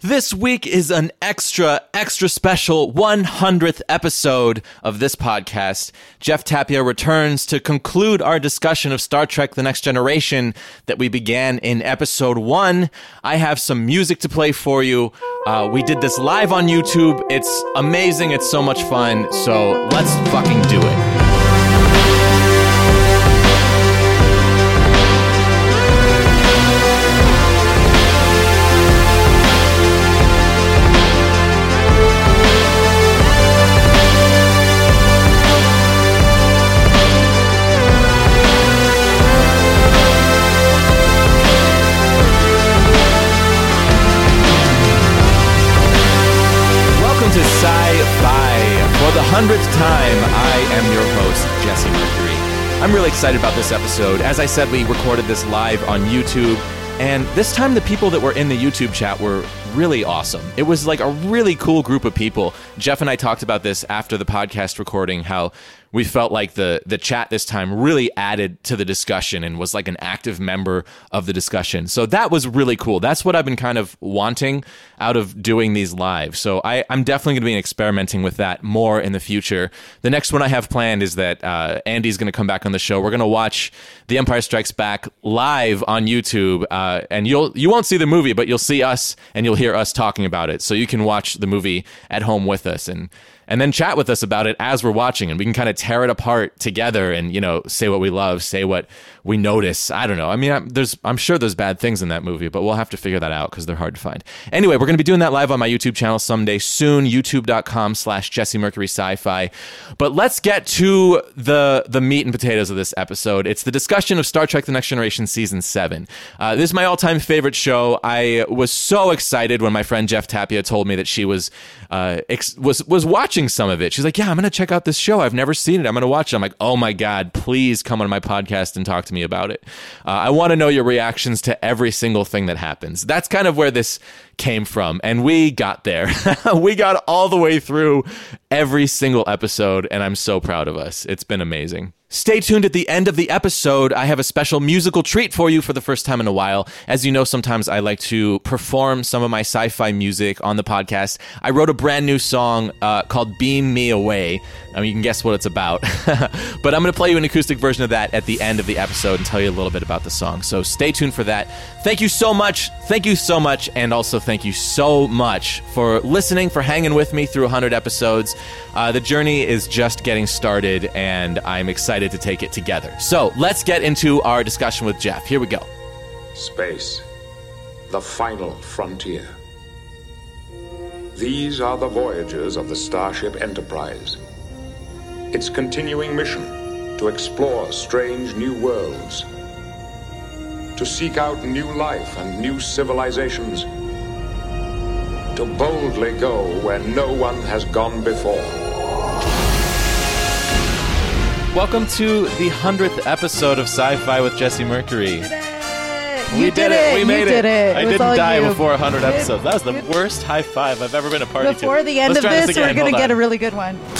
This week is an extra, extra special 100th episode of this podcast. Jeff Tapia returns to conclude our discussion of Star Trek The Next Generation that we began in episode one. I have some music to play for you. Uh, we did this live on YouTube. It's amazing. It's so much fun. So let's fucking do it. Welcome to Sci-Fi. For the hundredth time, I am your host, Jesse Mercury. I'm really excited about this episode. As I said, we recorded this live on YouTube, and this time the people that were in the YouTube chat were really awesome. It was like a really cool group of people. Jeff and I talked about this after the podcast recording, how we felt like the the chat this time really added to the discussion and was like an active member of the discussion. So that was really cool. That's what I've been kind of wanting out of doing these live. So I, I'm definitely going to be experimenting with that more in the future. The next one I have planned is that uh, Andy's going to come back on the show. We're going to watch The Empire Strikes Back live on YouTube, uh, and you'll you won't see the movie, but you'll see us and you'll hear us talking about it. So you can watch the movie at home with us and and then chat with us about it as we're watching and we can kind of tear it apart together and you know say what we love say what we notice i don't know i mean I'm, there's i'm sure there's bad things in that movie but we'll have to figure that out because they're hard to find anyway we're going to be doing that live on my youtube channel someday soon youtube.com slash jesse mercury sci-fi but let's get to the the meat and potatoes of this episode it's the discussion of star trek the next generation season 7 uh, this is my all-time favorite show i was so excited when my friend jeff tapia told me that she was uh, ex- was was watching some of it. She's like, "Yeah, I'm gonna check out this show. I've never seen it. I'm gonna watch it." I'm like, "Oh my god, please come on my podcast and talk to me about it. Uh, I want to know your reactions to every single thing that happens." That's kind of where this came from, and we got there. we got all the way through every single episode, and I'm so proud of us. It's been amazing. Stay tuned at the end of the episode. I have a special musical treat for you for the first time in a while. As you know, sometimes I like to perform some of my sci fi music on the podcast. I wrote a brand new song uh, called Beam Me Away. I mean, you can guess what it's about. but I'm going to play you an acoustic version of that at the end of the episode and tell you a little bit about the song. So stay tuned for that. Thank you so much. Thank you so much. And also, thank you so much for listening, for hanging with me through 100 episodes. Uh, the journey is just getting started, and I'm excited to take it together. So let's get into our discussion with Jeff. Here we go. Space, the final frontier. These are the voyages of the Starship Enterprise. Its continuing mission to explore strange new worlds, to seek out new life and new civilizations, to boldly go where no one has gone before. Welcome to the 100th episode of Sci Fi with Jesse Mercury. You we did, it. We You made did it. I was didn't all die you. before 100 episodes. That was the Good. worst high five I've ever been a party to. Before the end Let's of try this, again. we're going Hold to get a on. really good one. boom.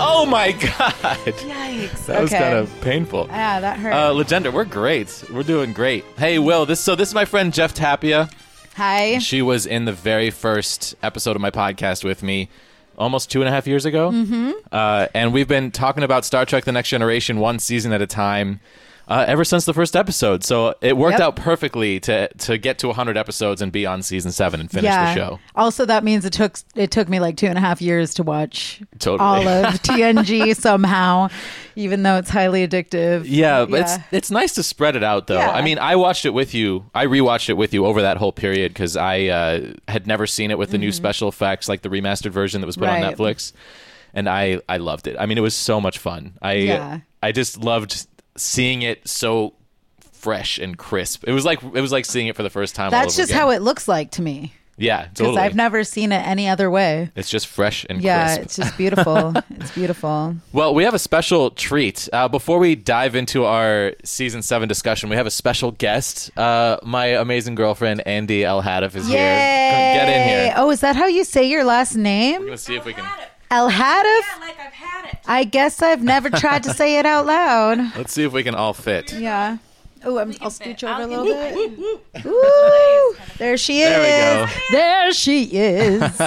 Oh my god. Yikes. That was kind of painful. Yeah, that hurt. Uh, Legenda, we're great. We're doing great. Hey, Will. This so this is my friend Jeff Tapia. Hi. She was in the very first episode of my podcast with me almost two and a half years ago. Mm-hmm. Uh, and we've been talking about Star Trek The Next Generation one season at a time. Uh, ever since the first episode, so it worked Yep. out perfectly to to get to 100 episodes and be on season seven and finish the yeah. show. Also, that means it took it took me like two and a half years to watch Totally. all of TNG somehow, even though it's highly addictive. Yeah, but it's Yeah. it's nice to spread it out though. Yeah. I mean, I watched it with you. I rewatched it with you over that whole period because I uh, had never seen it with the new special effects, like the remastered version that was put on Mm-hmm. Right. Netflix, and I I loved it. I mean, it was so much fun. I Yeah. I just loved seeing it so fresh and crisp. It was like it was like seeing it for the first time. all That's over just again. how it looks like to me Yeah, because totally. I've never seen it any other way. it's just fresh and Yeah, crisp. it's just beautiful. it's beautiful. Well, we have a special treat. Uh, before we dive into our season seven discussion, we have a special guest. Uh, my amazing girlfriend, Andy El Hadif, is Yay! here. Get in here. Oh, is that how you say your last name? Let's see if we can. El Hadif. Yeah, like I've had it. I guess I've never tried to say it out loud. Let's see if we can all fit. Yeah. Oh, I'm, I'll scooch over a little bit. Ooh, there she is. There we go. There she is.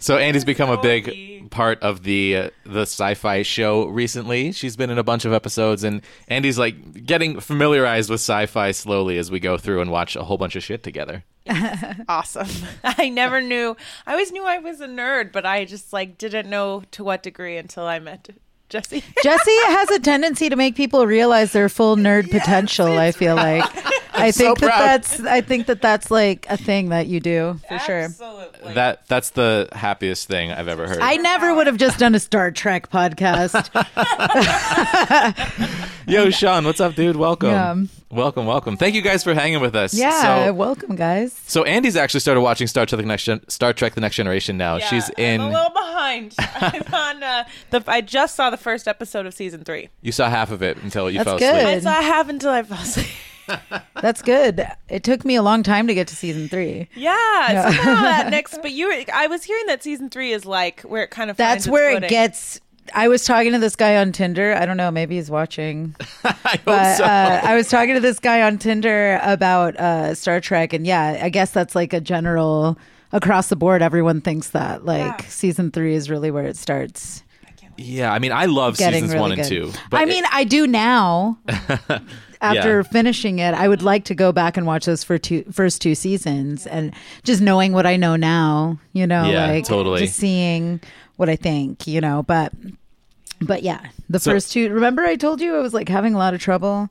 So Andy's become a big part of the uh, the sci-fi show recently. She's been in a bunch of episodes, and Andy's like getting familiarized with sci-fi slowly as we go through and watch a whole bunch of shit together. awesome. I never knew. I always knew I was a nerd, but I just like didn't know to what degree until I met Jesse. Jesse has a tendency to make people realize their full nerd potential. I feel like. I think that proud. that's. I think that that's like a thing that you do for sure. Absolutely. That that's the happiest thing I've ever heard. I never would have just done a Star Trek podcast. Yo, Sean, what's up, dude? Welcome, Yeah. welcome, welcome. Thank you guys for hanging with us. Yeah, So, welcome guys. so Andy's actually started watching Star Trek: The Next Gen- Star Trek: The Next Generation now. Yeah, oh, She's in. I'm a little behind. I'm on uh, the. I just saw the first episode of season three. You saw half of it until you That's fell good. asleep. That's all I have until I fall asleep. That's good. It took me a long time to get to season three. Yeah, somehow that next. But you, were, I was hearing that season three is like where it kind of. finds That's its where it footing. gets. I was talking to this guy on Tinder. I don't know. Maybe he's watching. I hope But so. uh, I was talking to this guy on Tinder about uh, Star Trek, and yeah, I guess that's like a general across the board. Everyone thinks that like season three is really where it starts yeah, I mean, I love getting seasons really one good. and two. I it- mean, I do now. After finishing it, I would like to go back and watch those for two first two seasons, and just knowing what I know now, you know, Yeah, like totally. just seeing what I think, you know, but. But yeah, the So- first two. Remember, I told you I was like having a lot of trouble.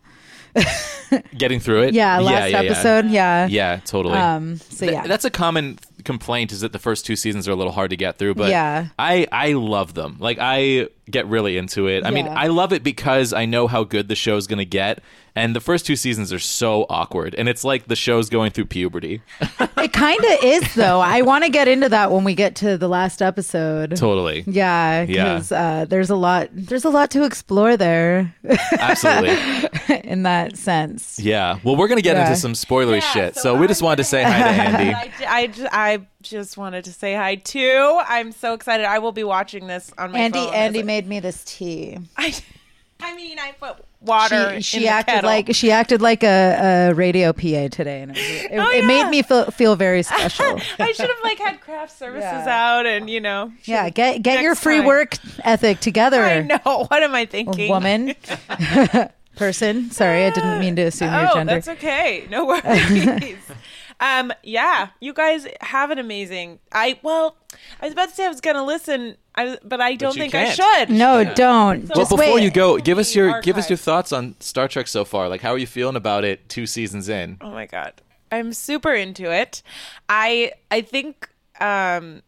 getting through it. Yeah, last episode. Yeah. Yeah, totally. Um, so Th- yeah. that's a common th- complaint is that the first two seasons are a little hard to get through, but Yeah. I I love them. Like I get really into it. I mean, Yeah. I love it because I know how good the show's going to get, and the first two seasons are so awkward, and it's like the show's going through puberty. it kind of is though. I want to get into that when we get to the last episode. totally. Yeah, Yeah. because uh, there's a lot. There's a lot to explore there, Absolutely. in that sense. Yeah. Well, we're going to get Yeah. into some spoilery Yeah, shit. So, so we just wanted to say hi to Andy. I, ju- I, ju- I just wanted to say hi too. I'm so excited. I will be watching this on my Andy, phone. Andy It's made me this tea. like- I, I mean, I put water. She, in she the acted kettle. like she acted like a, a radio PA today, and it, was- it, Oh, it yeah. made me feel feel very special. I should have like had craft services Yeah. out and you know. yeah, get get your Next free time. work ethic together, I know. What am I thinking? woman, person. Sorry, I didn't mean to assume your Oh, gender. that's okay. No worries. um, yeah, you guys have an amazing. I well, I was about to say I was gonna listen, I, but I don't you think can't. I should. No, don't. Well, Just before wait. you go, give us your give us Archive. your thoughts on Star Trek so far. Like, how are you feeling about it? Two seasons in. Oh my god. I'm super into it. I I think um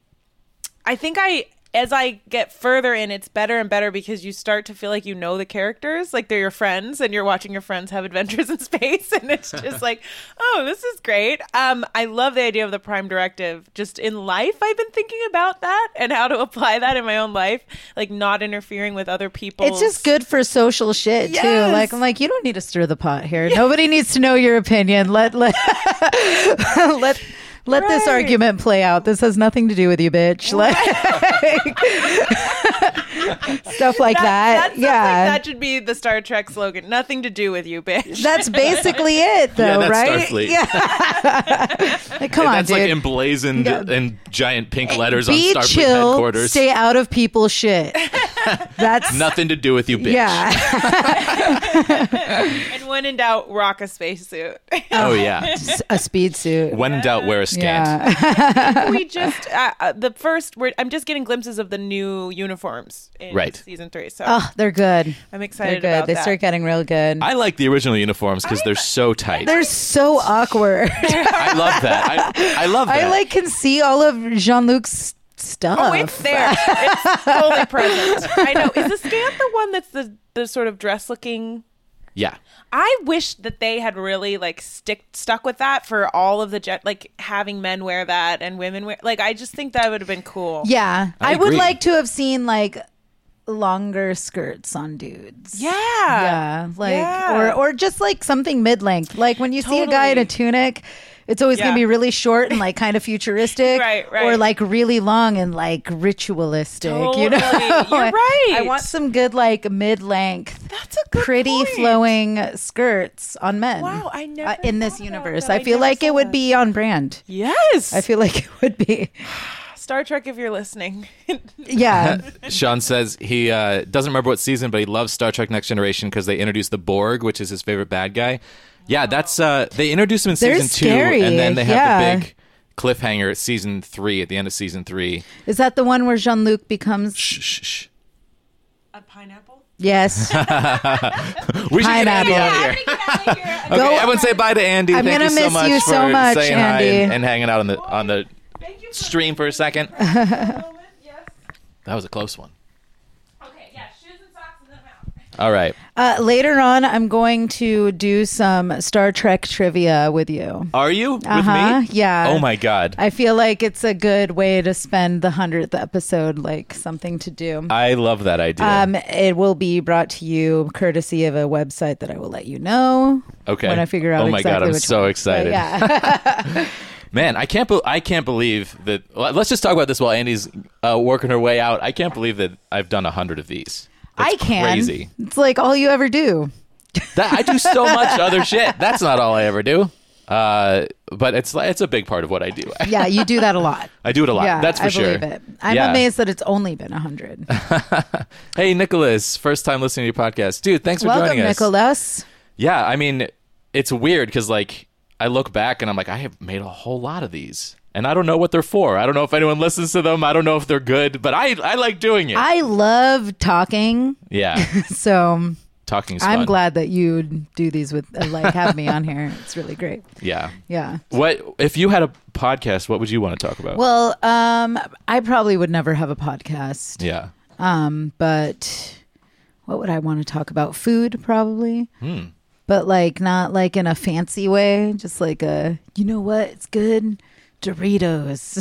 I think I as I get further in it's better and better because you start to feel like you know the characters, like they're your friends and you're watching your friends have adventures in space and it's just like, oh, this is great. Um I love the idea of the prime directive. Just in life I've been thinking about that and how to apply that in my own life, like not interfering with other people. It's just good for social shit too. Yes. Like I'm like, you don't need to stir the pot here. Nobody needs to know your opinion. Let let let let this Right. argument play out. This has nothing to do with you, bitch. Like stuff like that. sounds yeah. like that should be the Star Trek slogan. Nothing to do with you, bitch. That's basically it though, Yeah, that's right? Starfleet. Yeah. like, come on, That's dude. like emblazoned Yeah. Eh, in giant pink letters be on Starfleet chill. headquarters. Stay out of people's shit. That's Nothing to do with you, bitch. yeah. And when in doubt, rock a spacesuit. Oh yeah. a speed suit. When in doubt, wear a scant. yeah. Uh-huh. we just uh, uh, the first. We're, I'm just getting glimpses of the new uniforms in Right. season three. So Oh, they're good. I'm They're excited good. about they that. start getting real good. I like the original uniforms because they're so tight. They're so awkward. I love that. I, I love that. I like can see all of Jean Luc's stuff. oh, it's there. it's fully present. I know. Is the scant the one that's the the sort of dress looking? Yeah. I wish that they had really like stick stuck with that for all of the jet, like having men wear that and women wear. Like I just think that would have been cool. yeah, I I, would agree. like to have seen like longer skirts on dudes. Yeah. Yeah, like Yeah. or or just like something mid-length. Like when you see a guy in a Totally. tunic It's always going Yeah. to be really short and like kind of futuristic, Right, right. Or like really long and like ritualistic. You know, Totally. You're right. I want some good like mid-length, That's a good pretty point. flowing skirts on men. uh, Wow, I never in this thought about universe. that. I I feel never like saw it would that. be on brand. Yes. I feel like it would be. Star Trek, if you're listening. Yeah. Sean says he uh, doesn't remember what season, but he loves Star Trek Next Generation because they introduced the Borg, which is his favorite bad guy. Yeah, that's uh, they introduced him in They're season scary, two, and then they have yeah. the big cliffhanger at season three at the end of season three. Is that the one where Jean Luc becomes? Shh, shh, shh. a pineapple? Yes. We should get Andy Pineapple. out of here. Okay, Go- everyone say bye to Andy. I'm Thank gonna you so miss much you for so much, saying hi Andy. and, and hanging out on the on the Thank you for stream for a second. the moment. Yes. That was a close one. Okay, yeah, shoes and socks and then I'm out. All right. Uh, later on, I'm going to do some Star Trek trivia with you. Are you Uh-huh, with me? yeah. Oh my god. I feel like it's a good way to spend the hundredth episode, like something to do. I love that idea. Um, it will be brought to you courtesy of a website that I will let you know okay. when I figure out. Oh my exactly god, I'm which so one. But excited. Yeah, Man, I can't. Be- I can't believe that. well, Let's just talk about this while Andy's uh, working her way out. I can't believe that I've done a hundred of these. That's I can. Crazy. It's like all you ever do. That, I do so much other shit. That's not all I ever do. Uh, but it's li- it's a big part of what I do. Yeah, you do that a lot. I do it a lot. yeah, that's for I sure. believe it. I'm Yeah. amazed that it's only been hundred. Hey, Nicholas, first time listening to your podcast, dude. Thanks for Welcome, joining us. Nicholas. Yeah, I mean, it's weird because like I look back and I'm like, I have made a whole lot of these, and I don't know what they're for. I don't know if anyone listens to them. I don't know if they're good, but I I like doing it. I love talking, yeah, so talking. I'm glad that you do these with uh, like have me on here. It's really great. Yeah. Yeah. What if you had a podcast? What would you want to talk about? Well, um, I probably would never have a podcast, yeah. um, but what would I want to talk about? Food, probably. Hmm. But like not like in a fancy way, just like a you know what? It's good. Doritos.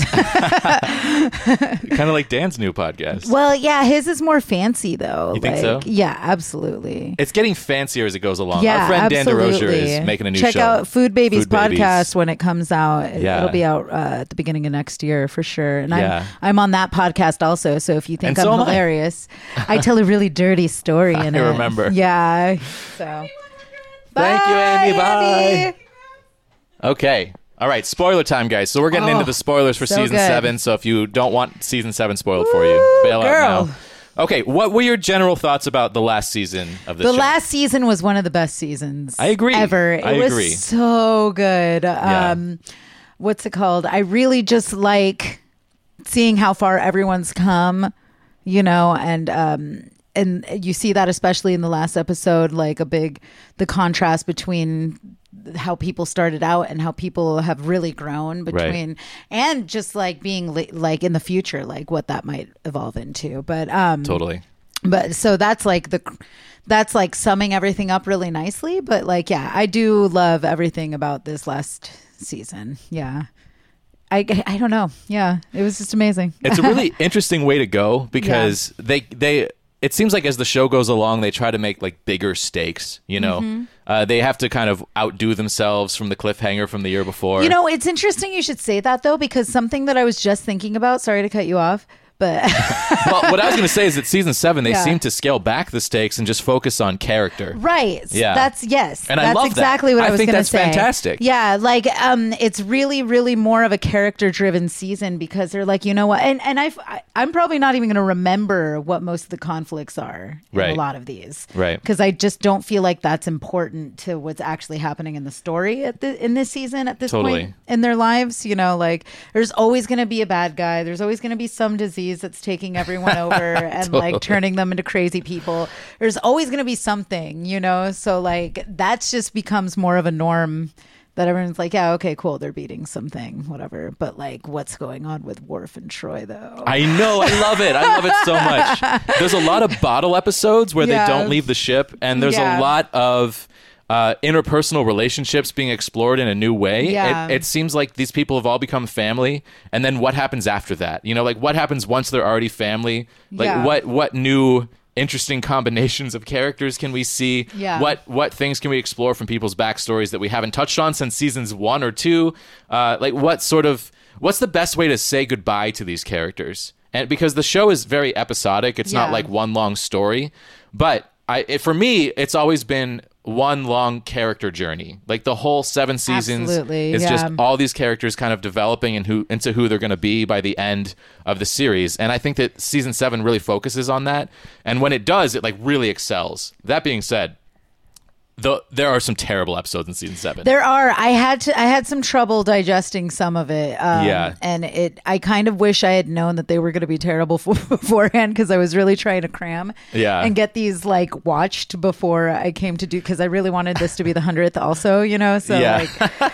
kind of like Dan's new podcast. well, yeah, his is more fancy though. You like, think so? yeah, absolutely. It's getgetting fancier as it goes along. Yeah, Our friend Dan DeRozier absolutely. is making a new Check show. out Food Babies Food podcast Babies. when it comes out. It- Yeah. It'll be out uh, at the beginning of next year for sure. And Yeah. I'm I'm on that podcast also. So if you think And so I'm am I. hilarious, I. tell a really dirty story in I it. remember. Yeah. So Thank you, Bye, Andy. Bye. Andy. Okay. All right, spoiler time, guys. So we're getting into the spoilers for Oh, so season good. seven. So if you don't want season seven spoiled for you, bail out girl. now. Okay, what were your general thoughts about the last season of this The show? last season was one of the best seasons. I agree. Ever. It I was agree. so good. Yeah. Um, what's it called? I really just like seeing how far everyone's come, you know, and um and you see that especially in the last episode, like a big the contrast between how people started out and how people have really grown between and just like being li- like in the future like what that might evolve into but um Totally. but so that's like the that's like summing everything up really nicely but like yeah i do love everything about this last season yeah i i don't know yeah it was just amazing It's a really interesting way to go because they they it seems like as the show goes along they try to make like bigger stakes, you know. Mm-hmm. Uh, they have to kind of outdo themselves from the cliffhanger from the year before. Uh, you know it's interesting you should say that though because something that i was just thinking about sorry to cut you off but well, what I was going to say is that season 7 they Yeah. seem to scale back the stakes and just focus on character. Right. Yeah. That's yes. And I that's love that. exactly what I I, was think going to that's say. fantastic. Yeah, like um it's really really more of a character driven season because they're like, you know what? And and I've, I I'm probably not even going to remember what most of the conflicts are in Right. a lot of these. Right. Cuz I just don't feel like that's important to what's actually happening in the story at the in this season at this Totally. point in their lives, you know, like there's always going to be a bad guy. There's always going to be some disease that's taking everyone over and Totally. like turning them into crazy people. There's always going to be something, you know? So like that's just becomes more of a norm that everyone's like, yeah, okay, cool. They're beating something, whatever. But like what's going on with Worf and Troy though? I know. I love it. I love it so much. There's a lot of bottle episodes where Yeah. they don't leave the ship, and there's a Yeah. lot of uh, interpersonal relationships being explored in a new way. Yeah. It, it seems like these people have all become family, and then what happens after that? You know, like what happens once they're already family? Like Yeah. what what new interesting combinations of characters can we see? Yeah. What what things can we explore from people's backstories that we haven't touched on since seasons one or two? Uh, like what sort of what's the best way to say goodbye to these characters? And because the show is very episodic, it's not Yeah. like one long story. But I, it, for me, it's always been one long character journey. Like the whole seven seasons Absolutely, is just yeah. all these characters kind of developing and who into who they're going to be by the end of the series. And I think that season seven really focuses on that. And when it does, it like really excels. That being said, the, there are some terrible episodes in season seven. There are. I had to. I had some trouble digesting some of it. Um, Yeah. and it. I kind of wish I had known that they were going to be terrible for, beforehand because I was really trying to cram. Yeah. and get these like watched before I came to do because I really wanted this to be the hundredth. Also, you know, so Yeah.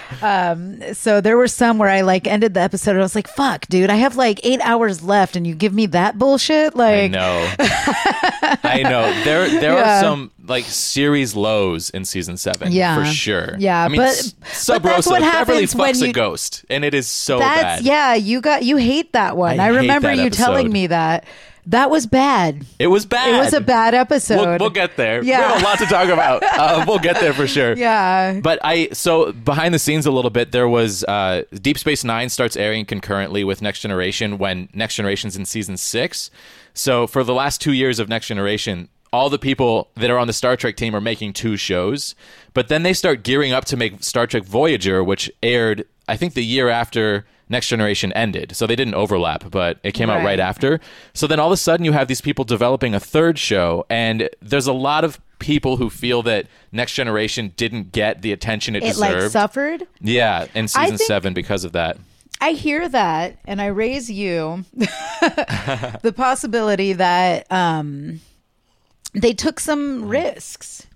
like so there were some where I like ended the episode and I was like, fuck, dude, I have like eight hours left and you give me that bullshit? I Like, know. I know. There there Yeah. are some like series lows in season seven. Yeah. For sure. Yeah, I mean but- s- but Sub that's Rosa what Beverly happens when fucks a you- ghost. And it is so that's, bad. yeah, you got, you hate that one. I I, hate remember that you telling episode. me that. That was bad. It was bad. It was a bad episode. We'll, we'll get there. Yeah. We have a lot to talk about. Uh, we'll get there for sure. Yeah. But I so behind the scenes a little bit there was uh, Deep Space Nine starts airing concurrently with Next Generation when Next Generation's in season six. So for the last two years of Next Generation, all the people that are on the Star Trek team are making two shows. But then they start gearing up to make Star Trek Voyager, which aired I think the year after Next Generation ended. So they didn't overlap, but it came out Right. right after. So then all of a sudden you have these people developing a third show, and there's a lot of people who feel that Next Generation didn't get the attention it, it like deserved. suffered. yeah, in season think- seven because of that. I hear that, and I raise you the possibility that um, they took some risks,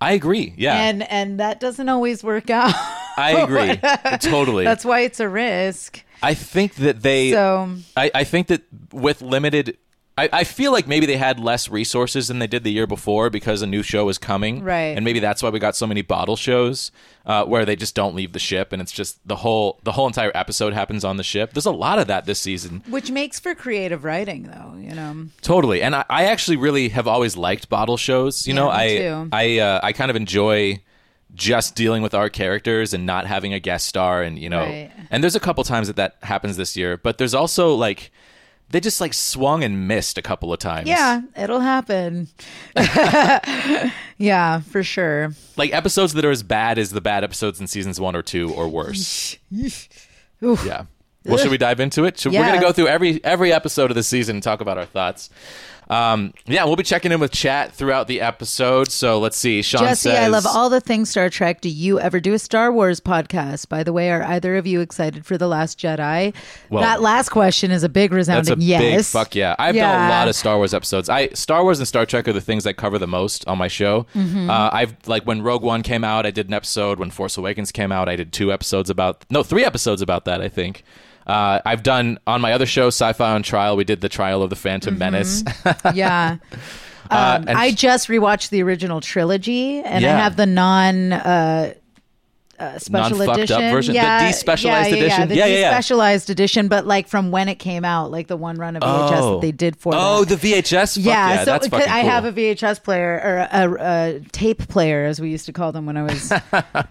I agree. Yeah, and and that doesn't always work out. I agree totally. That's why it's a risk. I think that they. So- I, I think that with limited. I, I feel like maybe they had less resources than they did the year before because a new show was coming. Right. And maybe that's why we got so many bottle shows uh, where they just don't leave the ship and it's just the whole the whole entire episode happens on the ship. There's a lot of that this season. Which makes for creative writing, though, you know. Totally. And I, I actually really have always liked bottle shows. You know, me I too. I uh, I kind of enjoy just dealing with our characters and not having a guest star and you know Right. and there's a couple times that that happens this year but there's also like they just like swung and missed a couple of times Yeah, it'll happen. yeah, for sure. like episodes that are as bad as the bad episodes in seasons one or two or worse yeah well should we dive into it Should- we're Yeah. gonna go through every every episode of the season and talk about our thoughts um, yeah we'll be checking in with chat throughout the episode so let's see sean Jesse, I says- love all the things Star Trek. Do you ever do a Star Wars podcast? By the way, are either of you excited for The Last Jedi? Well, that last question is a big That's resounding a yes. big fuck yeah. I've done a Yeah. lot of Star Wars episodes. I Star Wars and Star Trek are the things I cover the most on my show. Mm-hmm. Uh, I've like when Rogue One came out, I did an episode. When Force Awakens came out, I did two episodes about no three episodes about that. I think. Uh, I've done on my other show, Sci-Fi on Trial. We did the Trial of the Phantom Menace. yeah. Uh, and- Mm-hmm. Um, I just rewatched the original trilogy, and I Yeah. have the non uh, uh, special Non-fucked up edition, version? The yeah, despecialized yeah, yeah, Yeah, edition? the Yeah, yeah, yeah. despecialized edition, but like from when it came out, like the one run of VHS that they did for. oh, that. the VHS. Fuck yeah, so that's it fucking could- I cool. have a VHS player or a, a, a tape player, as we used to call them when I was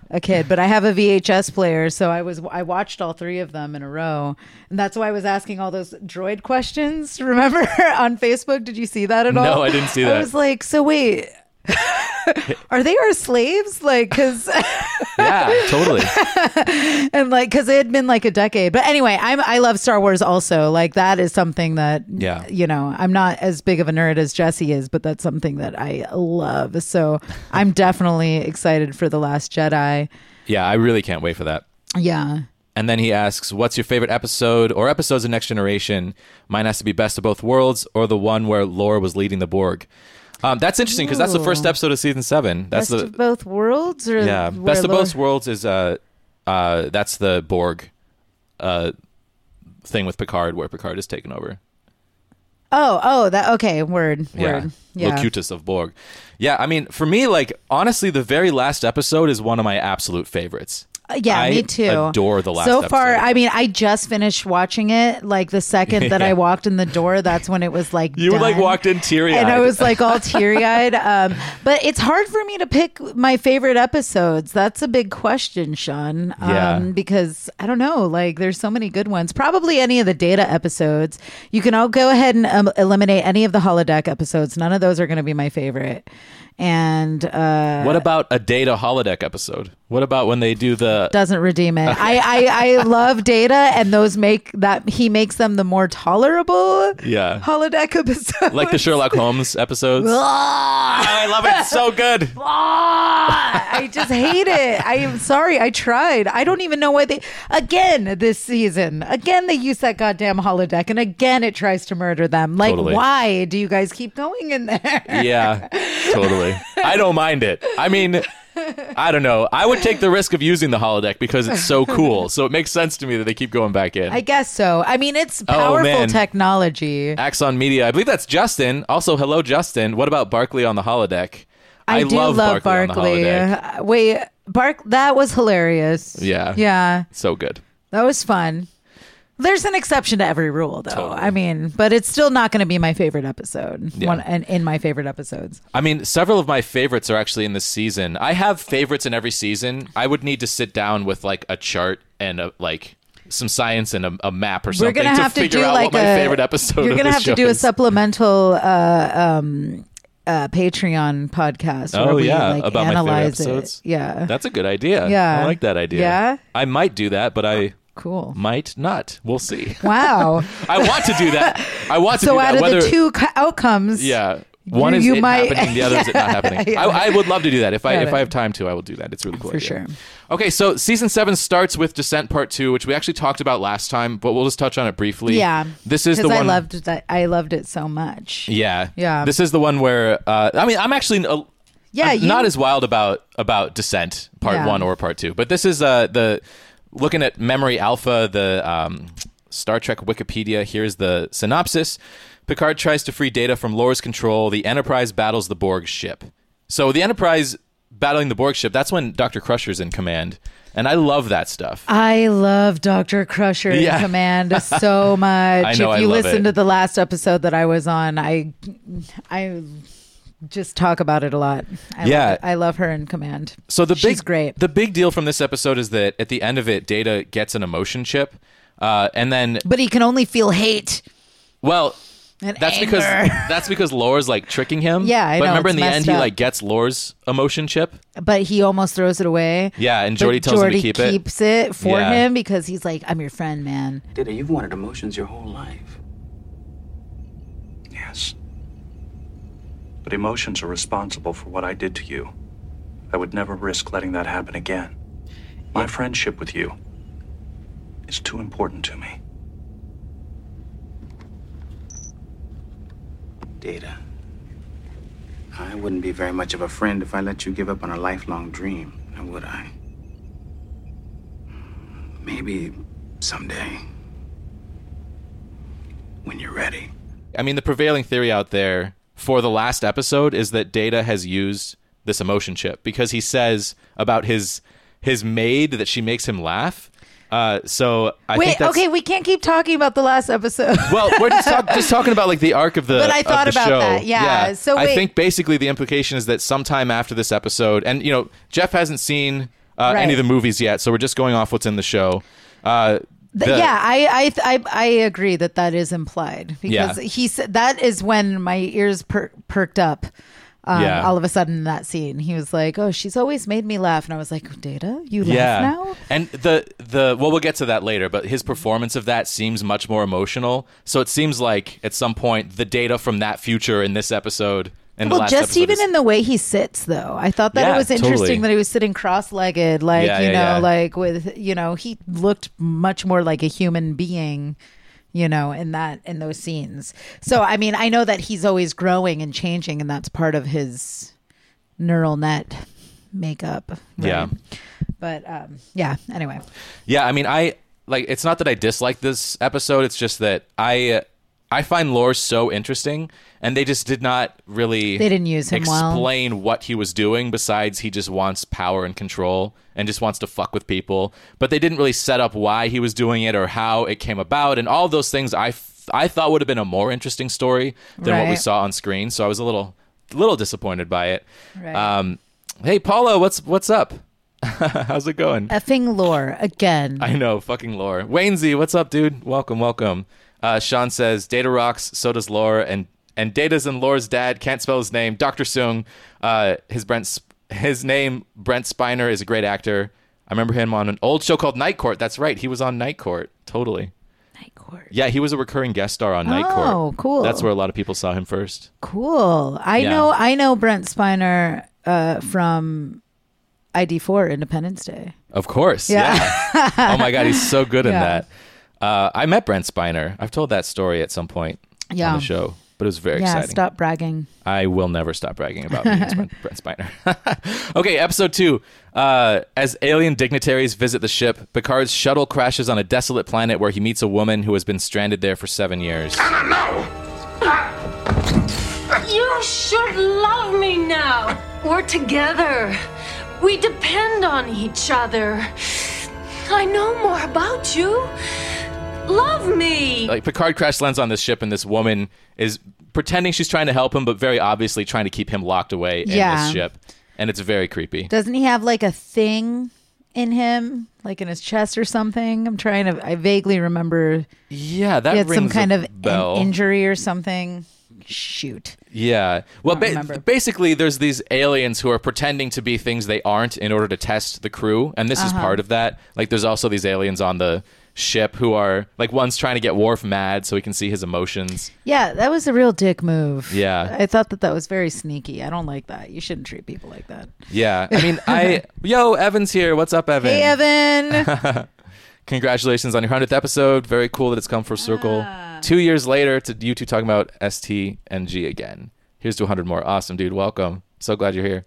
a kid. But I have a VHS player, so I was I watched all three of them in a row, and that's why I was asking all those droid questions. Remember on Facebook? Did you see that at all? No, I didn't see I that. was like, so wait. are they our slaves like because yeah, totally. and like because it had been like a decade but anyway i'm i love star wars also like that is something that Yeah. you know i'm not as big of a nerd as jesse is but that's something that i love so i'm definitely excited for the last jedi Yeah, I really can't wait for that. yeah And then he asks, "What's your favorite episode or episodes of Next Generation? Mine has to be Best of Both Worlds or the one where Laura was leading the Borg." Um, that's interesting because that's the first Ooh. episode of season seven. That's best the of both worlds or yeah. where Best of Lo- Both Worlds is uh, uh, that's the Borg, uh, thing with Picard where Picard is taken over. oh oh that okay word word yeah. yeah Locutus of Borg. Yeah, I mean, for me, like honestly, the very last episode is one of my absolute favorites. Uh, Yeah, I me too. adore the last So far, episode. I mean, I just finished watching it. Like the second that I walked in the door, that's when it was like You, like, done. walked in teary-eyed. and I was like all teary eyed. Um, but it's hard for me to pick my favorite episodes. That's a big question, Sean. Um, Yeah. Because I don't know, like there's so many good ones. Probably any of the data episodes. You can all go ahead and um, eliminate any of the holodeck episodes. None of those are going to be my favorite. And uh, what about a data holodeck episode? What about when they do the doesn't redeem it. I, I I love Data, and those make that he makes them the more tolerable. Yeah. holodeck episode. like the Sherlock Holmes episodes? I love it. It's so good. Ah, I just hate it. I am sorry. I tried. I don't even know why they again this season. Again, they use that goddamn holodeck, and again it tries to murder them. Like, Totally. why do you guys keep going in there? Yeah, totally. I don't mind it. I mean, I don't know. I would take the risk of using the holodeck because it's so cool. So it makes sense to me that they keep going back in. I guess so. I mean, it's powerful Oh, man. technology. Axon Media. I believe that's Justin. Also, hello, Justin. What about Barkley on the holodeck? I, do love Barkley on the Barkley. holodeck. Uh, Wait, Bark, that was hilarious. Yeah. Yeah. So good. That was fun. There's an exception to every rule, though. Totally. I mean, but it's still not going to be my favorite episode. Yeah. One and in my favorite episodes. I mean, several of my favorites are actually in this season. I have favorites in every season. I would need to sit down with like a chart and a, like some science and a, a map or We're something gonna to have to figure do out like what my a favorite episode. You're of gonna this have to show do a is. supplemental uh, um, uh, Patreon podcast. where Oh we, yeah, like, about my favorite analyze episodes. It. Yeah, That's a good idea. Yeah. I like that idea. Yeah? I might do that, but I cool. might not. We'll see. Wow. I want to do that. I want to do so that. out of whether, the two co- outcomes, yeah, one you- is you it might- happening, the other is it not happening. Yeah. I, I would love to do that if I Got if it. I have time to. I will do that. It's a really cool For idea. sure. Okay, so season seven starts with Descent Part Two, which we actually talked about last time, but we'll just touch on it briefly. yeah. this is the 'Cause one I loved that. I loved it so much. Yeah, Yeah. This is the one where uh, I mean, I'm actually a, Yeah, I'm you- not as wild about about Descent Part Yeah. One or Part Two, but this is uh, the looking at Memory Alpha, the um, Star Trek Wikipedia. Here's the synopsis: Picard tries to free Data from Lore's control. The Enterprise battles the Borg ship. So the Enterprise battling the Borg ship. That's when Doctor Crusher's in command, and I love that stuff. I love Dr. Crusher Yeah. in command so much. I know, I if you love listen it. to the last episode that I was on, I I just talk about it a lot. I Yeah. love, I love her in command. So the She's big great. the big deal from this episode is that at the end of it, Data gets an emotion chip, uh, and then but he can only feel hate. well, And that's because anger. that's because Lore's like tricking him. Yeah, I but know, remember in it's the end, messed he up. like gets Lore's emotion chip. But he almost throws it away. Yeah, and But Geordi tells him to Geordi keep it. keeps it for Yeah. him because he's like, I'm your friend, man. Dida, you've wanted emotions your whole life. Yes. But emotions are responsible for what I did to you. I would never risk letting that happen again. My friendship with you is too important to me. Data. I wouldn't be very much of a friend if I let you give up on a lifelong dream, now would I? Maybe someday. When you're ready. I mean, the prevailing theory out there for the last episode is that Data has used this emotion chip because he says about his his maid that she makes him laugh. Uh, so I think Wait, that's, okay, we can't keep talking about the last episode. Well, we're just, talk, just talking about like the arc of the. But I of thought the about show. that, yeah. So I wait- think basically the implication is that sometime after this episode, and you know, Jeff hasn't seen uh, Right. any of the movies yet, so we're just going off what's in the show. Uh, Th- the- yeah, I, I I I agree that that is implied because Yeah. he said that is when my ears per- perked up. Um, Yeah. All of a sudden, in that scene, he was like, "Oh, she's always made me laugh," and I was like, "Data, you yeah. laugh now?" And the the well, we'll get to that later. But his performance of that seems much more emotional. So it seems like at some point the data from that future in this episode and the Well, last just episode even is- in the way he sits, though, I thought that Yeah, it was interesting totally. that he was sitting cross-legged, like Yeah, you yeah, know, yeah. like with you know, he looked much more like a human being, you know, in that in those scenes. So, I mean, I know that he's always growing and changing, and that's part of his neural net makeup. right? yeah. but um, yeah. Anyway, Yeah, I mean, I like. It's not that I dislike this episode. It's just that I I find lore so interesting, and they just did not really They didn't use him well. explain what he was doing. Besides, he just wants power and control, and just wants to fuck with people. But they didn't really set up why he was doing it or how it came about, and all those things. I f- I thought would have been a more interesting story than what we Right. saw on screen. So I was a little little disappointed by it. Right. Um, hey, Paulo, what's what's up? How's it Uh, going? Effing lore again. I know, fucking lore. Waynesy, what's up, dude? Welcome, welcome. Uh, Sean says Data rocks, so does lore, and and Data's and lore's dad can't spell his name. Doctor Sung, uh, his Brent, Sp- his name Brent Spiner is a great actor. I remember him on an old show called Night Court. That's right, he was on Night Court. Totally. Night Court. Yeah, he was a recurring guest star on Night Court. Oh, cool. That's where a lot of people saw him first. Cool. I Yeah. know. I know Brent Spiner uh, from ID4 Independence Day. Of course. Yeah. Yeah. oh my God, he's so good in Yeah. that. Uh, I met Brent Spiner. I've told that story at some point Yeah. on the show, but it was very yeah. exciting. Stop bragging. I will never stop bragging about me as Brent, Brent Spiner. okay, episode two. Uh, as alien dignitaries visit the ship, Picard's shuttle crashes on a desolate planet where he meets a woman who has been stranded there for seven years. You should love me now. We're together. We depend on each other. I know more about you. Love me. Like Picard crash lands on this ship, and this woman is pretending she's trying to help him, but very obviously trying to keep him locked away in Yeah. this ship. And it's very creepy. Doesn't he have like a thing in him, like in his chest or something? I'm trying to. I vaguely remember Yeah, that he had rings some kind a of in- bell. injury or something. Shoot. Yeah. Well, don't ba- remember. basically, there's these aliens who are pretending to be things they aren't in order to test the crew, and this is part of that. Like, there's also these aliens on the ship who are like one's trying to get Worf mad so he can see his emotions. Yeah, that was a real dick move. Yeah. I thought that that was very sneaky. I don't like that. You shouldn't treat people like that. Yeah. I mean, I yo Evan's here. What's up, Evan? Hey, Evan. Congratulations on your hundredth episode. Very cool that it's come full circle. Two years later, to you two talking about STNG again. Here's to 100 more. Awesome, dude. Welcome. So glad you're here.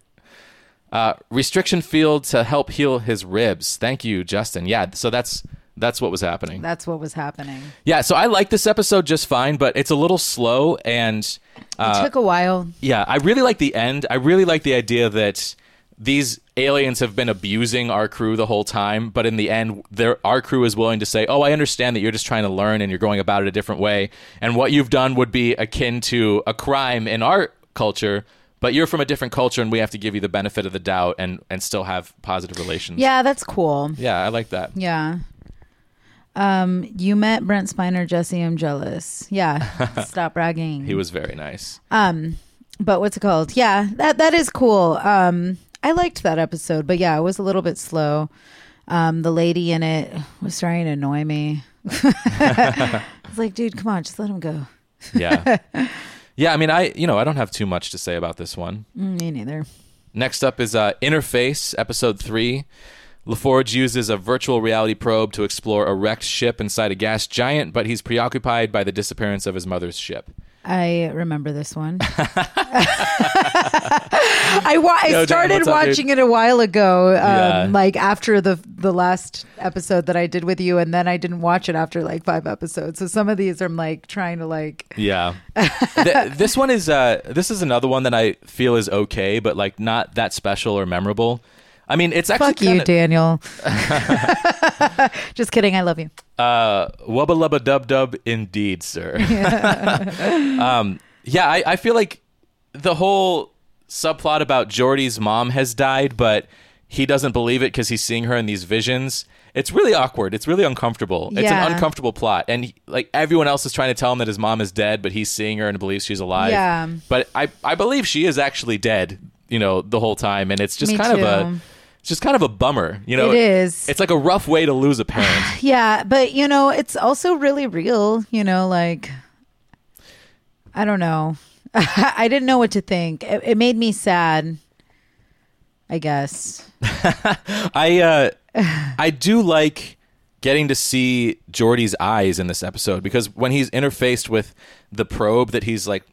Uh, restriction field to help heal his ribs. Thank you, Justin. Yeah. So that's that's what was happening. That's what was happening. Yeah. So I like this episode just fine, but it's a little slow and Uh, it took a while. yeah, I really like the end. I really like the idea that these aliens have been abusing our crew the whole time, but in the end, their our crew is willing to say, "Oh, I understand that you're just trying to learn and you're going about it a different way, and what you've done would be akin to a crime in our culture." But you're from a different culture, and we have to give you the benefit of the doubt, and, and still have positive relations. Yeah, that's cool. yeah, I like that. Yeah. Um, you met Brent Spiner, Jesse. I'm jealous. Yeah. Stop bragging. He was very nice. Um, but what's it called? Yeah, that that is cool. Um, I liked that episode, but yeah, it was a little bit slow. Um, the lady in it was trying to annoy me. It's like, dude, come on, just let him go. Yeah, yeah. I mean, I you know I don't have too much to say about this one. Me neither. Next up is uh, Interface, episode three. LaForge uses a virtual reality probe to explore a wrecked ship inside a gas giant, but he's preoccupied by the disappearance of his mother's ship. I remember this one. I wa- I Yo, Dan, started what's up, dude? watching it a while ago, um, Yeah. like after the the last episode that I did with you, and then I didn't watch it after like five episodes. So some of these I'm like trying to like, Yeah, Th- this one is uh, this is another one that I feel is okay, but like not that special or memorable. I mean, it's actually fuck you, kinda- Daniel. Just kidding. I love you. Uh, wubba lubba dub dub, indeed, sir. um, yeah, I, I feel like the whole subplot about Jordy's mom has died, but he doesn't believe it because he's seeing her in these visions. It's really awkward. It's really uncomfortable. It's an Yeah. uncomfortable plot, and he- like everyone else is trying to tell him that his mom is dead, but he's seeing her and believes she's alive. Yeah. But I, I believe she is actually dead. You know, the whole time, and it's just Me kind of a, too. it's just kind of a bummer. You know, It is. It's like a rough way to lose a parent. Yeah, but you know, it's also really real, you know, like I don't know. I didn't know what to think. It, it made me sad. I guess. I uh, I do like getting to see Jordy's eyes in this episode because when he's interfaced with the probe that he's like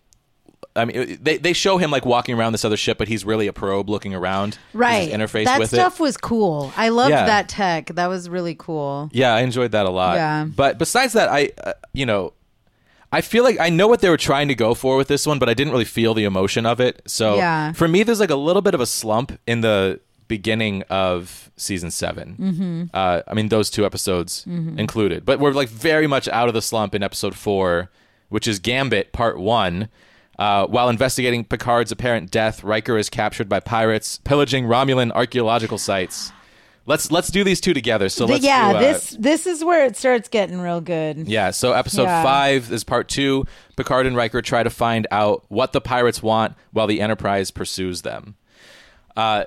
I mean they they show him like walking around this other ship but he's really a probe looking around. Right. Interface that with stuff it. was cool. I loved Yeah. that tech. That was really cool. Yeah, I enjoyed that a lot. Yeah. But besides that I uh, you know I feel like I know what they were trying to go for with this one, but I didn't really feel the emotion of it. So Yeah. for me, there's like a little bit of a slump in the beginning of season 7 Mm-hmm. Uh, I mean, those two episodes included, but we're like very much out of the slump in episode four, which is Gambit part one. Uh, while investigating Picard's apparent death, Riker is captured by pirates pillaging Romulan archaeological sites. Let's let's do these two together. So But let's yeah, do, uh, this this is where it starts getting real good. yeah, so episode Yeah. five is part two. Picard and Riker try to find out what the pirates want while the Enterprise pursues them. Uh,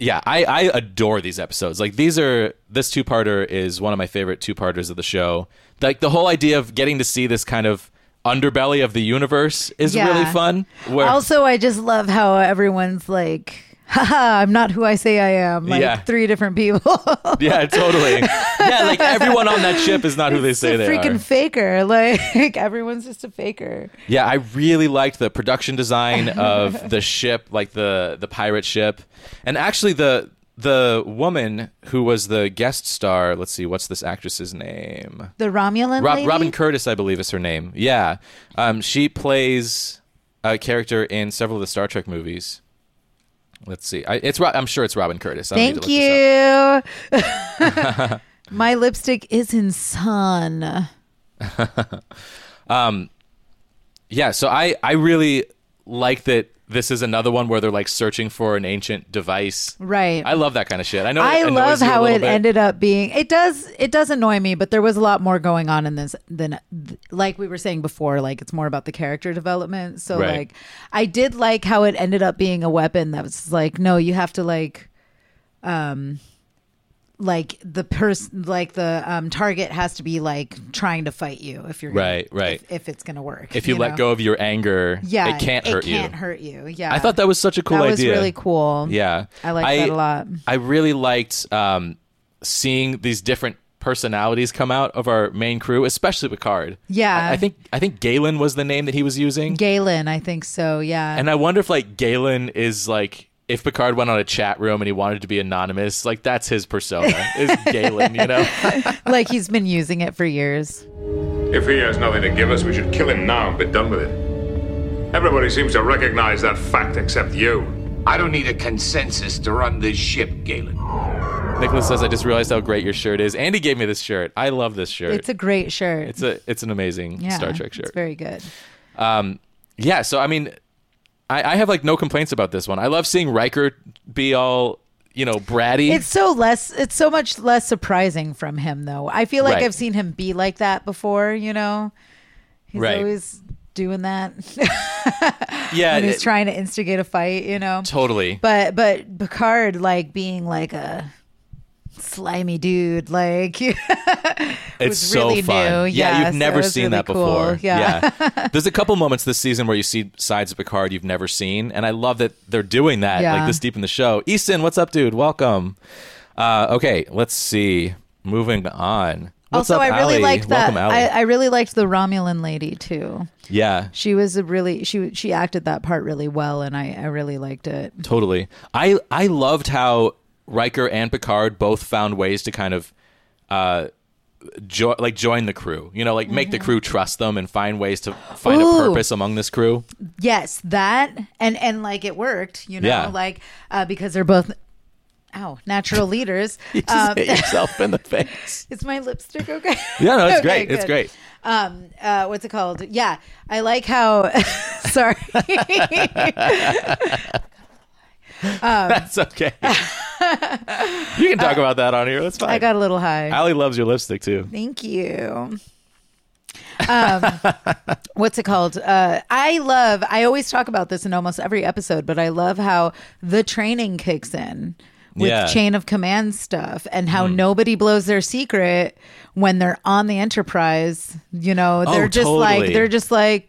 yeah, I, I adore these episodes. Like these are this two parter is one of my favorite two parters of the show. Like the whole idea of getting to see this kind of underbelly of the universe is Yeah. really fun. Where Also, I just love how everyone's like, haha, I'm not who I say I am. Like Yeah. three different people. yeah, totally. yeah, like everyone on that ship is not who they say a they freaking are. faker. Like everyone's just a faker. Yeah, I really liked the production design of the ship, like the the pirate ship, and actually the the woman who was the guest star. Let's see, what's this actress's name? The Romulan Rob, lady? Robin Curtis, I believe, is her name. Yeah, um, she plays a character in several of the Star Trek movies. Let's see. I, it's Ro- I'm sure it's Robin Curtis. I don't need to Thank look this up. you. My lipstick is in sun. Yeah, so I I really like that. This is another one where they're like searching for an ancient device. Right. I love that kind of shit. I know. I it annoys love you a how little it bit. ended up being. It does. It does annoy me, but there was a lot more going on in this than, th- like we were saying before. Like it's more about the character development. So Right. like, I did like how it ended up being a weapon that was like, no, you have to like, um, like the person, like the um target has to be like trying to fight you if you're gonna- Right, right. If, if it's gonna work, if you, let know? go of your anger, yeah, it can't hurt It can't you. hurt you. Yeah, I thought that was such a cool that idea. was really cool. Yeah, I liked that a lot. I really liked um, seeing these different personalities come out of our main crew, especially Picard. Yeah. I, I think I think Galen was the name that he was using, Galen, I think so. Yeah, and I wonder if like Galen is like if Picard went on a chat room and he wanted to be anonymous, like that's his persona is Galen, you know? like he's been using it for years. If he has nothing to give us, we should kill him now and be done with it. Everybody seems to recognize that fact except you. I don't need a consensus to run this ship, Galen. Nicholas says, "I just realized how great your shirt is." Andy gave me this shirt. I love this shirt. It's a great shirt. it's a it's an amazing Star Trek shirt. It's very good. Yeah, so I mean, I, I have like no complaints about this one. I love seeing Riker be all you know bratty. It's so less. It's so much less surprising from him, though. I feel like Right. I've seen him be like that before. You know, he's Right. always doing that yeah, and he's it- trying to instigate a fight. You know, totally. but but Picard like being like a slimy dude, like it's was so really fun. new. Yeah, Yeah, you've so never it was seen really that cool. before. Yeah. There's a couple moments this season where you see sides of Picard you've never seen, and I love that they're doing that Yeah. like this deep in the show. Easton, what's up, dude? Welcome. Uh, okay, let's see. Moving on. What's also up, I really Allie? liked that. Welcome, Allie. I, I really liked the Romulan lady too. yeah, She was a really she she acted that part really well, and I I really liked it. Totally. I I loved how Riker and Picard both found ways to kind of uh jo- like join the crew. You know, like make the crew trust them and find ways to find Mm-hmm. Ooh. a purpose among this crew. Yes, that and and like it worked, you know, Yeah. like uh, because they're both ow natural leaders. You just Um, hit yourself in the face. is my lipstick okay? Yeah, no, it's Okay, great. It's good. great. Um, uh, what's it called? Yeah, I like how. sorry, That's okay. you can talk about that on here. That's fine. I got a little high. Allie loves your lipstick too. Thank you. Um, what's it called? Uh, I love, I always talk about this in almost every episode, but I love how the training kicks in with Yeah. Hmm. chain of command stuff and how nobody blows their secret when they're on the enterprise. You know, they're just like, Oh, totally. they're just like,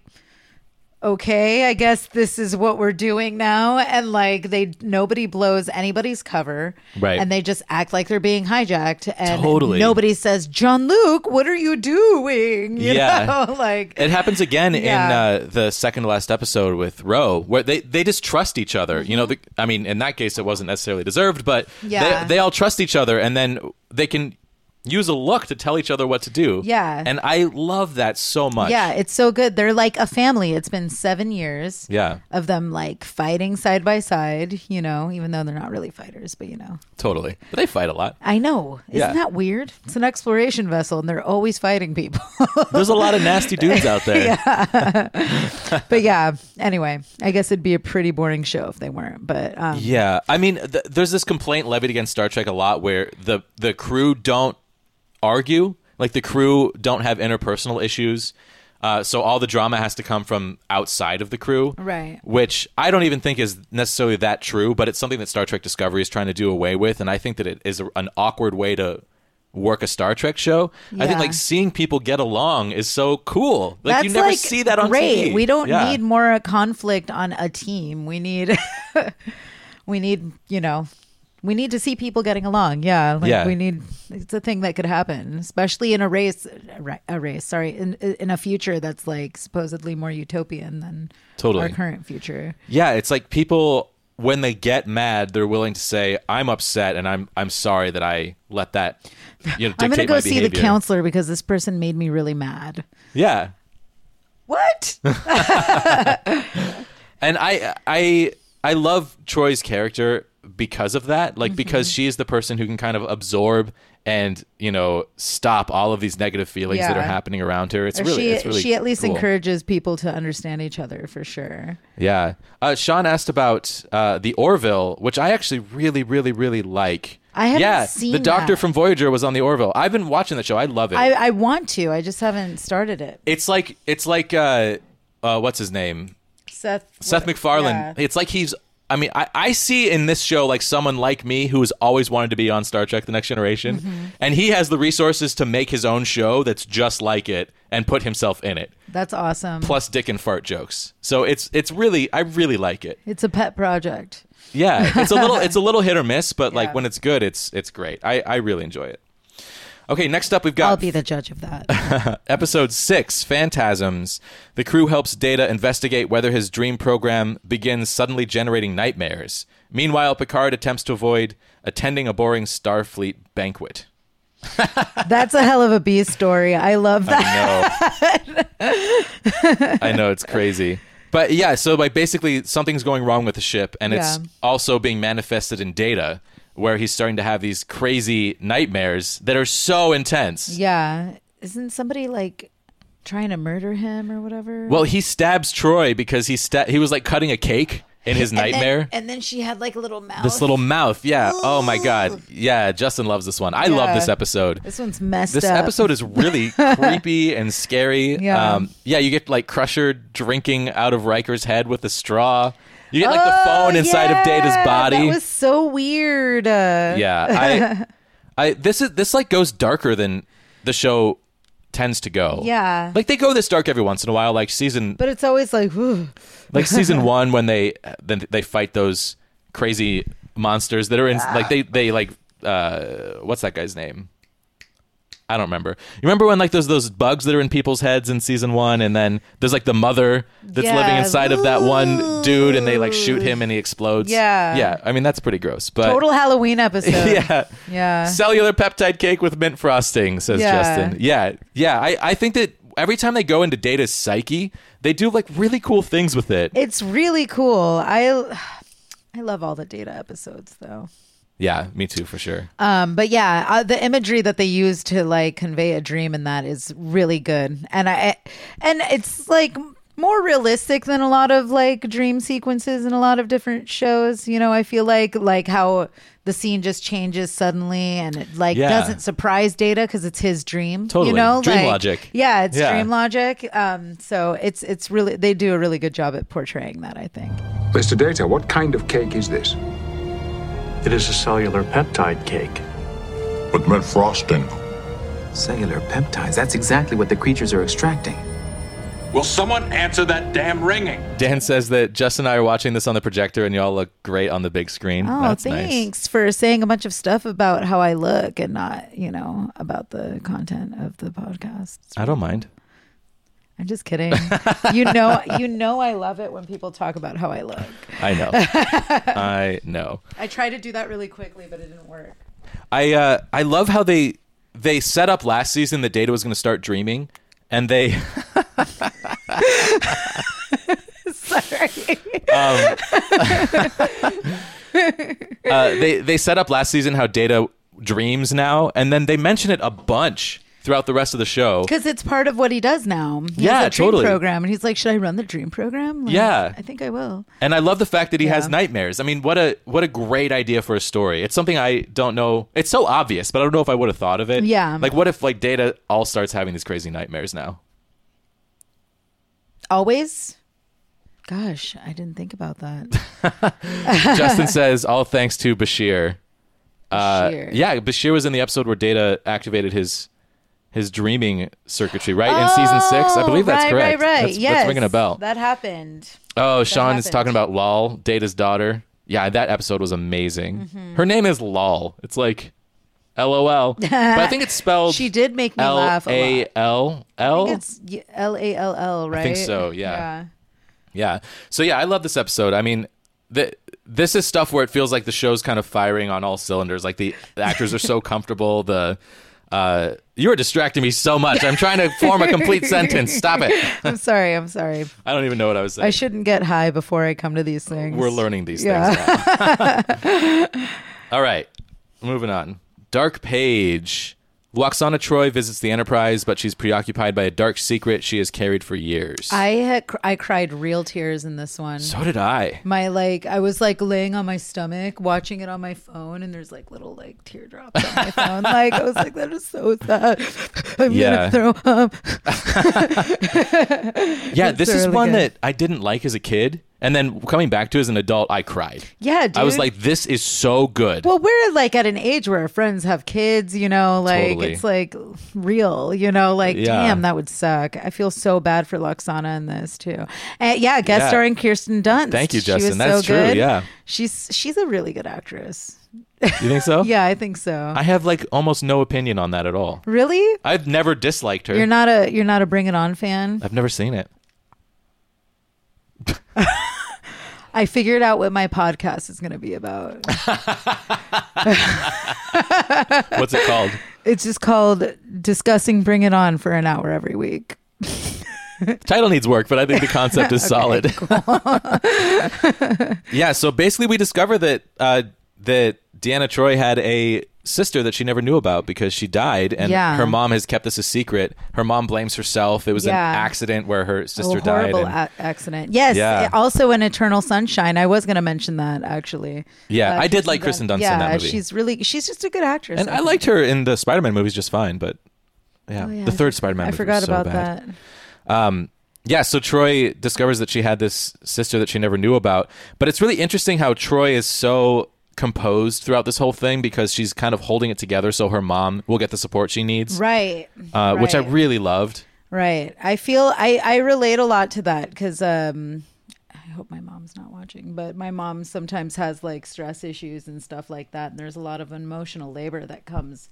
okay, I guess this is what we're doing now. And like they nobody blows anybody's cover. Right. And they just act like they're being hijacked. And Totally. nobody says, John Luke, what are you doing? You Yeah. know, like It happens again Yeah. in uh, the second to last episode with Roe, where they, they just trust each other. You know, the, I mean, in that case, it wasn't necessarily deserved, but Yeah. they, they all trust each other, and then they can use a look to tell each other what to do. Yeah. And I love that so much. Yeah, it's so good. They're like a family. It's been seven years Yeah. of them like fighting side by side, you know, even though they're not really fighters, but you know. Totally. But they fight a lot. I know. Isn't Yeah. that weird? It's an exploration vessel and they're always fighting people. There's a lot of nasty dudes out there. but yeah, anyway, I guess it'd be a pretty boring show if they weren't. But um, Yeah, I mean, th- there's this complaint levied against Star Trek a lot, where the the crew don't argue, like the crew don't have interpersonal issues, uh, so all the drama has to come from outside of the crew, Right. Which I don't even think is necessarily that true, but it's something that Star Trek Discovery is trying to do away with, and I think that it is a, an awkward way to work a Star Trek show. I Yeah. think like seeing people get along is so cool. Like that's you never like see that on great. TV. We don't Yeah. need more conflict on a team. We need, we need, you know, we need to see people getting along. Yeah, like Yeah. we need. It's a thing that could happen, especially in a race, a race. Sorry, in in a future that's like supposedly more utopian than Totally. our current future. Yeah, it's like people when they get mad, they're willing to say, "I'm upset and I'm I'm sorry that I let that you know dictate I'm gonna go my see the behavior." counselor because this person made me really mad. Yeah, What? and I I I love Troy's character because of that, Mm-hmm. like because she is the person who can kind of absorb and you know stop all of these negative feelings that are Yeah. happening around her. It's Or really she it's really she at least cool. encourages people to understand each other for sure. Yeah, uh, Sean asked about uh, the Orville, which I actually really really really like. I haven't yeah, seen the Doctor that. from Voyager was on the Orville. I've been watching the show. I love it. I, I want to. I just haven't started it. it's like it's like uh, uh what's his name Seth Seth MacFarlane. yeah. It's like he's. I mean, I, I see in this show like someone like me who has always wanted to be on Star Trek: The Next Generation, Mm-hmm. and he has the resources to make his own show that's just like it and put himself in it, That's awesome. plus dick and fart jokes. So it's it's really I really like it. it's a pet project. Yeah, it's a little it's a little hit or miss, but like Yeah. when it's good, it's it's great. I I really enjoy it. Okay, next up we've got I'll be the judge of that. Episode 6 Phantasms. The crew helps Data investigate whether his dream program begins suddenly generating nightmares. Meanwhile, Picard attempts to avoid attending a boring Starfleet banquet. That's a hell of a B story. I love that. No. I know it's crazy. But yeah, so like basically something's going wrong with the ship and it's Yeah. also being manifested in Data where he's starting to have these crazy nightmares that are so intense. Yeah. Isn't somebody like trying to murder him or whatever? Well, he stabs Troy because he sta- he was like cutting a cake in his And then- nightmare. And then, she had like a little mouth. This little mouth, yeah. Oh my god, yeah. Justin loves this one. I love Yeah. this episode. This one's messed This up. episode is really creepy and scary. Um, yeah. Yeah. You get like Crusher drinking out of Riker's head with a straw. You get like the phone Oh, inside of Data's yeah, body. That was so weird. Uh, yeah, I, I. This is this like goes darker than the show tends to go. Yeah. like they go this dark every once in a while. Like season But it's always like, whew. like season one when they then they fight those crazy monsters that are in like they they like uh what's that guy's name i don't remember you remember when like those those bugs that are in people's heads in season one and then there's like the mother that's Yeah. living inside of that one dude and they like shoot him and he explodes Yeah. yeah i mean that's pretty gross but total Halloween episode. yeah Yeah. Cellular peptide cake with mint frosting, says Yeah. Justin. Yeah. Yeah. I, I think that every time they go into Data's psyche, they do like really cool things with it. It's really cool. I I love all the data episodes though. Yeah, me too, for sure. Um, but yeah, uh, the imagery that they use to like convey a dream in that is really good, and I and it's like more realistic than a lot of like dream sequences in a lot of different shows. You know, I feel like like how the scene just changes suddenly and it like Yeah. doesn't surprise Data because it's his dream. Totally. you know, Dream Like, logic. Yeah, it's Yeah. dream logic. Um, so it's it's really they do a really good job at portraying that. I think. Mr. Data, what kind of cake is this? It is a cellular peptide cake. With mint frosting. Cellular peptides. That's exactly what the creatures are extracting. Will someone answer that damn ringing? Dan says that Justin and I are watching this on the projector and y'all look great on the big screen. Oh, That's nice. thanks for saying a bunch of stuff about how I look and not, you know, about the content of the podcast. I don't mind. I'm just kidding. you know, you know, I love it when people talk about how I look. I know. I know. I tried to do that really quickly, but it didn't work. I uh, I love how they they set up last season that Data was going to start dreaming, and they Sorry. Um, uh, they they set up last season how Data dreams now, and then they mention it a bunch throughout the rest of the show. Because it's part of what he does now. He Yeah, has a dream totally. Program, and he's like, "Should I run the dream program?" Like, Yeah. I think I will. And I love the fact that he has Yeah. nightmares. I mean, what a what a great idea for a story. It's something I don't know. It's so obvious, but I don't know if I would have thought of it. Yeah. Like, what if like Data all starts having these crazy nightmares now? Always. Gosh, I didn't think about that. Justin says, all thanks to Bashir. Uh, Bashir. Yeah, Bashir was in the episode where Data activated his his dreaming circuitry, right? in season six, I believe that's Oh, right, correct. Right, right, That's, yes. that's ringing a bell. That happened. oh, Sean is happened. talking about Lol, Data's daughter. Yeah, that episode was amazing. Mm-hmm. Her name is Lol. It's like. LOL. But I think it's spelled She did make me laugh a lot. L A I L think L. it's L A L L, right? think so, yeah. Yeah. So yeah, I love this episode. I mean, the, this is stuff where it feels like the show's kind of firing on all cylinders. Like the, the actors are so comfortable. The uh, you are distracting me so much. I'm trying to form a complete sentence. Stop it. I'm sorry. I'm sorry. I don't even know what I was saying. I shouldn't get high before I come to these things. We're learning these Yeah. things now. All right, moving on. Dark Page. Luxana Troy visits the Enterprise, but she's preoccupied by a dark secret she has carried for years. I had, cr- I cried real tears in this one. so did I. my like I was like laying on my stomach watching it on my phone and there's like little like teardrops on my phone. Like I was like, that is so sad. I'm Yeah. gonna throw up. Yeah, this It's is really one good. that I didn't like as a kid, and then coming back to as an adult, I cried. Yeah, dude. I was like, this is so good. Well, we're like at an age where our friends have kids, you know, like Totally. it's like real, you know, like Yeah. damn, that would suck. I feel so bad for Loxana in this too. And yeah, guest Yeah. starring Kirsten Dunst. Thank you, She was Justin. That's so true, good. yeah. she's she's a really good actress. you think so? Yeah, I think so. Oh. I have like almost no opinion on that at all. really, I've never disliked her. you're not a you're not a Bring It On fan. I've never seen it. I figured out what my podcast is going to be about. What's it called? it's just called discussing Bring It On for an hour every week. Title needs work, but I think the concept is solid. yeah, so basically we discover that uh, that Deanna Troy had a sister that she never knew about because she died and Yeah. her mom has kept this a secret. Her mom blames herself. It was Yeah. an accident where her sister oh, died. horrible and- a- accident. Yes. eh, Yeah. Also, in Eternal Sunshine, I was going to mention that actually. Uh, Yeah, I did like Kristen Dunst in yeah, that movie. She's really, she's just a good actress. And I think. liked her in the Spider-Man movies just fine, but yeah, Oh, yeah, the I third for- Spider-Man. I movie forgot was so about bad. that. Yeah, so Troy discovers that she had this sister that she never knew about, but it's really interesting how Troy is so composed throughout this whole thing because she's kind of holding it together so her mom will get the support she needs, Right. uh, which I right. really loved. Right. I feel I I relate a lot to that because um I hope my mom's not watching, but my mom sometimes has like stress issues and stuff like that, and there's a lot of emotional labor that comes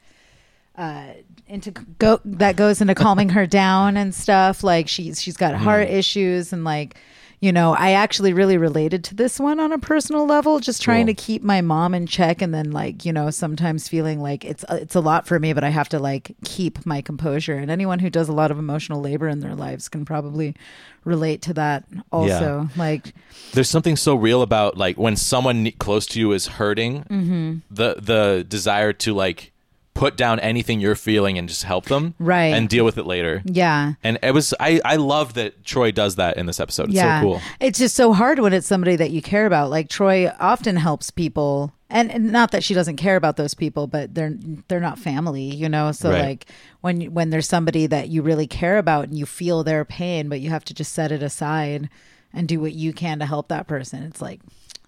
uh into go that goes into calming her down and stuff like she's she's got heart issues and like you know i actually really related to this one on a personal level just trying to keep my mom in check and then like you know sometimes feeling like it's uh, it's a lot for me but i have to like keep my composure and anyone who does a lot of emotional labor in their lives can probably relate to that also like There's something so real about like when someone ne- close to you is hurting, Mm-hmm. the the desire to like put down anything you're feeling and just help them, Right. and deal with it later. yeah And it was I I love that Troy does that in this episode. It's so cool. It's just so hard when it's somebody that you care about. Like Troy often helps people, and, and not that she doesn't care about those people, but they're they're not family, you know. So Right. like when you- when there's somebody that you really care about and you feel their pain, but you have to just set it aside and do what you can to help that person. It's like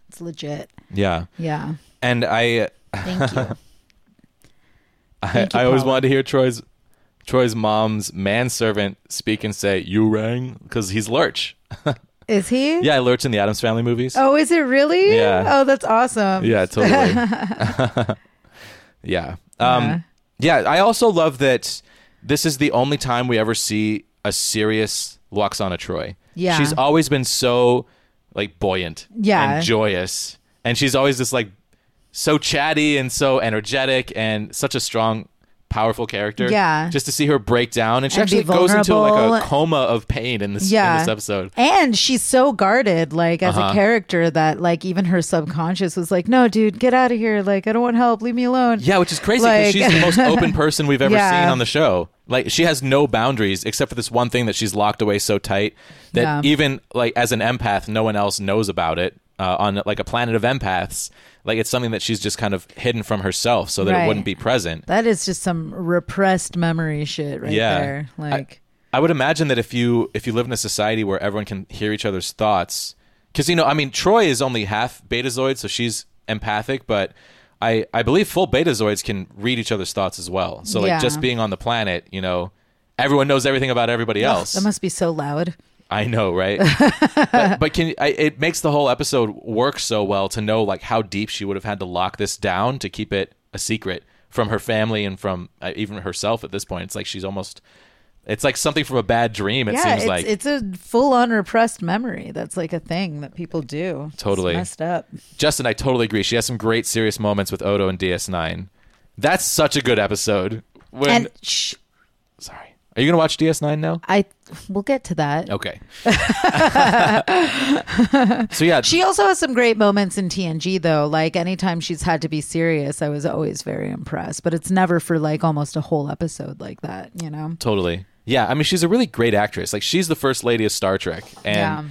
it's legit. Yeah. Yeah. And I Thank you. I, you, I always Paula. wanted to hear Troy's Troy's mom's manservant speak and say "You rang" because he's Lurch. Is he? Yeah, Lurch in the Adams Family movies. Oh, is it really? Yeah. Oh, that's awesome. Yeah, totally. yeah. Um, yeah. I also love that this is the only time we ever see a serious Loxana Troy. Yeah. She's always been so like buoyant. Yeah. And joyous, and she's always just like so chatty and so energetic and such a strong powerful character. Yeah. Just to see her break down. And she And be actually goes into like vulnerable. a coma of pain in this, yeah in this episode. Uh-huh. and she's so guarded like as a character that like even her subconscious was like no dude get out of here like i don't want help leave me alone Yeah, which is crazy Like- because she's the most open person we've ever Yeah. seen on the show. Like she has no boundaries except for this one thing that she's locked away so tight that Yeah. even like as an empath, no one else knows about it. Uh, on like a planet of empaths, like it's something that she's just kind of hidden from herself so that it Right. wouldn't be present. that is just some repressed memory shit right Yeah. there I- like I would imagine that if you if you live in a society where everyone can hear each other's thoughts, because you know, I mean, Troy is only half Betazoid, so she's empathic, but I I believe full Betazoids can read each other's thoughts as well. So like Yeah. just being on the planet, you know, everyone knows everything about everybody else. that must be so loud I know, right? but, but can I, it makes the whole episode work so well to know like how deep she would have had to lock this down to keep it a secret from her family and from uh, even herself at this point. It's like she's almost. It's like something from a bad dream. It yeah seems it's, like it's a full-on repressed memory that's like a thing that people do It's Totally. messed up Justin. I totally agree. She has some great serious moments with Odo and DS9. That's such a good episode. When and shh, sorry, are you gonna watch DS9 now? i we'll get to that Okay. so yeah, She also has some great moments in TNG, though. Like anytime she's had to be serious, I was always very impressed. But it's never for like almost a whole episode like that, you know? Totally. Yeah, I mean she's a really great actress. Like she's the first lady of Star Trek and Yeah.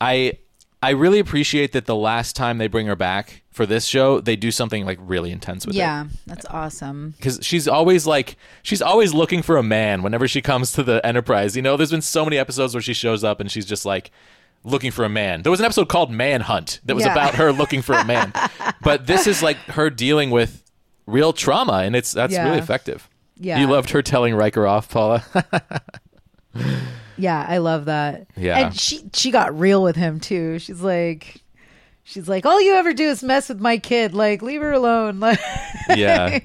I I really appreciate that the last time they bring her back for this show, they do something like really intense with Yeah, that's awesome. Cuz she's always like she's always looking for a man whenever she comes to the Enterprise. You know, there's been so many episodes where she shows up and she's just like looking for a man. There was an episode called Manhunt that was Yeah. about her looking for a man. but this is like her dealing with real trauma and it's that's Yeah. really effective. Yeah. You loved her telling Riker off, Paula. Yeah, I love that. Yeah. And she she got real with him too. She's like she's like, All you ever do is mess with my kid, like leave her alone. Like yeah.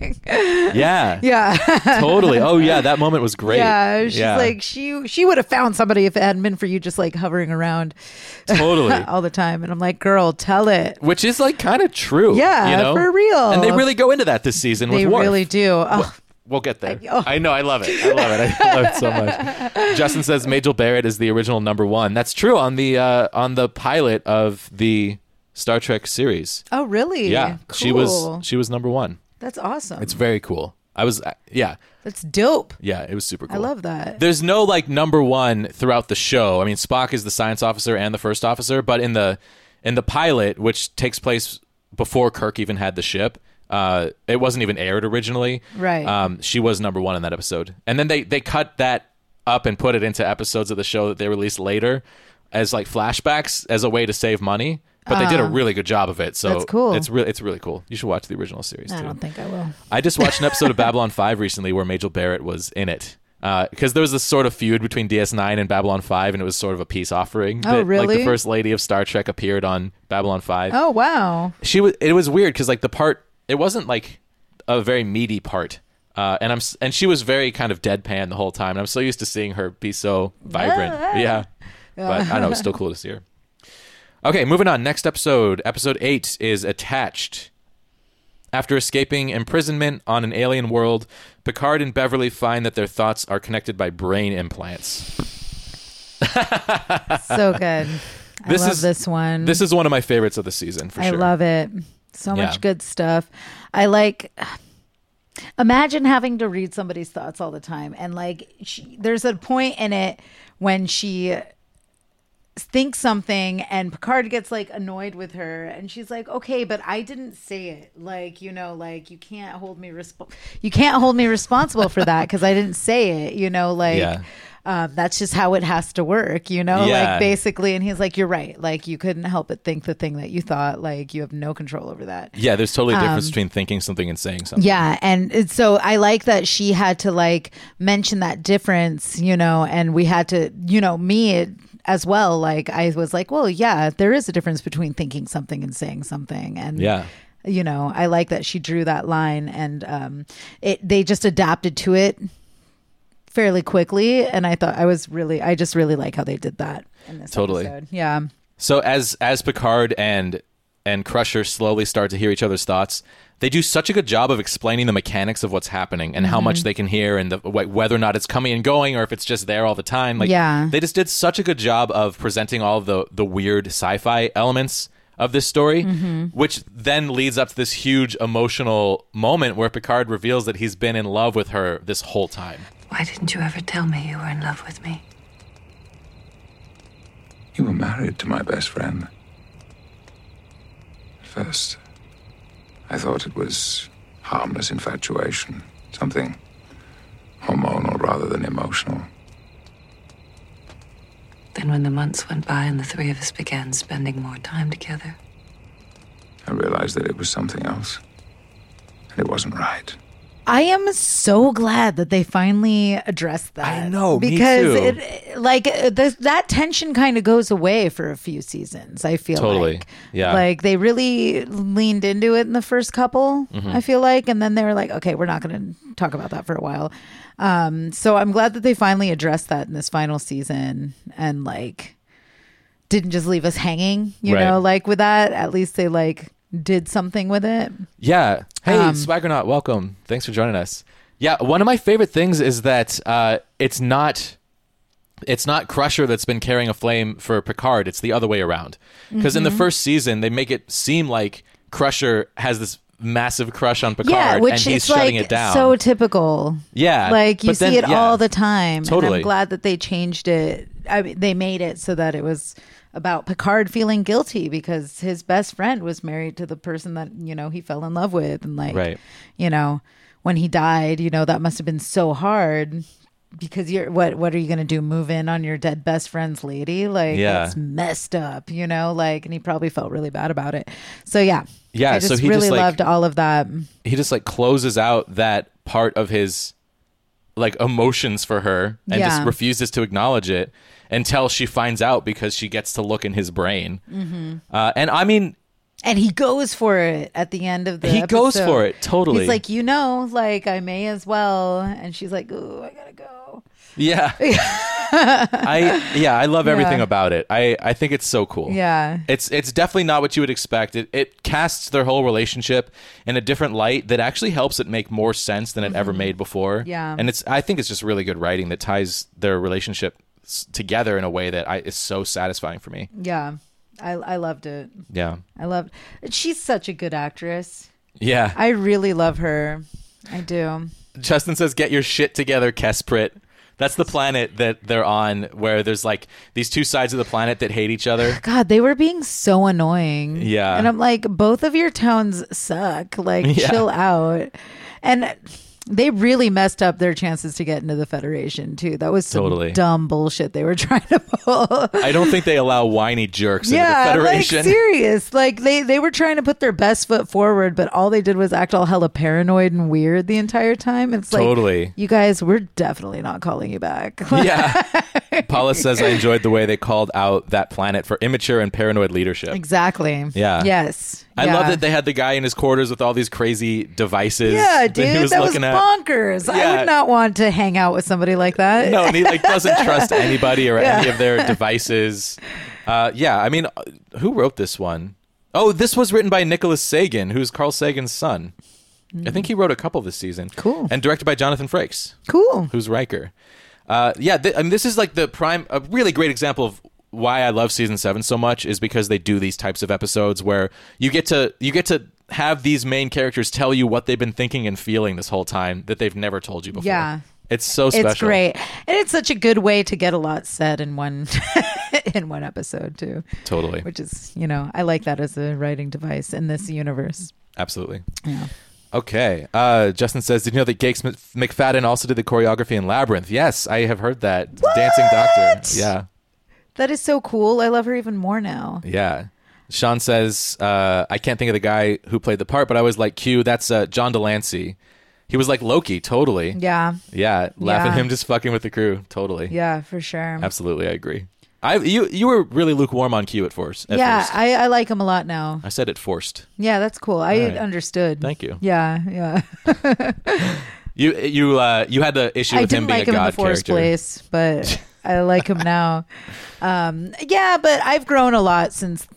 Yeah. Yeah. Totally. Oh yeah, that moment was great. Yeah. She's like she she would have found somebody if it hadn't been for you just like hovering around totally. all the time. And I'm like, Girl, tell it. Which is like kind of true. Yeah, you know? for real. And they really go into that this season They with Worf. really do. Oh, We'll get there. I, oh. know. I love it. I love it. I love it so much. Justin says Majel Barrett is the original number one. That's true on the uh, on the pilot of the Star Trek series. oh really? Yeah, Cool. she was she was number one. That's awesome. It's very cool. I was uh, yeah That's dope. yeah it was super cool. I love that. There's no like number one throughout the show. I mean, Spock is the science officer and the first officer, but in the in the pilot, which takes place before Kirk even had the ship, uh, it wasn't even aired originally. Right. Um, she was number one in that episode, and then they they cut that up and put it into episodes of the show that they released later as like flashbacks as a way to save money. But they did a really good job of it. So Ah. That's cool. It's really it's really cool. You should watch the original series. I too. don't think I will. I just watched an episode of Babylon 5 recently where Majel Barrett was in it. Because there was this sort of feud between DS9 and Babylon 5, and it was sort of a peace offering. Oh, that, Like the really? first lady of Star Trek appeared on Babylon 5. Oh wow. She was. It was weird because like the part, it wasn't like a very meaty part, uh, and I'm s- and she was very kind of deadpan the whole time. And I'm so used to seeing her be so vibrant. yeah, but I don't know. It's still cool to see her. Okay, moving on. Next episode, episode eight is attached. After escaping imprisonment on an alien world, Picard and Beverly find that their thoughts are connected by brain implants. So good. I This love is- this one. This is one of my favorites of the season for I sure. love it. So Yeah. much good stuff. I like imagine having to read somebody's thoughts all the time and like she, there's a point in it when she thinks something and Picard gets like annoyed with her and she's like okay but I didn't say it like you know like you can't hold me resp- you can't hold me responsible for that cuz I didn't say it you know like Yeah. um, that's just how it has to work, you know? Yeah. Like basically, and he's like, You're right. Like you couldn't help but think the thing that you thought, like you have no control over that. Yeah, there's totally a Um, difference between thinking something and saying something. Yeah. And it- so I like that she had to like mention that difference, you know, and we had to, you know, me it, as well. Like I was like, Well, yeah, there is a difference between thinking something and saying something. And Yeah. You know, I like that she drew that line and um it they just adapted to it fairly quickly and I thought I was really I just really like how they did that in this Totally. episode. Yeah. So as as Picard and and Crusher slowly start to hear each other's thoughts. They do such a good job of explaining the mechanics of what's happening and how much they can hear and the, wh- whether or not it's coming and going or if it's just there all the time. Like, Yeah. they just did such a good job of presenting all of the the weird sci-fi elements of this story, which then leads up to this huge emotional moment where Picard reveals that he's been in love with her this whole time. Why didn't you ever tell me you were in love with me? You were married to my best friend. At First, I thought it was harmless infatuation, something hormonal rather than emotional. Then, when the months went by and the three of us began spending more time together, I realized that it was something else, and it wasn't right. I am so glad that they finally addressed that. I know, me because too. it like uh, this, that tension kind of goes away for a few seasons. I feel Totally. like. Yeah. like they really leaned into it in the first couple. Mm-hmm. I feel like, and then they were like, okay, we're not going to talk about that for a while. Um, so I'm glad that they finally addressed that in this final season and like didn't just leave us hanging. You Right. know, like with that, at least they like did something with it. Yeah. Hey, Um, Swaggernaut, welcome. Thanks for joining us. Yeah, one of my favorite things is that uh, it's not it's not Crusher that's been carrying a flame for Picard. It's the other way around. Because in the Mm-hmm. first season, they make it seem like Crusher has this massive crush on Picard, yeah, and which he's it's shutting like it down. so typical. yeah, like you but then- see it yeah. all the time. and Totally. I'm glad that they changed it. I mean, they made it so that it was about Picard feeling guilty because his best friend was married to the person that you know he fell in love with, and like Right. you know when he died, you know that must have been so hard because you're what what are you gonna do? Move in on your dead best friend's lady? Like Yeah. that's messed up, you know. Like and he probably felt really bad about it. So yeah, Yeah, I so just he really just, like- loved all of that. he just like closes out that part of his like emotions for her and just Yeah. refuses to acknowledge it until she finds out because she gets to look in his brain. Uh, and I mean, And he goes for it at the end of the. He goes episode. for it, totally. He's like, you know, like I may as well, and she's like, ooh, I gotta go. yeah, I yeah, I love everything Yeah. about it. I I think it's so cool. Yeah. it's it's definitely not what you would expect. It it casts their whole relationship in a different light that actually helps it make more sense than it ever made before. Mm-hmm. Yeah. and it's I think it's just really good writing that ties their relationship s- together in a way that I is so satisfying for me. Yeah, I I loved it. Yeah, I loved. She's such a good actress. yeah. I really love her. I do. Justin says, "Get your shit together, Kesprit." That's the planet that they're on, where there's like these two sides of the planet that hate each other. God, they were being so annoying. Yeah. And I'm like, both of your tones suck. Like, Yeah. chill out. And they really messed up their chances to get into the Federation, too. That was some Totally. dumb bullshit they were trying to pull. I don't think they allow whiny jerks yeah, into the like Federation. serious. Like they they were trying to put their best foot forward, but all they did was act all hella paranoid and weird the entire time. It's like Totally. you guys, we're definitely not calling you back. yeah. Paula says I enjoyed the way they called out that planet for immature and paranoid leadership. exactly. Yeah. Yes. I Yeah. love that they had the guy in his quarters with all these crazy devices. Yeah, dude, he was that was looking at. bonkers. I Yeah. would not want to hang out with somebody like that. No, and he like doesn't trust anybody or any of their devices. Uh, yeah, I mean, uh, who wrote this one? Oh, this was written by Nicholas Sagan, who's Carl Sagan's son. I think he wrote a couple this season. Mm. Cool. And directed by Jonathan Frakes. Cool. who's Riker. Uh, yeah, th- I mean, this is like the prime, a really great example of why I love season seven so much is because they do these types of episodes where you get to you get to have these main characters tell you what they've been thinking and feeling this whole time that they've never told you before. Yeah. it's so special. It's great. And it's such a good way to get a lot said in one in one episode too. Totally. Which is, you know, I like that as a writing device in this universe. Absolutely. Yeah. Okay. Uh, Justin says, "Did you know that Gates Mc- McFadden also did the choreography in Labyrinth?" Yes, I have heard that. Dancing Doctor. Yeah. That is so cool. I love her even more now. Yeah. Sean says, uh, I can't think of the guy who played the part, but I was like, Q, that's uh, John Delancey. He was like Loki, totally. Yeah. Yeah, laughing Yeah. him just fucking with the crew, totally. Yeah, for sure. Absolutely, I agree. I you you were really lukewarm on Q at first. At Yeah, first. I, I, I like him a lot now. said it forced. Yeah, that's cool. I All right. understood. Thank you. Yeah, yeah. You you uh, you had the issue I with didn't him being like a him god in the first character. place, but I like him now. Um, yeah, but I've grown a lot since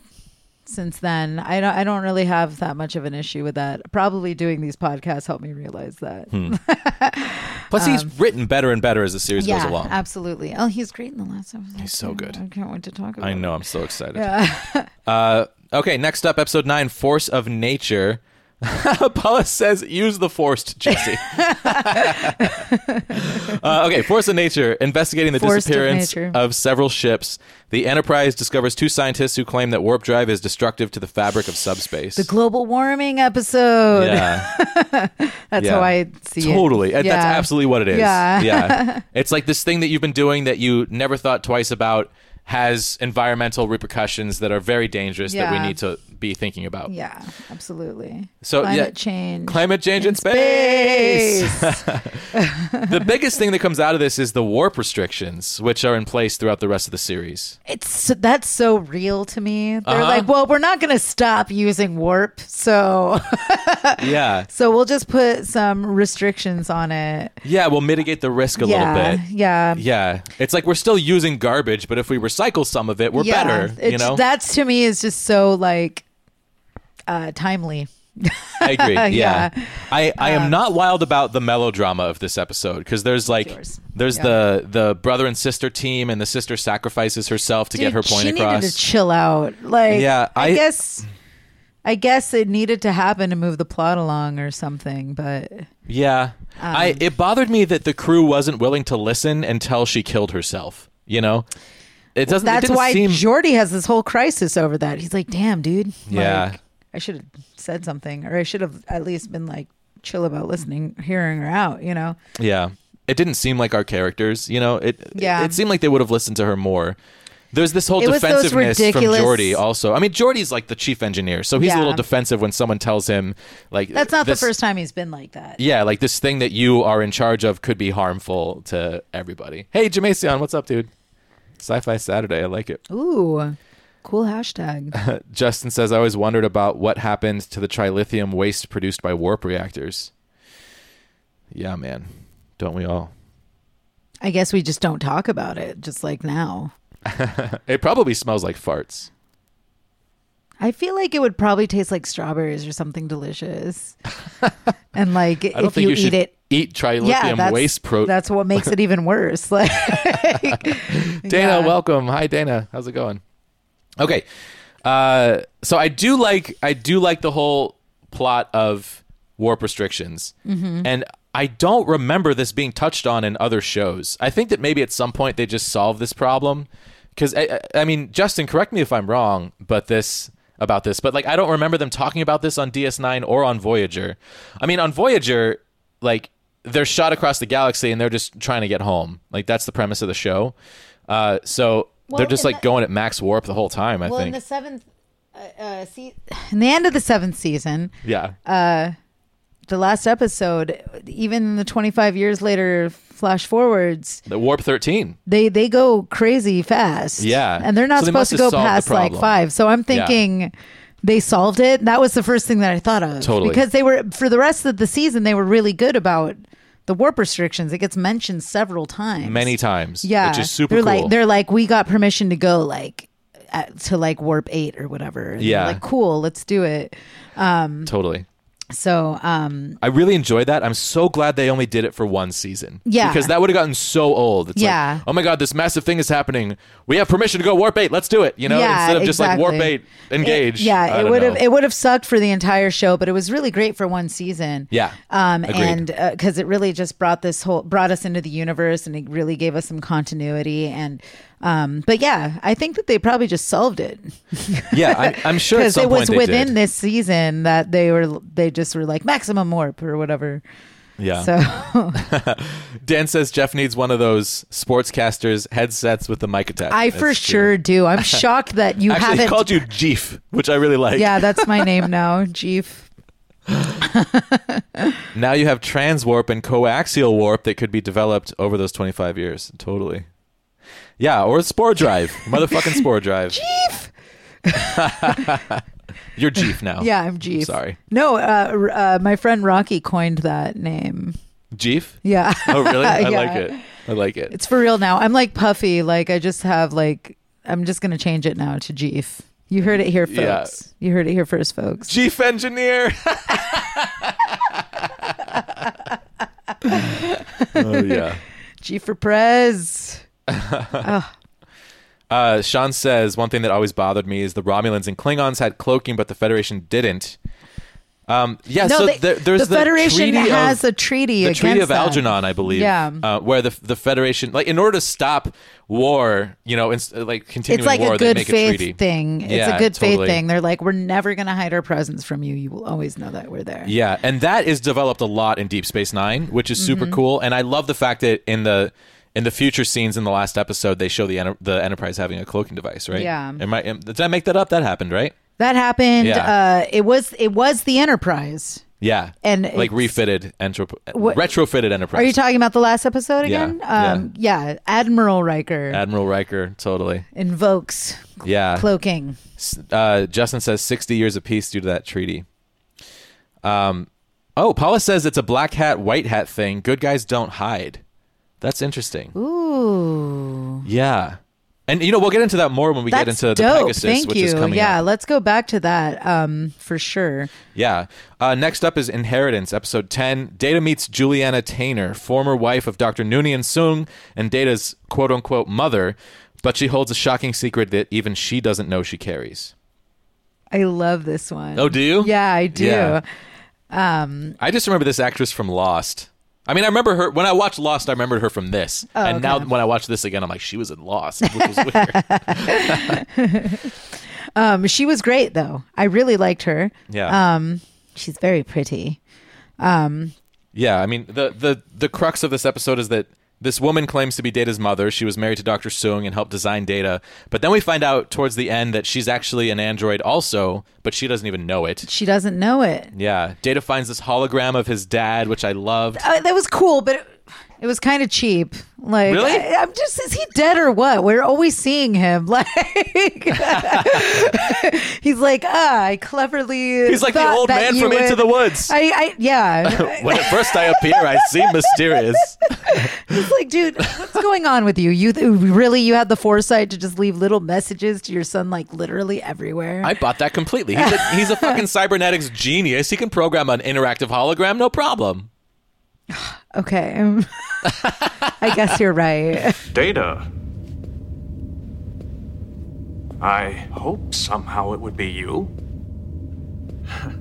since then. I don't I don't really have that much of an issue with that. Probably doing these podcasts helped me realize that. Hmm. Plus, he's written better and better as the series Um, Yeah, goes along. absolutely. Oh, he was great in the last episode. He's so too. good. I can't wait to talk about. I it. know. I'm so excited. uh, okay, next up, episode nine, Force of Nature. Paula says, use the force, Jesse. uh, okay, Force of Nature, investigating the Force of disappearance Nature. of several ships. The Enterprise discovers two scientists who claim that warp drive is destructive to the fabric of subspace. The global warming episode. yeah, That's yeah. how I see it. totally. Uh, Yeah. That's absolutely what it is. Yeah. yeah. It's like this thing that you've been doing that you never thought twice about has environmental repercussions that are very dangerous that we Yeah. need to be thinking about. Yeah, absolutely. So, climate yeah. change. Climate change in, in space. space. the biggest thing that comes out of this is the warp restrictions, which are in place throughout the rest of the series. it's so- that's so real to me. They're Uh-huh. like, well, we're not going to stop using warp, so Yeah. so we'll just put some restrictions on it. Yeah, we'll mitigate the risk a yeah, little bit. yeah, Yeah. It's like we're still using garbage, but if we recycle some of it, we're Yeah. better, you It's- know? that's to me is just so like uh timely. I agree. Yeah. Yeah. Um, I, I am not wild about the melodrama of this episode because there's like Yours. there's Yeah. the the brother and sister team and the sister sacrifices herself to get Dude, her point she across. needed to chill out. Like, Yeah, I, I- guess, I guess it needed to happen to move the plot along or something. But Yeah. I um, it bothered me that the crew wasn't willing to listen until she killed herself, you know? It doesn't it that's didn't why seem Jordy has this whole crisis over that. He's like, "Damn, dude, Yeah. like, I should have said something, or I should have at least been like chill about listening, hearing her out." You know? Yeah. It didn't seem like our characters, you know. It Yeah. it seemed like they would have listened to her more. There's this whole It was those defensiveness from ridiculous- Jordy also. I mean, Jordy's like the chief engineer, so he's a Yeah. little defensive when someone tells him like That's not this- the first time he's been like that. Yeah, like this thing that you are in charge of could be harmful to everybody. Hey, Jamacion, what's up, dude? Sci-fi Saturday, I like it. Ooh, cool hashtag. Justin says, I always wondered about what happened to the trilithium waste produced by warp reactors. Yeah, man. Don't we all? I guess we just don't talk about it, just like now. It probably smells like farts. I feel like it would probably taste like strawberries or something delicious. and like I don't if think you, you, eat should it, eat trilithium yeah, that's, waste pro. Dana, that's what makes it even worse. Like yeah. welcome. Hi, Dana. How's it going? Okay. Uh, so I do like I do like the whole plot of warp restrictions, Mm-hmm. and I don't remember this being touched on in other shows. I think that maybe at some point they just solved this problem because I, I I mean, Justin, correct me if I'm wrong, but this about this, but like I don't remember them talking about this on DS9 or on Voyager. I mean, on Voyager, like they're shot across the galaxy and they're just trying to get home. Like that's the premise of the show. Uh, so. Well, They're just and like the- going at max warp the whole time. I Well, think. in the seventh, uh, uh, see, in the end of the seventh season, Yeah. uh, the last episode, even the twenty-five years later flash forwards, the Warp 13. they they go crazy fast. Yeah. and they're not So they must supposed to go have solved the past like problem. five. So I'm Yeah. thinking. They solved it. That was the first thing that I thought of. Totally. Because they were, for the rest of the season, they were really good about the warp restrictions. It gets mentioned several times. Many times. Yeah, Which is super they're cool. Like, they're like, we got permission to go like at, to like warp eight or whatever. And they're Yeah. like cool, let's do it. totally. So, um, I really enjoyed that. I'm so glad they only did it for one season. Yeah. Because that would have gotten so old. It's Yeah. like, oh my God, this massive thing is happening. We have permission to go Warp 8. Let's do it. You know, Yeah, instead of just like Warp exactly. 8, engage. it- yeah, I it don't would have know. it would have sucked for the entire show, but it was really great for one season. Yeah. um, Agreed. and because it really just brought this whole brought us into the universe, and it really gave us some continuity. And um, but yeah, I think that they probably just solved it yeah, I, I'm sure at because some it was point they within did. this season that they were they just were like maximum warp or whatever. yeah. So. Dan says Jeff needs one of those sportscasters headsets with the mic attached. I That's for true. sure do. I'm shocked that you Actually, he haven't. called you Jeef, which I really like. yeah, that's my name now, Jeef. Now you have trans warp and coaxial warp that could be developed over those 25 years. Totally. Yeah, or spore drive. Motherfucking spore drive. Jeef! You're Jeef now. Yeah, I'm Jeef. Sorry. No, uh, r- uh, my friend Rocky coined that name. Jeef? Yeah. Oh, really? I Yeah. like it. I like it. It's for real now. I'm like Puffy. Like I just have like I'm just gonna change it now to Jeef. You heard it here, Yeah. folks. You heard it here first, folks. Chief engineer. oh yeah. G for Prez. Uh, Sean says one thing that always bothered me is the Romulans and Klingons had cloaking, but the Federation didn't. Um, yeah, No, so they- there, there's the Federation treaty has of, a treaty the Treaty against of that. Algernon, I believe. Yeah. uh, where the the Federation, like, in order to stop war, you know, inst- like continuing It's like war, a they good make a faith treaty. thing. it's Yeah, a good totally. faith thing. They're like, we're never going to hide our presence from you. You will always know that we're there. Yeah, and that is developed a lot in Deep Space Nine, which is Mm-hmm. super cool. And I love the fact that in the in the future scenes in the last episode, they show the Enter- the Enterprise having a cloaking device, right? Yeah. Am I, am, did I make that up? That happened, right? That happened. Yeah. Uh, it was it was the Enterprise. Yeah. And like it's- refitted entrop- What- retrofitted Enterprise. Are you talking about the last episode Yeah, again? Um, yeah. Admiral Riker Admiral Riker, totally. invokes Yeah. cloaking. S- uh, Justin says 60 years of peace due to that treaty. Um, oh, Paula says it's a black hat, white hat thing. Good guys don't hide. That's interesting. Ooh, Yeah. And, you know, we'll get into that more when we that's get into the dope. Pegasus, Thank which you. is coming yeah, up. let's go back to that um, for sure. Yeah. Uh, next up is Inheritance, episode 10. Data meets Juliana Tainer, former wife of Dr. Noonien Sung and Data's quote unquote mother, but she holds a shocking secret that even she doesn't know she carries. I love this one. Oh, do you? Yeah, I do. Yeah. I just remember this actress from Lost. I mean, I remember her when I watched Lost. I remembered her from this, and now when I watch this again, I'm like, she was in Lost, which was weird. Um, she was great though. I really liked her. yeah, Um, she's very pretty. yeah. I mean, the the the crux of this episode is that this woman claims to be Data's mother. She was married to Doctor Sung and helped design Data, but then we find out towards the end that she's actually an android, also, but she doesn't even know it. She doesn't know it. Yeah, Data finds this hologram of his dad, which I loved. Uh, that was cool, but it, it was kind of cheap. Like, Really? I, am just, is he dead or what? We're always seeing him. Like, he's like, ah, I cleverly. He's like the thought old that man you from Into would- the Woods. I, I yeah. when at first I appear, I seem mysterious. It's like, dude, what's going on with you? You th- really, you had the foresight to just leave little messages to your son, like literally everywhere. I bought that completely. He's a, he's a fucking cybernetics genius. He can program an interactive hologram, no problem. okay, um, I guess you're right. Data. I hope somehow it would be you.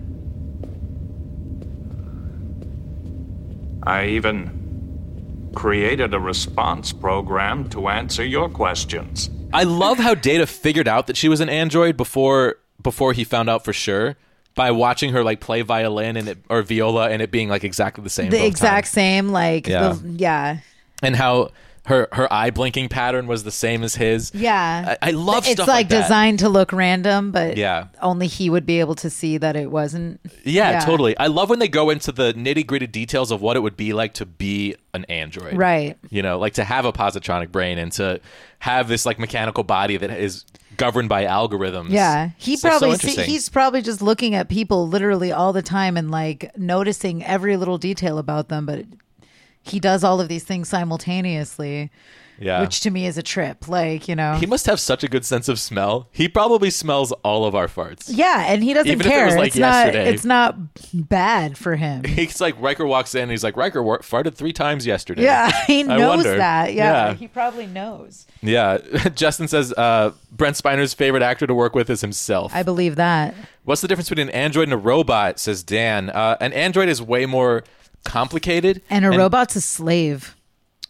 I even created a response program to answer your questions. I love how Data figured out that she was an android before before he found out for sure by watching her like play violin and it, or viola and it being like exactly the same. both The times. exact same, like, Yeah. the, yeah, and how her her eye blinking pattern was the same as his. yeah. I, I love it's stuff like, like, that. designed to look random, but Yeah. only he would be able to see that it wasn't. Yeah, Yeah. totally. I love when they go into the nitty gritty details of what it would be like to be an android. Right. You know, like to have a positronic brain and to have this like mechanical body that is governed by algorithms. Yeah, he It's so probably see, interesting. he's probably just looking at people literally all the time and like noticing every little detail about them, but he does all of these things simultaneously, yeah. which to me is a trip. Like you know, he must have such a good sense of smell. He probably smells all of our farts. yeah, and he doesn't Even if it care. was, like, it's not yesterday. it's not bad for him. He's like Riker walks in. He's like Riker wa- farted three times yesterday. Yeah, he I knows wonder. that. Yeah, Yeah. he probably knows. yeah. Justin says uh, Brent Spiner's favorite actor to work with is himself. I believe that. What's the difference between an android and a robot? Says Dan. Uh, an android is way more complicated. And a robot's a slave.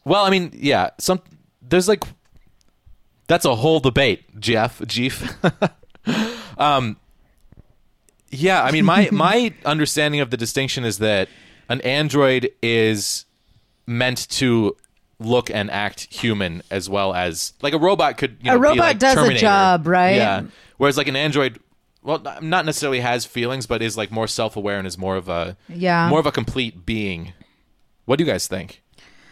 Well, I mean, yeah. Some there's like that's a whole debate, Jeff. Jeff. um, yeah. I mean, my my understanding of the distinction is that an android is meant to look and act human as well as like a robot could. You know, A be robot like does a Terminator. job, right? Yeah. Whereas like an android. Well, n- not necessarily has feelings, but is like more self-aware and is more of a Yeah. more of a complete being. What do you guys think?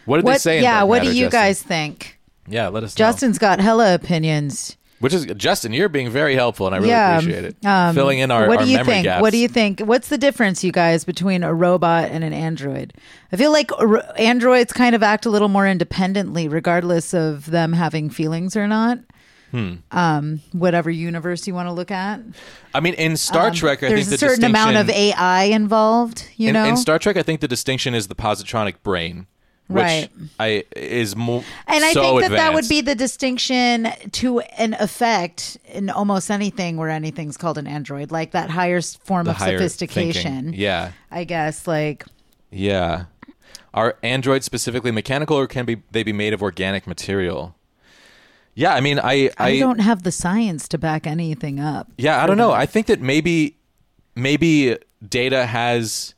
What did they What? say? in Yeah. that What matter, do you Justin? guys think? Yeah, let us know. Justin's got hella opinions. Which is Justin, you're being very helpful, and I really yeah, appreciate it. um, Filling in our, what our do you memory think? gaps. What do you think? What's the difference, you guys, between a robot and an android? I feel like a ro- androids kind of act a little more independently, regardless of them having feelings or not. Hmm. um, whatever universe you want to look at. I mean, in Star Trek, I think There's the a certain distinction, amount of AI involved, you in, know. in Star Trek, I think the distinction is the positronic brain, which Right. I is more and I so think that that would advanced. be the distinction to an effect in almost anything where anything's called an android, like that higher s- form the of higher sophistication. thinking. Yeah, I guess like yeah. Are androids specifically mechanical, or can be they be made of organic material? Yeah, I mean, I I, don't have the science to back anything up. Yeah, I don't know. I think that maybe maybe data has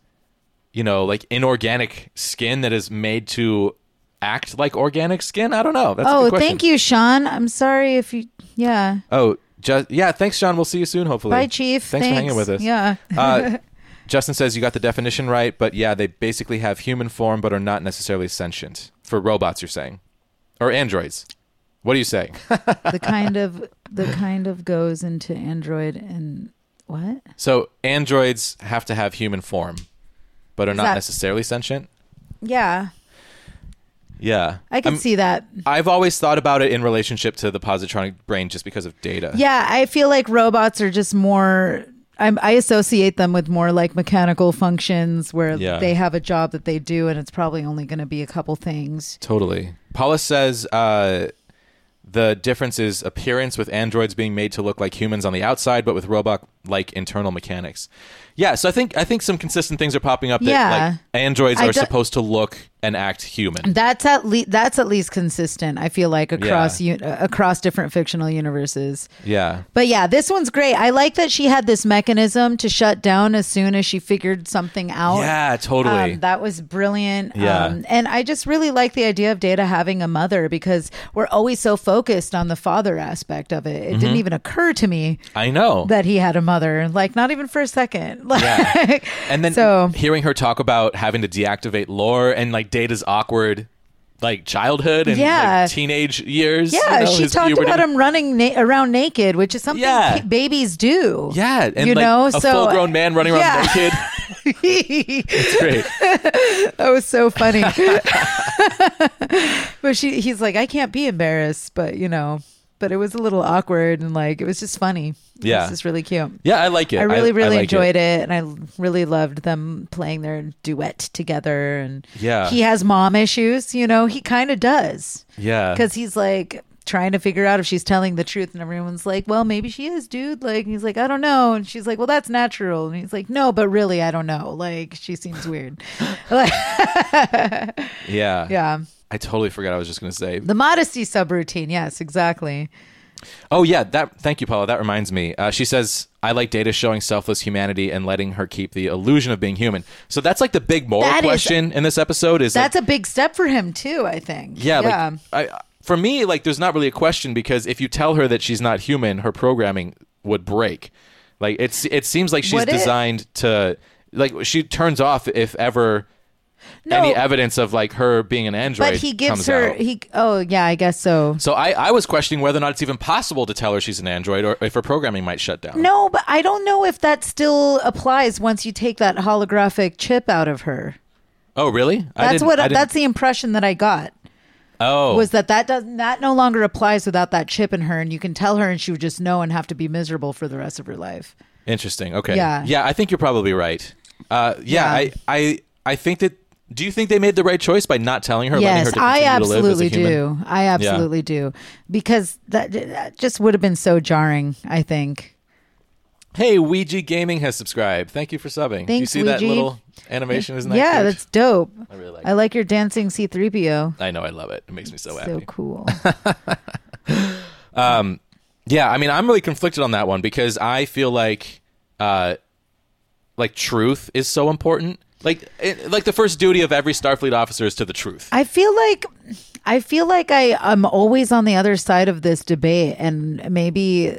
you know, like inorganic skin that is made to act like organic skin. I don't know. That's a oh, good question. thank you, Sean. I'm sorry if you. Yeah. Oh, just yeah, thanks John. We'll see you soon hopefully. Bye, Chief. Thanks, for hanging with us. Yeah. Uh, Justin says you got the definition right, but yeah, they basically have human form but are not necessarily sentient. For robots you're saying. Or androids. What are you saying? the kind of the kind of goes into Android and what? so, androids have to have human form but are not that- necessarily sentient? Yeah, Yeah. I can I'm- see that. I've always thought about it in relationship to the positronic brain just because of data. Yeah, I feel like robots are just more. I'm, I associate them with more like mechanical functions where Yeah. they have a job that they do, and it's probably only going to be a couple things. Totally. Paula says uh, the difference is appearance with androids being made to look like humans on the outside, but with robot like internal mechanics. Yeah, so I think I think some consistent things are popping up that Yeah. like androids I are do- supposed to look and act human. That's at least that's at least consistent. I feel like across u- across different fictional universes. yeah. But yeah, this one's great. I like that she had this mechanism to shut down as soon as she figured something out. Yeah, totally. Oh, Um, that was brilliant. Yeah. Um, and I just really like the idea of Data having a mother because we're always so focused on the father aspect of it. It Mm-hmm. didn't even occur to me I know. that he had a mother, like, not even for a second. Like, Yeah. and then So- hearing her talk about having to deactivate lore and like data's awkward like childhood and Yeah. like, teenage years. you yeah, know, she his talked puberty. about him running na- around naked, which is something Yeah. ki- babies do. Yeah, and you like know, a so full-grown man running around Yeah. naked. It's great. That was so funny. but she, he's like, I can't be embarrassed, but you know, but it was a little awkward and like it was just funny. Yeah. it's just really cute. Yeah, I like it. I really, really like enjoyed it. and I really loved them playing their duet together. And Yeah. he has mom issues, you know, he kind of does Yeah, because he's like trying to figure out if she's telling the truth, and everyone's like, "Well, maybe she is, dude." Like, and he's like, "I don't know," and she's like, "Well, that's natural," and he's like, "No, but really, I don't know. Like, she seems weird." like, yeah, yeah. I totally forgot I was just gonna say. The modesty subroutine. Yes, exactly. Oh yeah, that. Thank you, Paula. That reminds me. Uh, she says, "I like Data showing selfless humanity and letting her keep the illusion of being human." So that's like the big moral That is- question in this episode. Is like, That's a big step for him too, I think. Yeah, like I, for me, like there's not really a question because if you tell her that she's not human, her programming would break. Like it's it seems like she's Would it? designed to like she turns off if ever any evidence of like her being an android. but he gives comes her out. he oh yeah, I guess so. so I, I was questioning whether or not it's even possible to tell her she's an android or if her programming might shut down. No, but I don't know if that still applies once you take that holographic chip out of her. Oh really? I That's didn't- what I didn't- that's the impression that I got. oh Was that that does that no longer applies without that chip in her, and you can tell her, and she would just know and have to be miserable for the rest of her life. Interesting. Okay. Yeah. I think you're probably right. Uh, yeah, Yeah. I, I, I think that. Do you think they made the right choice by not telling her? letting her yes, to I continue to live as a absolutely human? do. I absolutely do because that, that just would have been so jarring. I think. Hey, Ouija Gaming has subscribed. Thank you for subbing. you Thanks, see that Ouija. little animation? Isn't that yeah, cute? that's dope. I really like I like your dancing C3PO. I know. I love it. It makes me so, So happy. cool. Yeah, I mean, I'm really conflicted on that one because I feel like, uh, like truth is so important. Like, it, like the first duty of every Starfleet officer is to the truth. I feel like I feel like I I'm always on the other side of this debate and maybe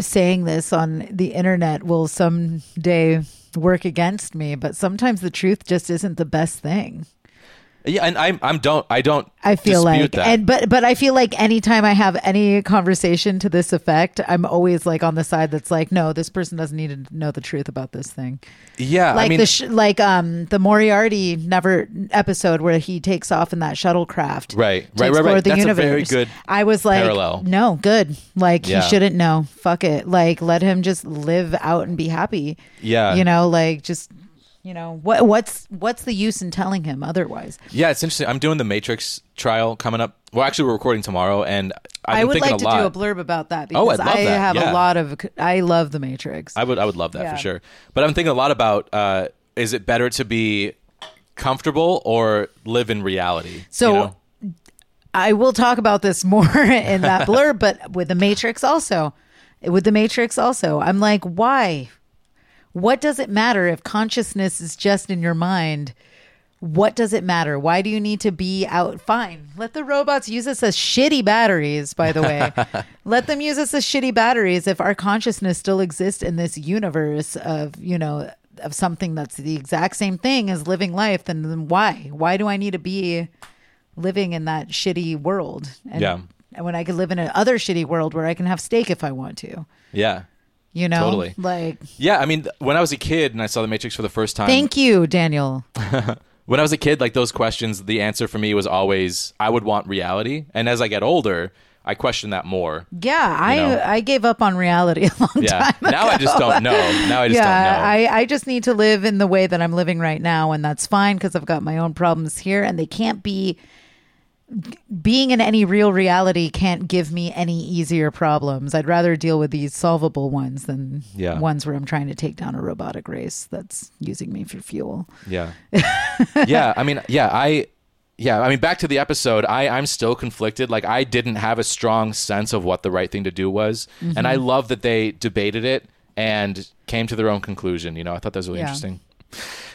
saying this on the internet will someday work against me, but sometimes the truth just isn't the best thing. Yeah, and I'm I'm don't I don't I feel dispute like that. and but but I feel like anytime I have any conversation to this effect, I'm always like on the side that's like, no, this person doesn't need to know the truth about this thing. yeah, Like I mean, the sh- like um the Moriarty never episode where he takes off in that Right, shuttlecraft. to right, right, explore right. The That's a universe. very good I was like, parallel. no, good. Like Yeah. he shouldn't know. Fuck it. Like let him just live out and be happy. Yeah. You know, like just you know what what's what's the use in telling him otherwise? yeah, it's interesting. I'm doing the Matrix trial coming up. Well, actually, we're recording tomorrow, and I've I been would thinking like a to lot. do a blurb about that because Oh, I'd love I that. have Yeah. a lot of. I love The Matrix. I would I would love that Yeah. for sure. But I'm thinking a lot about uh, is it better to be comfortable or live in reality? so you know? I will talk about this more in that blurb, but with The Matrix also, with The Matrix also, I'm like, why? What does it matter if consciousness is just in your mind? What does it matter? Why do you need to be out? Fine. Let the robots use us as shitty batteries, by the way. Let them use us as shitty batteries if our consciousness still exists in this universe of, you know, of something that's the exact same thing as living life, then, then why? Why do I need to be living in that shitty world? And, Yeah. and when I could live in another shitty world where I can have steak if I want to, yeah. you know? Totally. Like, Yeah, I mean, th- when I was a kid and I saw The Matrix for the first time, thank you, Daniel. when I was a kid, like those questions, the answer for me was always I would want reality. And as I get older, I question that more. Yeah, I know? I gave up on reality a long Yeah. time ago. Now I just don't know. Now I just yeah, don't know. I, I just need to live in the way that I'm living right now, and that's fine because I've got my own problems here, and they can't be. Being in any real reality can't give me any easier problems. I'd rather deal with these solvable ones than Yeah. ones where I'm trying to take down a robotic race that's using me for fuel. Yeah. yeah. I mean, yeah, I, yeah, I mean, back to the episode, I, I'm still conflicted. Like, I didn't have a strong sense of what the right thing to do was. And Mm-hmm. I love that they debated it and came to their own conclusion. You know, I thought that was really Yeah. interesting.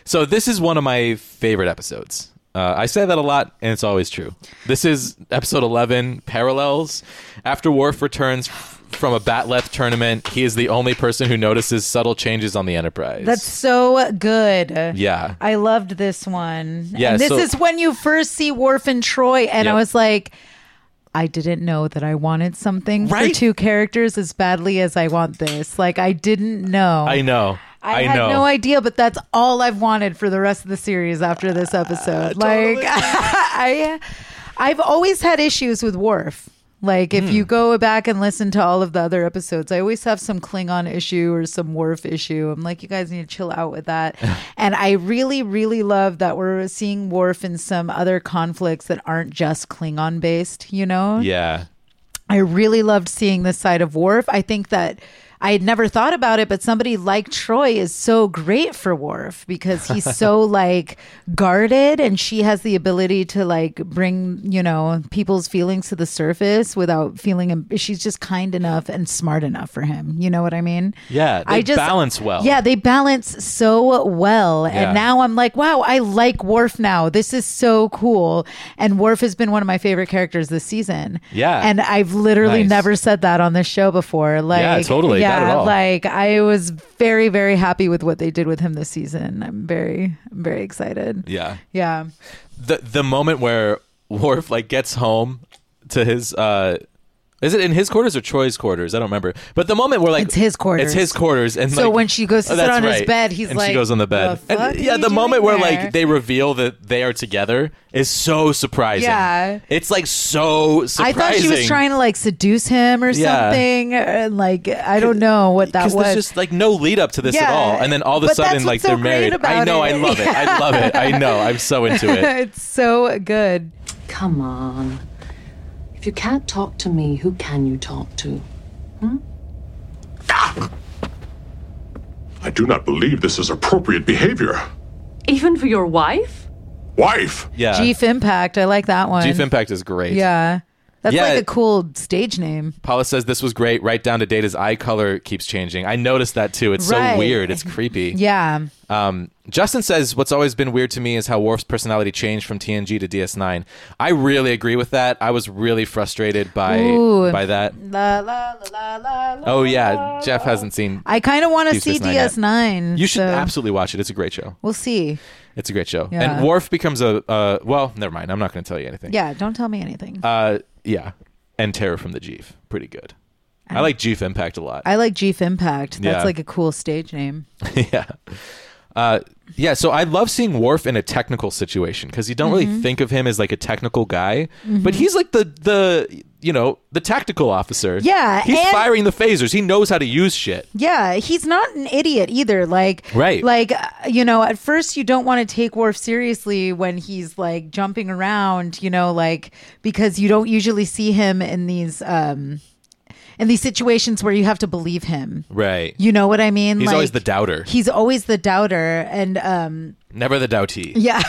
So, this is one of my favorite episodes. Uh, I say that a lot, and it's always true. This is episode 11 Parallels. After Worf returns f- from a Batleth tournament, he is the only person who notices subtle changes on the Enterprise. That's so good. Yeah. I loved this one. Yeah, And this so- is when you first see Worf and Troy, and Yep. I was like, I didn't know that I wanted something Right? for two characters as badly as I want this. Like, I didn't know. I know. I, I, had know. no idea, but that's all I've wanted for the rest of the series after this Ah, episode. like, I, I've always had issues with Worf. Like, if Hmm. you go back and listen to all of the other episodes, I always have some Klingon issue or some Worf issue. I'm like, you guys need to chill out with that. and I really, really love that we're seeing Worf in some other conflicts that aren't just Klingon based. You know? Yeah. I really loved seeing this side of Worf. I think that I had never thought about it, but somebody like Troy is so great for Worf because he's so like guarded and she has the ability to like bring, you know, people's feelings to the surface without feeling em- she's just kind enough and smart enough for him. You know what I mean? Yeah, they I just balance well. Yeah, they balance so well. Yeah. And now I'm like, wow, I like Worf now. This is so cool. And Worf has been one of my favorite characters this season. Yeah. And I've literally Nice. never said that on this show before. Like, totally. Not Yeah, at all. like I was very, very happy with what they did with him this season. I'm very, I'm very excited. Yeah. Yeah. The the moment where Worf like gets home to his uh is it in his quarters or Troy's quarters? I don't remember. But the moment where like It's his quarters. It's his quarters and So like- when she goes to Oh, sit that's on his right. bed, he's and she like, goes on the bed. "The fuck and, are yeah, you the moment doing where there?" like they reveal that they are together is so surprising. Yeah. It's like so I surprising. thought she was trying to like seduce him or Yeah. something. And like I don't know what that because was. there's just like no lead up to this at Yeah, all, and then all of a but that's sudden, like what's so they're great married. I about know, it. I love it. I love it. I know, I'm so into it. it's so good. Come on. If you can't talk to me, who can you talk to? I do not believe this is appropriate behavior. Even for your wife? Wife! Yeah, Chief Impact. I like that one. Chief Impact is great. Yeah. That's Yeah. like a cool stage name. Paula says this was great. Right down to Data's eye color keeps changing. I noticed that too. It's Right. so weird. It's creepy. Yeah. Um, Justin says what's always been weird to me is how Worf's personality changed from TNG to DS9. I really agree with that. I was really frustrated by Ooh. by that. La, la, la, la, la, la. Oh yeah, Jeff hasn't seen. I kind of want to Deep see Space Nine yet. DS9. You should so absolutely watch it. It's a great show. We'll see. It's a great show. Yeah. And Worf becomes a uh, well, never mind. I'm not going to tell you anything. Yeah, don't tell me anything. Uh, yeah. And Terror from the Jeef. Pretty good. I like Jeef Impact a lot. I like Jeef Impact. That's Yeah. like a cool stage name. yeah. Uh, yeah, so I love seeing Worf in a technical situation because you don't really Mhm. think of him as like a technical guy, but Mhm. he's like the the you know the tactical officer. Yeah, he's and- firing the phasers. He knows how to use shit. Yeah, he's not an idiot either. Like, Right. Like, uh, you know, at first you don't want to take Worf seriously when he's like jumping around, you know, like because you don't usually see him in these um in these situations where you have to believe him. Right. You know what I mean? he's like, always the doubter. He's always the doubter, and um, never the doubtee. yeah.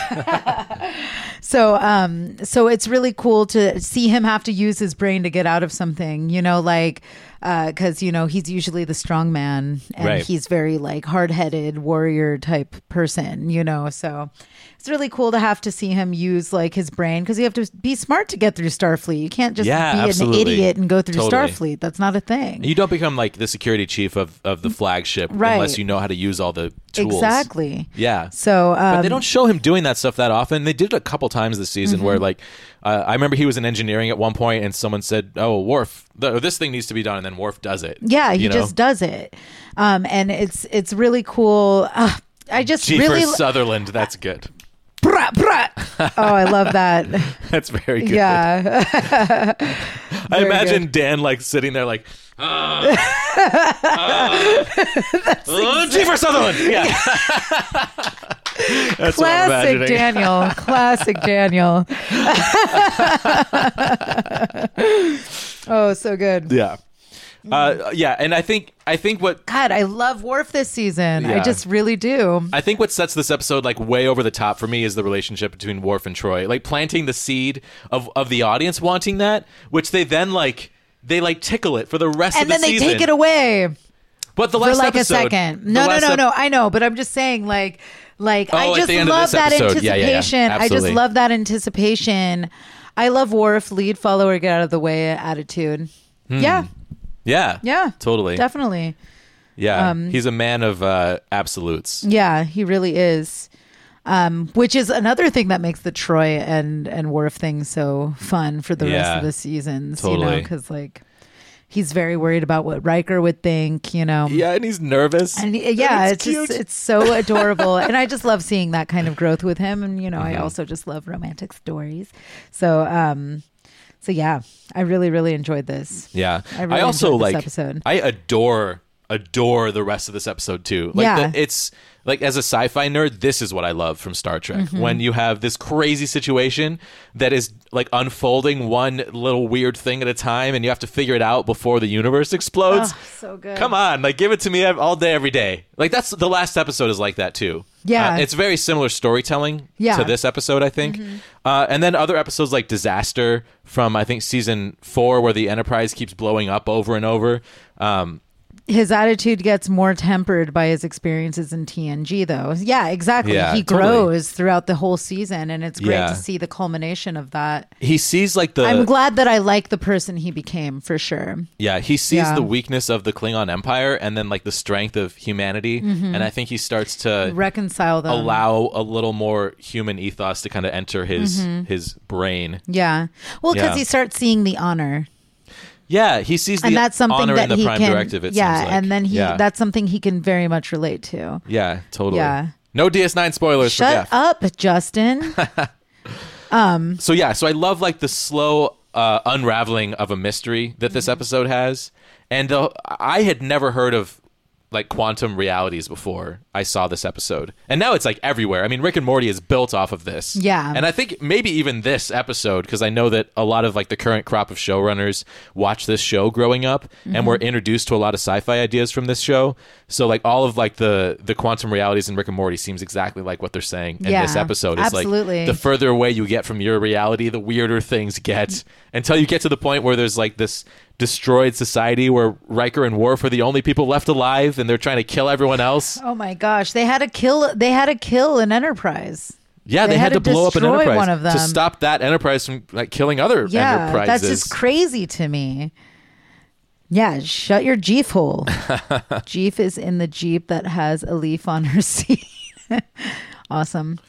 so, um, so it's really cool to see him have to use his brain to get out of something, you know, like, uh, cause you know, he's usually the strong man and Right. he's very like hard headed warrior type person, you know? So it's really cool to have to see him use like his brain cause you have to be smart to get through Starfleet. You can't just Yeah, be absolutely. an idiot and go through Totally. Starfleet. That's not a thing. You don't become like the security chief of of the flagship Right. unless you know how to use all the tools. Exactly. Yeah. So, um, but they don't show him doing that stuff that often. They did it a couple times this season where, Mhm. like, uh, I remember he was in engineering at one point and someone said, Oh, Worf, th- this thing needs to be done. And then Worf does it. Yeah, he You know? just does it, um, and it's it's really cool. Uh, I just Gee, really for Sutherland, that's good. Brah, brah. oh, I love that. That's very good. yeah, I Very imagine Dan, like, sitting there, like, "Ah, "Oh, Gee, for Sutherland. Yeah. That's what I'm classic imagining. Daniel. Classic Daniel. oh, so good. Yeah. Mm-hmm. Uh, yeah. And I think, I think what God, I love Worf this season. I Yeah. just really do. I think what sets this episode like way over the top for me is the relationship between Worf and Troy. Like planting the seed of of the audience wanting that, which they then like they like tickle it for the rest And of the then they season. take it away. But the for last like episode, a second. the No, no, last no, ep- no. I know, but I'm just saying, like, like Oh, I at just the end of this love that episode. Yeah, yeah, yeah. anticipation. I just Absolutely. love that anticipation. I love Worf lead follower get out of the way attitude. Hmm. Yeah, Yeah. yeah, Totally. definitely. Yeah. Um, He's a man of uh, absolutes. Yeah, he really is. Um, which is another thing that makes the Troy and and Worf thing so fun for the rest Yeah, of the seasons. You know, totally. because like he's very worried about what Riker would think. You know. Yeah, and he's nervous. And y- yeah, it's, just it's so adorable, and I just love seeing that kind of growth with him. And you know, I Mhm. also just love romantic stories. So, um, so yeah, I really, really enjoyed this. Yeah. I really also enjoyed this like episode. I adore adore the rest of this episode too. Like Yeah. the, it's like as a sci-fi nerd, this is what I love from Star Trek. Mhm. When you have this crazy situation that is like unfolding one little weird thing at a time and you have to figure it out before the universe explodes. Oh, so good. Come on, like give it to me ev- all day every day. Like that's the last episode is like that too. Yeah. Uh, it's very similar storytelling Yeah. Mm-hmm. to this episode, I think. Uh, and then other episodes like Disaster from I think season four, where the Enterprise keeps blowing up over and over. Um, His attitude gets more tempered by his experiences in TNG, though. Yeah, exactly. Yeah, he totally. grows throughout the whole season, and it's great Yeah. to see the culmination of that. he sees like the I'm glad that I like the person he became for sure. yeah he sees Yeah. the weakness of the Klingon Empire and then like the strength of humanity, Mhm. and I think he starts to Reconcile them. allow a little more human ethos to kind of enter his Mhm. his brain. Yeah. Well, because Yeah. he starts seeing the honor. Yeah, he sees the and that's something honor that in the he prime can, directive. It yeah, seems like. and then he yeah. that's something he can very much relate to. yeah, totally. Yeah. No DS9 spoilers for Shut Jeff. up, Justin. um, So yeah, so I love like the slow uh, unraveling of a mystery that this episode has, and the, I had never heard of like quantum realities before I saw this episode. And now it's like everywhere. I mean, Rick and Morty is built off of this. Yeah. And I think maybe even this episode, because I know that a lot of like the current crop of showrunners watch this show growing up Mhm. and were introduced to a lot of sci-fi ideas from this show. So like all of like the the quantum realities in Rick and Morty seems exactly like what they're saying in this Yeah, episode. absolutely. like the further away you get from your reality, the weirder things get until you get to the point where there's like this destroyed society where Riker and Worf are the only people left alive and they're trying to kill everyone else. Oh my gosh, they had to kill. They had to kill an Enterprise. Yeah, they, had, to, blow up an destroy enterprise one of them. to stop that enterprise from like killing other yeah, enterprises. that's just crazy to me. Yeah, shut your Jeep hole. Jeep is in the Jeep that has a leaf on her seat. awesome.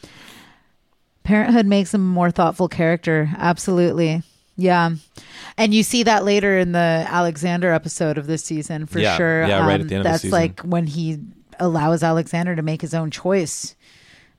Parenthood makes him a more thoughtful character. Absolutely. Yeah. And you see that later in the Alexander episode of this season for Yeah, sure. Um, yeah, right at the end of the That's season. like when he allows Alexander to make his own choice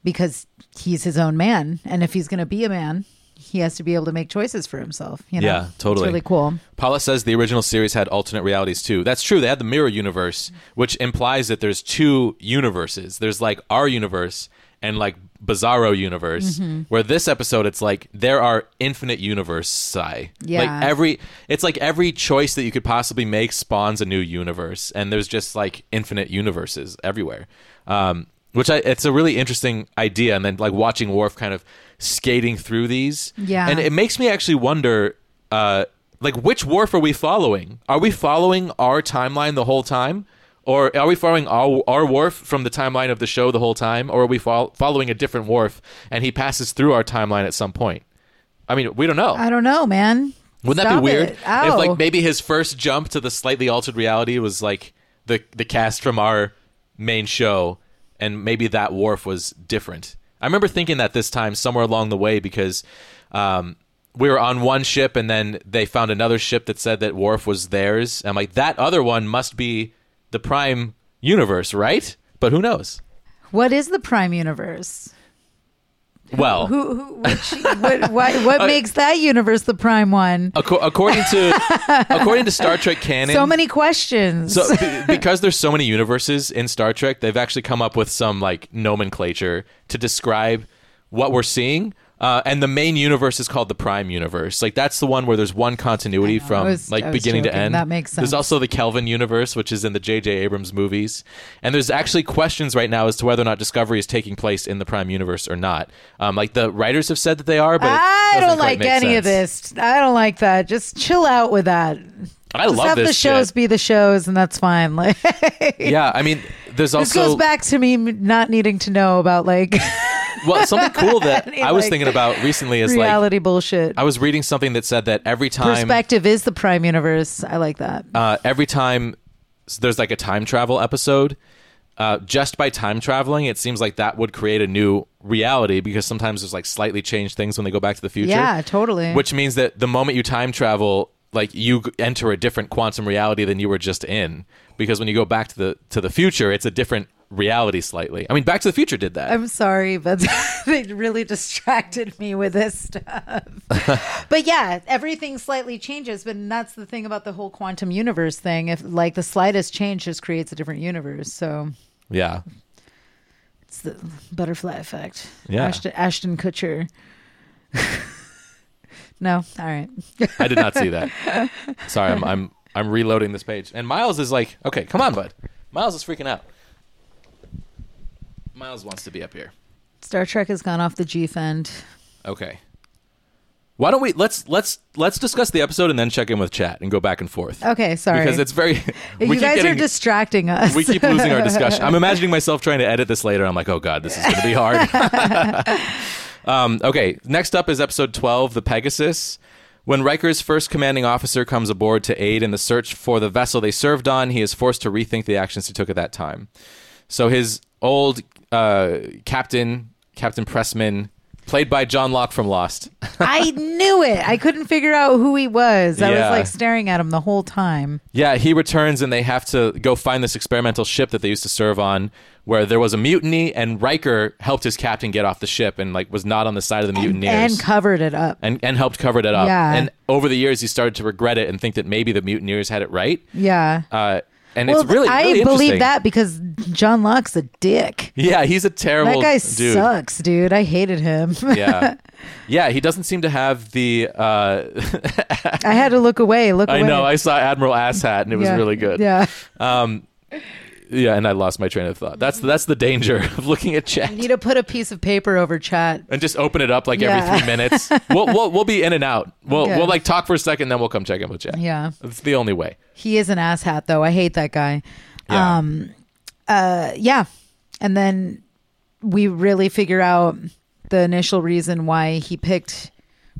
because he's his own man. And if he's going to be a man, he has to be able to make choices for himself. You know? Yeah, totally. It's really cool. Paula says the original series had alternate realities too. That's true. They had the mirror Mm-hmm. universe, which implies that there's two universes. There's like our universe and like Bizarro universe. Mhm. Where this episode, it's like there are infinite universe. Yeah. Like every, it's like every choice that you could possibly make spawns a new universe, and there's just like infinite universes everywhere. Um, which I, it's a really interesting idea, and then like watching Worf kind of skating through these, Yeah. and it makes me actually wonder, uh, like which Worf are we following? Are we following our timeline the whole time? Or are we following our, our Worf from the timeline of the show the whole time, or are we fol- following a different Worf and he passes through our timeline at some point? I mean, we don't know. I don't know, man. Wouldn't that Stop be weird? it. Oh, Ow. If like maybe his first jump to the slightly altered reality was like the the cast from our main show, and maybe that wharf was different. I remember thinking that this time somewhere along the way because um, we were on one ship and then they found another ship that said that wharf was theirs. I'm like that other one must be the prime universe, right? But who knows? what is the prime universe? Well, Who, who which, what, why, what Uh, makes that universe the prime one? acco- according to according to Star Trek canon, so many questions. So be- because there's so many universes in Star Trek, they've actually come up with some like nomenclature to describe what we're seeing. Uh, and the main universe is called the Prime Universe. Like that's the one where there's one continuity from was- I like was beginning to joking. end. That makes sense. There's also the Kelvin Universe, which is in the J.J. Abrams movies. And there's actually questions right now as to whether or not Discovery is taking place in the Prime Universe or not. Um, like the writers have said that they are, but it I doesn't don't quite like make any of sense. this. I don't like that. Just chill out with that. I Just love have this the shows shit. be the shows, and that's fine. Like Yeah, I mean, there's this also goes back to me m- not needing to know about like well something cool that Any, I was like, thinking about recently is like reality bullshit. I was reading something that said that every time, Perspective is the prime universe. I like that. uh, every time s- there's like a time travel episode, uh, just by time traveling, it seems like that would create a new reality because sometimes there's like slightly changed things when they go back to the future. Yeah, totally. Which means that the moment you time travel, like you g- enter a different quantum reality than you were just in, because when you go back to the to the future, it's a different reality slightly. I mean, Back to the Future did that. I'm sorry, but they really distracted me with this stuff. but yeah, everything slightly changes, but that's the thing about the whole quantum universe thing. If like the slightest change just creates a different universe, so Yeah. it's the butterfly effect. Yeah. Ashton, Ashton Kutcher. no, all right. I did not see that. Sorry, I'm I'm I'm reloading this page. And Miles is like, okay, come on, bud. Miles is freaking out. Miles wants to be up here. Star Trek has gone off the G fend. Okay. Why don't we let's let's let's discuss the episode and then check in with chat and go back and forth. Okay, sorry. Because it's very we you keep guys getting- are distracting us. we keep losing our discussion. I'm imagining myself trying to edit this later. I'm like, oh god, this is going to be hard. um, okay, next up is episode 12, the Pegasus. When Riker's first commanding officer comes aboard to aid in the search for the vessel they served on, he is forced to rethink the actions he took at that time. So his old uh, captain, Captain Pressman, played by John Locke from Lost. I knew it. I couldn't figure out who he was. I Yeah. was like staring at him the whole time. Yeah, he returns and they have to go find this experimental ship that they used to serve on, where there was a mutiny, and Riker helped his captain get off the ship and like was not on the side of the mutineers and covered it up. and, and helped cover it up. Yeah. And over the years, he started to regret it and think that maybe the mutineers had it right. Yeah. Uh, and well, it's really, I really believe interesting. that because John Locke's a dick. Yeah, he's a terrible. that guy dude. sucks, dude. I hated him. yeah, yeah. He doesn't seem to have the. Uh, I had to look away. Look I away. know. I saw Admiral Asshat, and it was Yeah. really good. Yeah. Um, yeah, and I lost my train of thought. That's that's the danger of looking at chat You need to put a piece of paper over chat. and just open it up like Yeah. every three minutes. We'll, we'll we'll be in and out. We'll Yeah. we'll like talk for a second, then we'll come check in with chat. Yeah. it's the only way. He is an asshat, though. I hate that guy. Yeah. Um, uh, yeah. And then we really figure out the initial reason why he picked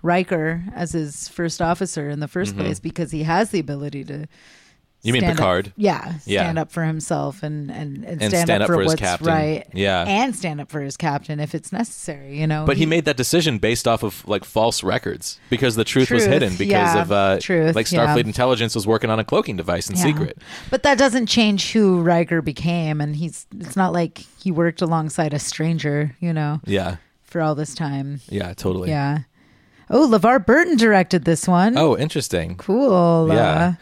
Riker as his first officer in the 1st Mhm. place because he has the ability to. You mean stand up- Picard? yeah. Yeah. Stand up for himself and and and stand, And stand up, up for, for his what's captain. right. Yeah. And stand up for his captain if it's necessary. You know. But he made that decision based off of like false records because the truth, was Truth, hidden because yeah. of uh, Truth, like yeah. Starfleet intelligence was working on a cloaking device in Yeah. secret. But that doesn't change who Riker became, and he's. It's not like he worked alongside a stranger. You know. Yeah, For all this time. yeah, totally. Yeah. Oh, LeVar Burton directed this one. Oh, interesting. Cool. Uh, Yeah.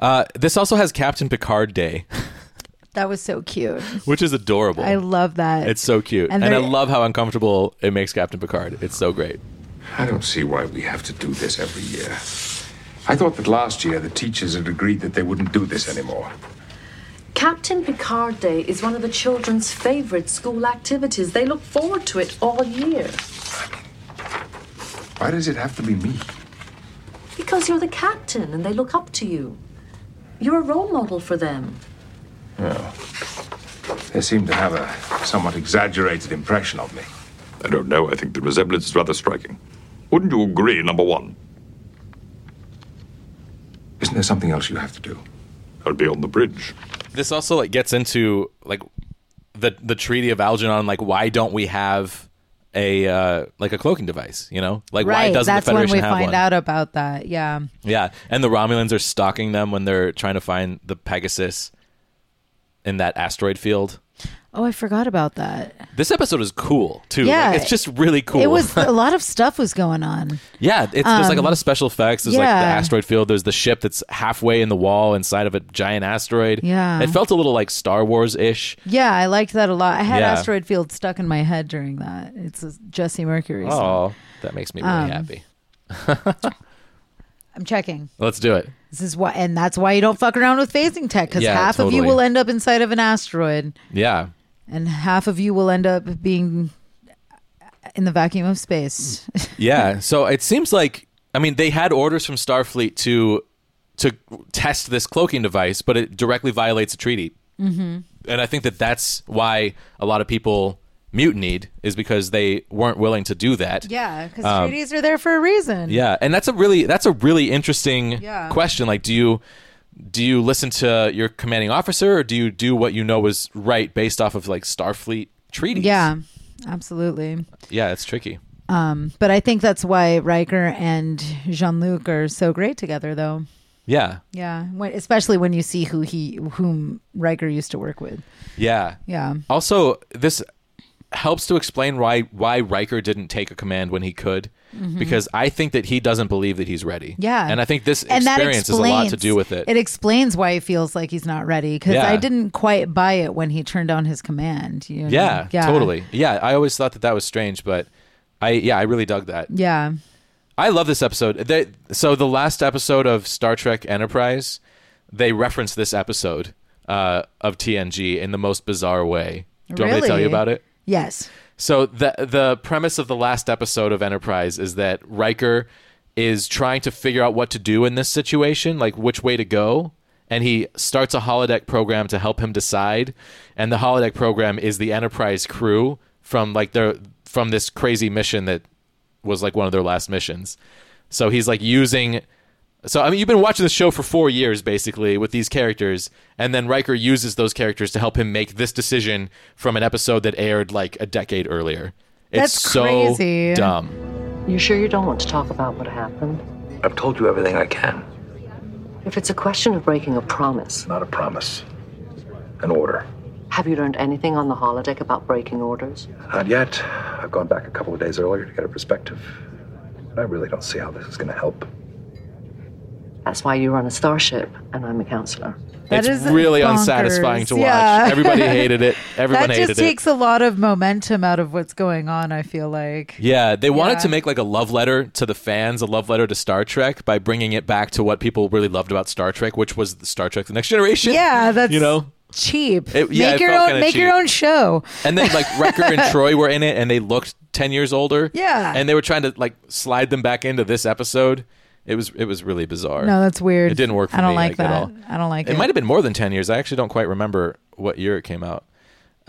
Uh, this also has Captain Picard Day, that was so cute. which is adorable. I love that. It's so cute. And And, I there- love how uncomfortable it makes Captain Picard. It's so great. I don't see why we have to do this every year. I thought that last year the teachers had agreed that they wouldn't do this anymore. Captain Picard Day is one of the children's favorite school activities. They look forward to it all year. Why does it have to be me? Because you're the captain and they look up to you. You're a role model for them. No. They seem to have a somewhat exaggerated impression of me. I don't know. I think the resemblance is rather striking. Wouldn't you agree, number one? Isn't there something else you have to do? I'd be on the bridge. This also like gets into like the the Treaty of Algernon. Like, why don't we have a uh, like a cloaking device? You know, like right. why doesn't That's the Federation when we have find one? out about that. Yeah. Yeah, and the Romulans are stalking them when they're trying to find the Pegasus in that asteroid field. Oh, I forgot about that. This episode is cool too. Like, Yeah. it's just really cool. It was a lot of stuff was going on. yeah, it's, there's like a um, lot of special effects. There's like the yeah. asteroid field. There's the ship that's halfway in the wall inside of a giant asteroid. Yeah. it felt a little like Star Wars ish. Yeah, I liked that a lot. I had Yeah. asteroid field stuck in my head during that. It's a Jesse Mercury. song. Oh, that makes me really Um, happy. I'm checking. Let's do it. This is why, and that's why you don't fuck around with phasing tech because Yeah, half of you totally. will end up inside of an asteroid, Yeah, and half of you will end up being in the vacuum of space. yeah. so it seems like I mean they had orders from Starfleet to to test this cloaking device, but it directly violates a treaty. Mm-hmm. and I think that that's why a lot of people mutinied is because they weren't willing to do that. yeah, because Um, treaties are there for a reason. Yeah, and that's a really that's a really interesting Yeah. question. Like, do you do you listen to your commanding officer, or do you do what you know was right based off of like Starfleet treaties? Yeah, absolutely. yeah, it's tricky. Um, but I think that's why Riker and Jean Luc are so great together, though. Yeah, Yeah, when, especially when you see who he, whom Riker used to work with. yeah, Yeah. Also, this helps to explain why why Riker didn't take a command when he could, Mhm. because I think that he doesn't believe that he's ready. Yeah. and I think this And that experience has a lot to explains- do with it. It explains why he feels like he's not ready because Yeah. I didn't quite buy it when he turned on his command. you know? Yeah, totally. Yeah, I always thought that that was strange, but I yeah, I really dug that. Yeah. I love this episode. They, so the last episode of Star Trek Enterprise, they reference this episode uh, of TNG in the most bizarre way. Do you want me to tell you Really? about it? Yes. So the the premise of the last episode of Enterprise is that Riker is trying to figure out what to do in this situation, like which way to go, and he starts a holodeck program to help him decide. And the holodeck program is the Enterprise crew from like their from this crazy mission that was like one of their last missions. So he's like using so I mean you've been watching the show for 4 years basically with these characters and then Riker uses those characters to help him make this decision from an episode that aired like a decade earlier. That's it's so crazy. dumb. You sure you don't want to talk about what happened? I've told you everything I can. If it's a question of breaking a promise, Not a promise. An order. have you learned anything on the holodeck about breaking orders? Not yet. I've gone back a couple of days earlier to get a perspective. But I really don't see how this is going to help. I That's why you run a starship and I'm a counselor. That it's is really bonkers. unsatisfying to watch. Yeah. Everybody hated it. Everyone that hated just it. takes a lot of momentum out of what's going on. I feel like Yeah, they wanted Yeah. to make like a love letter to the fans, a love letter to Star Trek by bringing it back to what people really loved about Star Trek, which was the Star Trek: The Next Generation. Yeah, that's you know. cheap. It- yeah, make it your felt own kinda make your cheap. own show. And then like Riker and Troy were in it, and they looked ten years older. Yeah. and they were trying to like slide them back into this episode. It was it was really bizarre. No, that's weird. It didn't work. For I don't me, like at that. all. I don't like it. It might have been more than ten years. I actually don't quite remember what year it came out.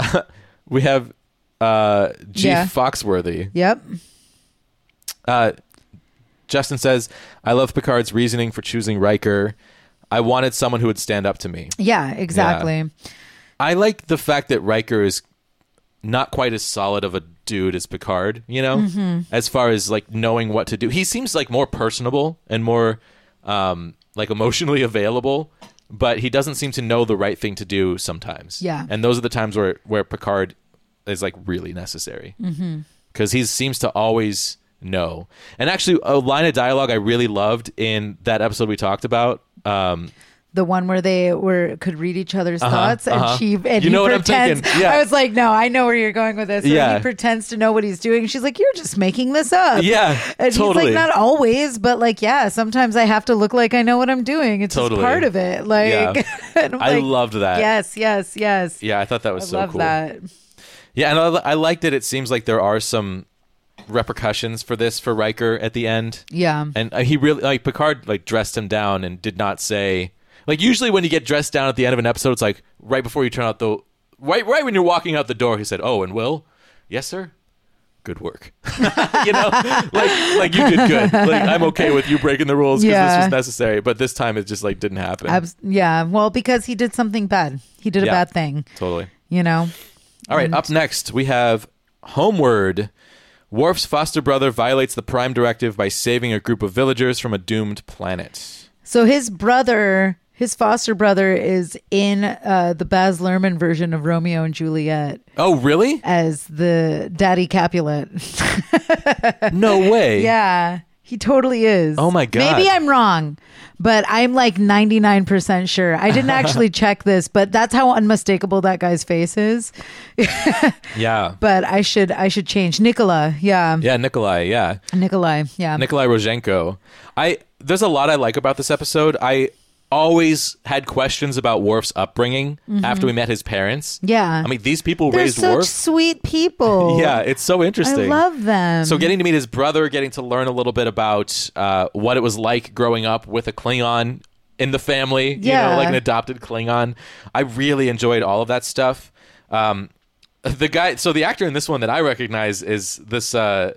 we have uh, G. Yeah. Foxworthy. Yep. Uh, Justin says, "I love Picard's reasoning for choosing Riker. I wanted someone who would stand up to me. Yeah, exactly. I like the fact that Riker is not quite as solid of a dude as Picard. You know, Mhm. as far as like knowing what to do, he seems like more personable and more um, like emotionally available." But he doesn't seem to know the right thing to do sometimes. Yeah. and those are the times where where Picard is like really necessary hmm because he seems to always know. And actually, a line of dialogue I really loved in that episode we talked about. Um, The one where they were could read each other's Uh-huh, thoughts and uh-huh. she and You he know what I'm pretends. thinking. Yeah. I was like, no, I know where you're going with this. And Yeah. he pretends to know what he's doing. She's like, you're just making this up. Yeah, and totally. he's like, not always, but like, yeah, sometimes I have to look like I know what I'm doing. It's just Totally. part of it. Like, Yeah. and I'm I like, loved that. Yes, yes, yes. yeah, I thought that was I so love cool. that. Yeah, and I, I like that it seems like there are some repercussions for this for Riker at the end. Yeah. and uh, he really like Picard like dressed him down and did not say like usually when you get dressed down at the end of an episode, it's like right before you turn out the right right when you're walking out the door, he said, "Oh, and Will, yes, sir." Good work. you know, like like you did good. Like I'm okay with you breaking the rules because Yeah. this was necessary. But this time it just like didn't happen. Abs- yeah. Well, because he did something bad. He did a Yeah. bad thing. Totally. You know. All right, up next we have Homeward. Worf's foster brother violates the Prime Directive by saving a group of villagers from a doomed planet. So his brother, his foster brother, is in uh, the Baz Luhrmann version of Romeo and Juliet Oh, really? as the daddy Capulet. No way. yeah, he totally is. Oh my God. Maybe I'm wrong, but I'm like 99% sure. I didn't actually check this, but that's how unmistakable that guy's face is. Yeah. But I should I should change Nicola. Yeah. Yeah, Nikolai. Yeah. Nikolai. Yeah. Nikolai Rozhenko. I there's a lot I like about this episode. I always had questions about Worf's upbringing Mhm. after we met his parents. yeah. I mean, these people They're raised such Worf. sweet people. Yeah, it's so interesting. I love them. So getting to meet his brother, getting to learn a little bit about uh, what it was like growing up with a Klingon in the family, you Yeah. know, like an adopted Klingon. I really enjoyed all of that stuff. Um, the guy, so the actor in this one that I recognize is this uh,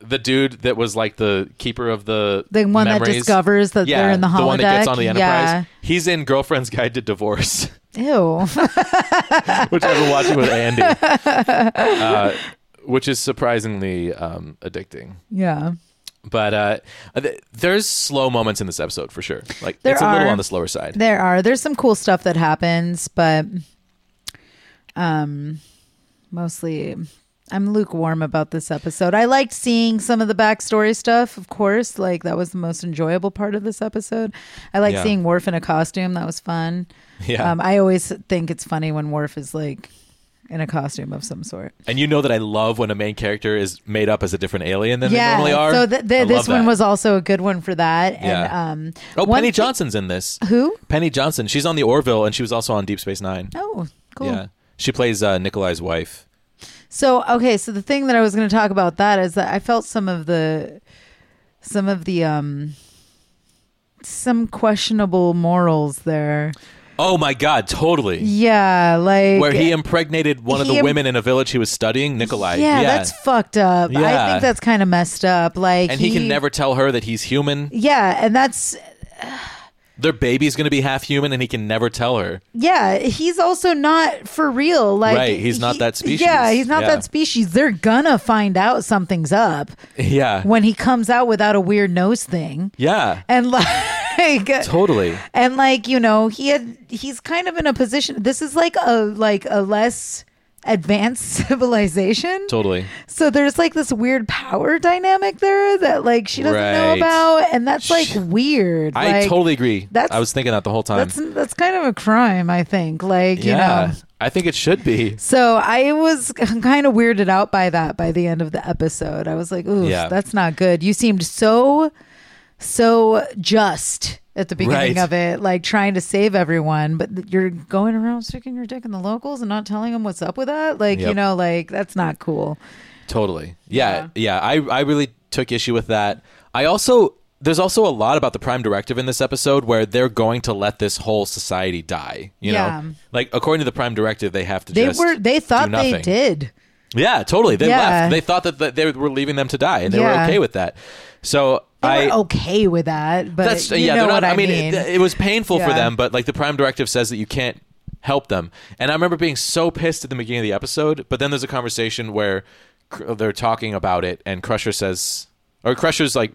the dude that was like the keeper of the The one that memories. discovers that Yeah, they're in the the one that gets holodeck. on the Enterprise. Yeah. He's in Girlfriend's Guide to Divorce, Ew. which I've been watching with Andy, uh, which is surprisingly um, addicting. yeah. But uh, th- there's slow moments in this episode for sure. Like There it's a little are. on the slower side. There are. There's some cool stuff that happens, but um mostly I'm lukewarm about this episode. I liked seeing some of the backstory stuff, of course. Like that was the most enjoyable part of this episode. I like Yeah. seeing Worf in a costume. That was fun. Yeah. Um, I always think it's funny when Worf is like in a costume of some sort. And you know that I love when a main character is made up as a different alien than yeah. they normally are. So th- I th- love this one that. was also a good one for that. And Yeah. um Oh, one Penny thi- Johnson's in this. Who? Penny Johnson. She's on the Orville, and she was also on Deep Space Nine. Oh, cool. Yeah, she plays uh, Nikolai's wife. So okay, so the thing that I was going to talk about that is that I felt some of the, some of the um, some questionable morals there. Oh my God, totally. Yeah, like Where he impregnated one of He the im- women in a village he was studying, Nikolai. yeah, that's fucked up. Yeah. I think that's kind of messed up. Like, and he can never tell her that he's human. Yeah, and that's Their baby's going to be half human, and he can never tell her. yeah. He's also not for real. Like, right? He's not that species. Yeah, he's not Yeah. that species. They're gonna find out something's up Yeah. when he comes out without a weird nose thing. yeah. And like Totally. and like you know he had he's kind of in a position this is like a like a less advanced civilization. Totally. So there's like this weird power dynamic there that like she doesn't know Right. about, and that's like weird. I Like, totally agree. That's I was thinking that the whole time. that's that's kind of a crime, I think. Like you yeah, know. I think it should be. So I was kind of weirded out by that by the end of the episode. I was like, ooh, Yeah. that's not good. You seemed so, so just at the beginning Right. of it, like trying to save everyone, but th- you're going around sticking your dick in the locals and not telling them what's up with that. Like, you Yep. know, like that's not cool. Totally. Yeah, yeah. I I really took issue with that. I also there's also a lot about the prime directive in this episode where they're going to let this whole society die. You Yeah. know, like according to the prime directive, they have to. They just were, they thought do they nothing. did. Yeah, totally. They Yeah. left. They thought that, that they were leaving them to die, and they were Yeah. okay with that. So They I were okay with that, but that's you yeah. know they're not. what I mean, It, it was painful for Yeah. them, but like the prime directive says that you can't help them. And I remember being so pissed at the beginning of the episode, but then there's a conversation where cr- they're talking about it, and Crusher says, or Crusher's like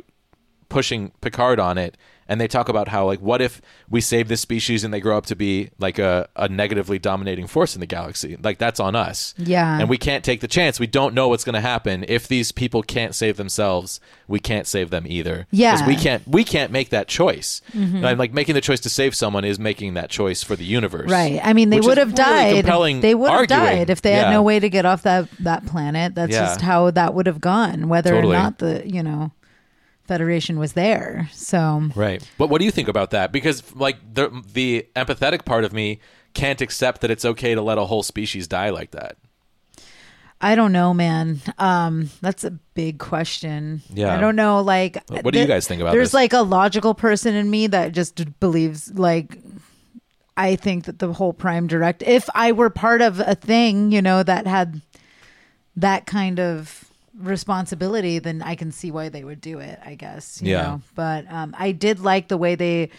pushing Picard on it, and they talk about how like what if we save this species and they grow up to be like a, a negatively dominating force in the galaxy? Like that's on us. Yeah. And we can't take the chance. We don't know what's going to happen if these people can't save themselves. We can't save them either. 'Cause we Yeah. can't we can't make that choice. Mm-hmm. Mhm. And I'm like making the choice to save someone is making that choice for the universe. Right. I mean, they Which is would have really died. compelling they would have arguing. died if they Yeah. had no way to get off that that planet. That's Yeah. just how that would have gone, whether Totally. or not the you know Federation was there. So Right. But what do you think about that? Because like the the empathetic part of me can't accept that it's okay to let a whole species die like that. I don't know, man. Um, that's a big question. Yeah. I don't know. Like, What do you guys think about There's this? like a logical person in me that just believes like. I think that the whole prime direct if I were part of a thing, you know, that had that kind of responsibility, then I can see why they would do it, I guess. You Yeah. know. But um I did like the way they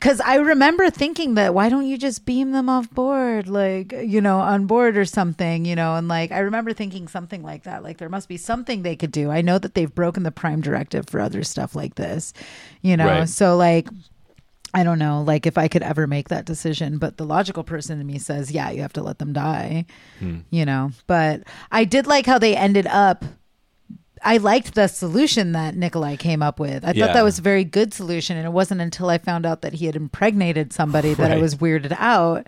Cause I remember thinking that why don't you just beam them off board, like you know, on board or something, you know, and like I remember thinking something like that, like there must be something they could do. I know that they've broken the prime directive for other stuff like this, you know, Right. so like I don't know, like if I could ever make that decision, but the logical person in me says, yeah, you have to let them die, Hmm. you know, but I did like how they ended up. I liked the solution that Nikolai came up with. I Yeah. thought that was a very good solution. And it wasn't until I found out that he had impregnated somebody that I Right. was weirded out,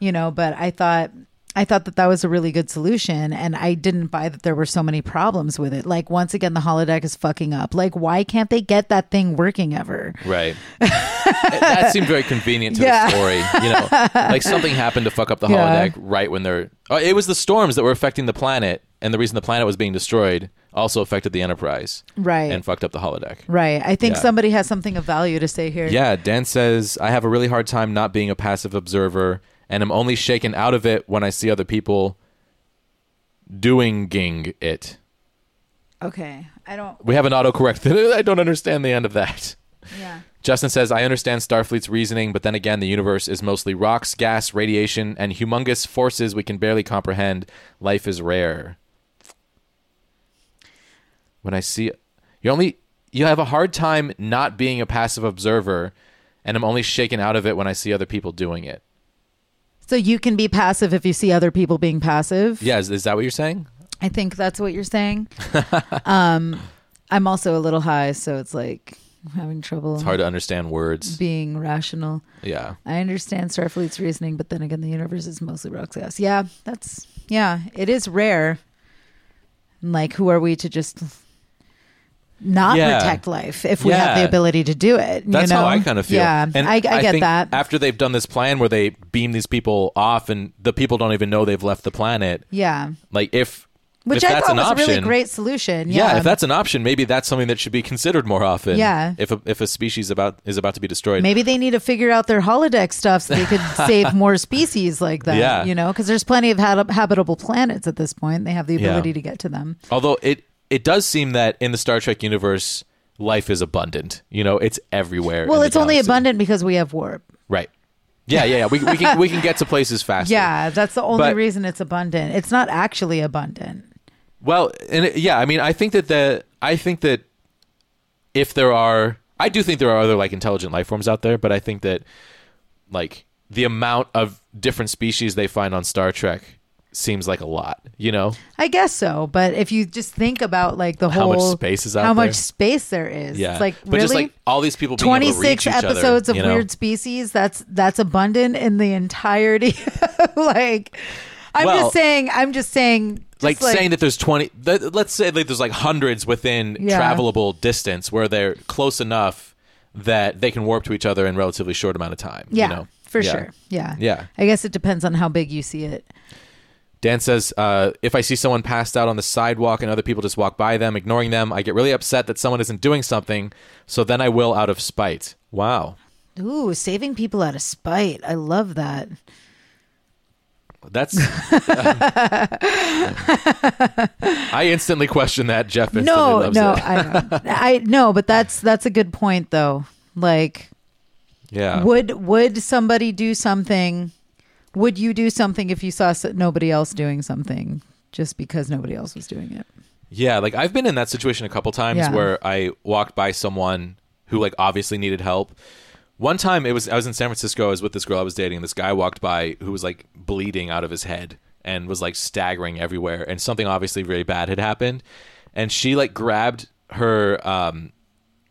you know, but I thought. I thought that that was a really good solution, and I didn't buy that there were so many problems with it. Like, once again, the holodeck is fucking up. Like, why can't they get that thing working ever? Right. that seemed very convenient to Yeah. the story. You know, like something happened to fuck up the Yeah. holodeck right when they're. Oh, it was the storms that were affecting the planet, and the reason the planet was being destroyed also affected the Enterprise. Right. And fucked up the holodeck. Right. I think Yeah. somebody has something of value to say here. Yeah, Dan says, I have a really hard time not being a passive observer, and I'm only shaken out of it when I see other people doing it. Okay. I don't. We have an autocorrect. I don't understand the end of that. Yeah. Justin says, I understand Starfleet's reasoning, but then again, the universe is mostly rocks, gas, radiation, and humongous forces we can barely comprehend. Life is rare. When I see you only you have a hard time not being a passive observer, and I'm only shaken out of it when I see other people doing it. So you can be passive if you see other people being passive. Yeah, is, is that what you're saying? I think that's what you're saying. um, I'm also a little high, so it's like I'm having trouble. It's hard to understand words. Being rational. Yeah. I understand Starfleet's reasoning, but then again, the universe is mostly rocks ass. Yeah, that's yeah. It is rare. And, Like, who are we to just not Yeah. protect life if we have Yeah. the ability to do it? you That's know? how I kind of feel. Yeah, I, I get think that. After they've done this plan where they beam these people off, and the people don't even know they've left the planet. Yeah, Like if which if I that's thought an was option, a really great solution. Yeah. Yeah, if that's an option, maybe that's something that should be considered more often. Yeah. If a, if a species about is about to be destroyed, Maybe they need to figure out their holodeck stuff so they could save more species like that. Yeah. You know, because there's plenty of hab- habitable planets at this point. They have the Yeah. ability to get to them. Although it it does seem that in the Star Trek universe, life is abundant. You know, it's everywhere. Well, in the it's only galaxy. abundant because we have warp. right. Yeah, yeah, yeah. We, we can we can get to places faster. Yeah, that's the only But- reason it's abundant. It's not actually abundant. Well, and it, yeah, I mean, I think that the I think that if there are, I do think there are other like intelligent life forms out there, but I think that like the amount of different species they find on Star Trek seems like a lot, you know? I guess so, but if you just think about like the How whole much space is out how there? much space there is, Yeah. it's like but really just like all these people being able to twenty six reach each other, episodes you of know? Weird Species. That's that's abundant in the entirety. like, I'm Well- just saying. I'm just saying. just like, saying that there's 20 th- let's say that there's like hundreds within Yeah. travelable distance where they're close enough that they can warp to each other in relatively short amount of time Yeah, you know for sure. Yeah. yeah I guess it depends on how big you see it. dan says uh, if i see someone passed out on the sidewalk and other people just walk by them ignoring them i get really upset that someone isn't doing something so then i will out of spite wow Ooh, saving people out of spite. I love that. that's i instantly question that jeff instantly no, loves no, it. I know. I no, but that's that's a good point though. Like yeah would would somebody do something? Would you do something if you saw s- nobody else doing something just because nobody else was doing it? Yeah, like I've been in that situation a couple times Yeah. where I walked by someone who like obviously needed help. One time it was I was in San Francisco, I was with this girl I was dating, and this guy walked by who was like bleeding out of his head and was like staggering everywhere and something obviously really bad had happened. And she like grabbed her um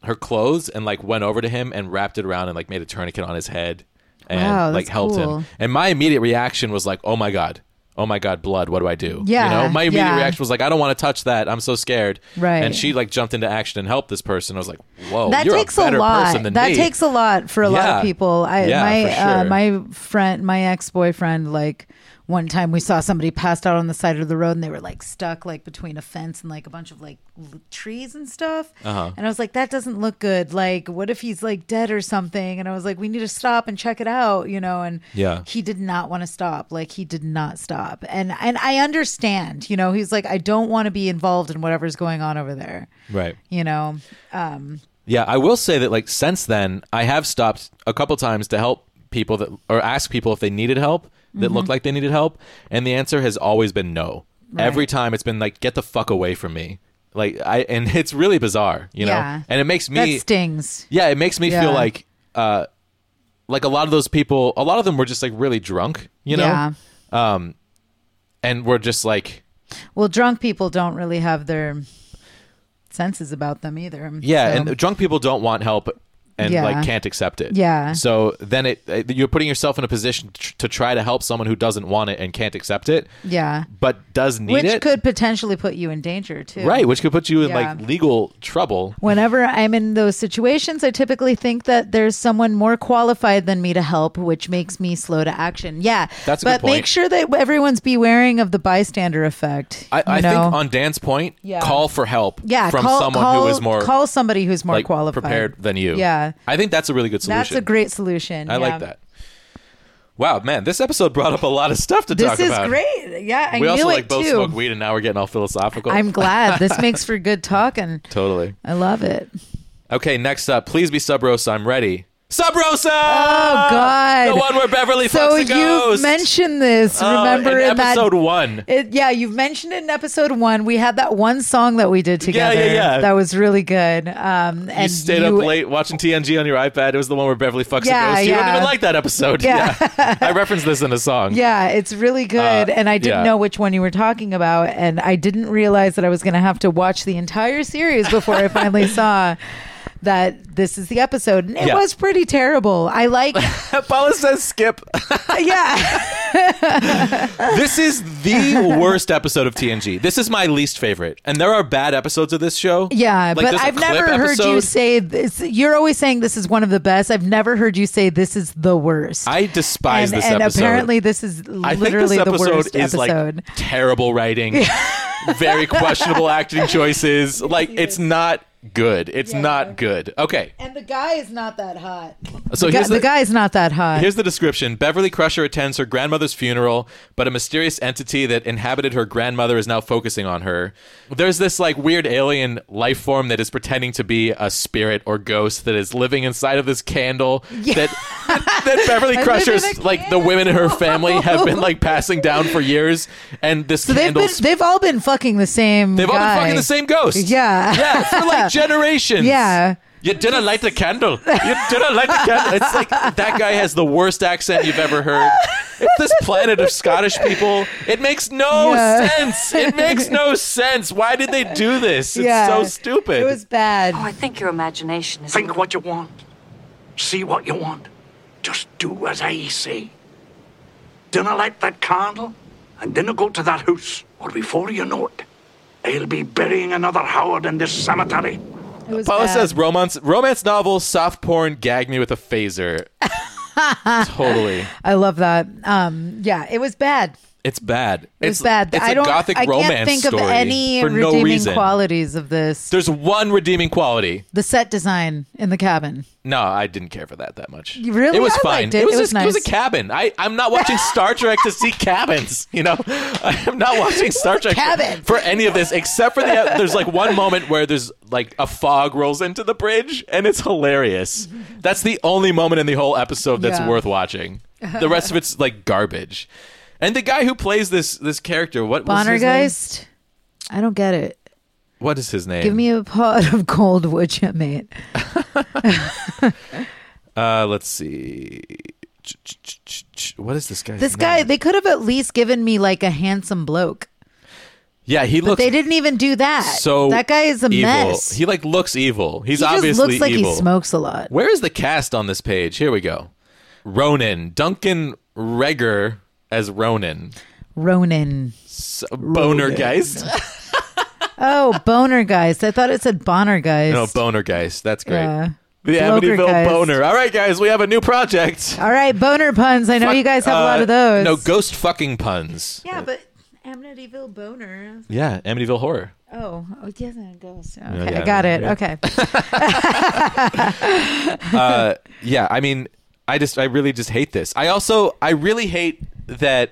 her clothes and like went over to him and wrapped it around and like made a tourniquet on his head and Wow, that's like helped cool. him. And my immediate reaction was like, "Oh my god. Oh my god, blood. What do I do?" Yeah, You know, my immediate yeah. reaction was like, "I don't want to touch that. I'm so scared." Right. And she like jumped into action and helped this person. I was like, "Whoa, that you're takes a a, better person lot. than that me." takes a lot for a lot Yeah. of people. I Yeah, my for uh, sure. my friend, my ex boyfriend, like one time we saw somebody passed out on the side of the road and they were like stuck like between a fence and like a bunch of like l- trees and stuff. Uh-huh. And I was like, that doesn't look good. Like, what if he's like dead or something? And I was like, we need to stop and check it out, you know. And Yeah. he did not want to stop. Like he did not stop. And and I understand, you know. He's like, I don't want to be involved in whatever's going on over there, Right. you know. Um, Yeah, I will say that like since then, I have stopped a couple times to help people that or ask people if they needed help that Mhm. looked like they needed help, and the answer has always been no. Right. Every time it's been like, "Get the fuck away from me." Like I and it's really bizarre, you know. Yeah. And it makes me that stings. Yeah, it makes me Yeah. feel like uh like a lot of those people, a lot of them were just like really drunk, you know. Yeah. Um and we're just like Well, drunk people don't really have their senses about them either. Yeah, so- and drunk people don't want help and Yeah. like can't accept it. Yeah. So then it uh, you're putting yourself in a position tr- to try to help someone who doesn't want it and can't accept it, yeah, but does need which it. could potentially put you in danger too. right, which could put you in Yeah. like legal trouble. Whenever I'm in those situations, I typically think that there's someone more qualified than me to help, which makes me slow to action. Yeah, That's a good but point. make sure that everyone's bewaring of the bystander effect. I, I you think know? on Dan's point, Yeah. call for help yeah, from call, someone call, who is more call somebody who's more like, qualified, prepared than you. Yeah, I think that's a really good solution. that's a great solution. I yeah. like that. Wow, man, this episode brought up a lot of stuff to This talk is about. great. Yeah, we I knew also it like both too. smoke weed, and now we're getting all philosophical. I'm glad. This makes for good talking. totally. I love it. Okay, next up, please be sub rosa. I'm ready. Sub Rosa! Ah, Oh The God! one where Beverly so fucks a you ghost. mentioned this. Oh, remember in in that- episode one. It, yeah, you've mentioned it in episode one. We had that one song that we did Yeah, yeah, together. yeah. That was really good. Um, and you stayed up late watching TNG on your iPad. It was the one where Beverly fucks Yeah, a ghost. You don't yeah. even like that episode. Yeah. I referenced this in a song. Yeah, it's really good. Uh, and I didn't yeah. know which one you were talking about. And I didn't realize that I was going to have to watch the entire series before I finally saw that this is the episode. And it Yeah. was pretty terrible. I like, Paula says skip. yeah. this is the worst episode of TNG. This is my least favorite. And there are bad episodes of this show. Yeah, Like, but there's a I've clip never heard you episode. say this. You're always saying this is one of the best. I've never heard you say this is the worst. I despise and this and episode. apparently, this is I think literally this the episode worst is episode. like terrible writing, very questionable acting choices. Like it's not good. It's not good. Okay. and the guy is not that hot. So the, guy, here's the- the guy's not that hot. Here's the description. Beverly Crusher attends her grandmother's funeral, but a mysterious entity that inhabited her grandmother is now focusing on her. There's this like weird alien life form that is pretending to be a spirit or ghost that is living inside of this candle that that Beverly I live Crusher's in a like the women in her family have been like passing down for years and this so they've candle been, they've all been fucking the same. They've all been guy. fucking the same ghost. Yeah, Yeah, for like generations. Yeah. You didn't light the candle. You didn't light the candle. It's like that guy has the worst accent you've ever heard. It's this planet of Scottish people. It makes no Yeah. sense. It makes no sense. Why did they do this? It's Yeah. so stupid. It was bad. Oh, I think your imagination is. Think what you want. See what you want. Just do as I say. Dinna light that candle, and dinna go to that house, or before you know it, I'll be burying another Howard in this cemetery. Paula bad. says romance romance novel soft porn gag me with a phaser. totally. I love that. Um, yeah, it was bad. It's bad. It was it's bad. It's I a don't. gothic I can't romance think story of any for no redeeming reason. qualities of this. There's one redeeming quality. The set design in the cabin. No, I didn't care for that that much. You really? It was I fine. liked it. It was was just- it was nice. a cabin. I I'm not watching Star Trek to see cabins. You know, I'm not watching Star Trek cabin? for any of this except for the there's like one moment where there's like a fog rolls into the bridge and it's hilarious. That's the only moment in the whole episode that's Yeah. worth watching. The rest of it's like garbage. And the guy who plays this this character, what was his name? Bonnergeist. I don't get it. What is his name? Give me a pot of cold, would you, mate? Uh, let's see. Ch- ch- ch- ch- ch- What is this guy? This guy, they could have at least given me like a handsome bloke, Yeah, he but looks. they didn't even do that. so that guy is a evil. mess. He like looks evil. He's he just obviously looks like evil. he smokes a lot. Where is the cast on this page? Here we go. Ronan Duncan Reger as Ronan Ronan. S- Bonergeist. oh, boner guys. I thought it said bonner guys. No Bonergeist. That's great. Yeah. The Amityville Blokergeist. Boner. All right, guys, we have a new project. All right, boner puns. I know you guys have a lot Uh, of those. No ghost fucking puns. Yeah, but Amityville boner. Yeah, Amityville horror. Oh, oh yes, it goes. Yeah, Okay, yeah, I got it. yeah. Okay. uh, yeah, I mean, I just, I really just hate this. I also, I really hate that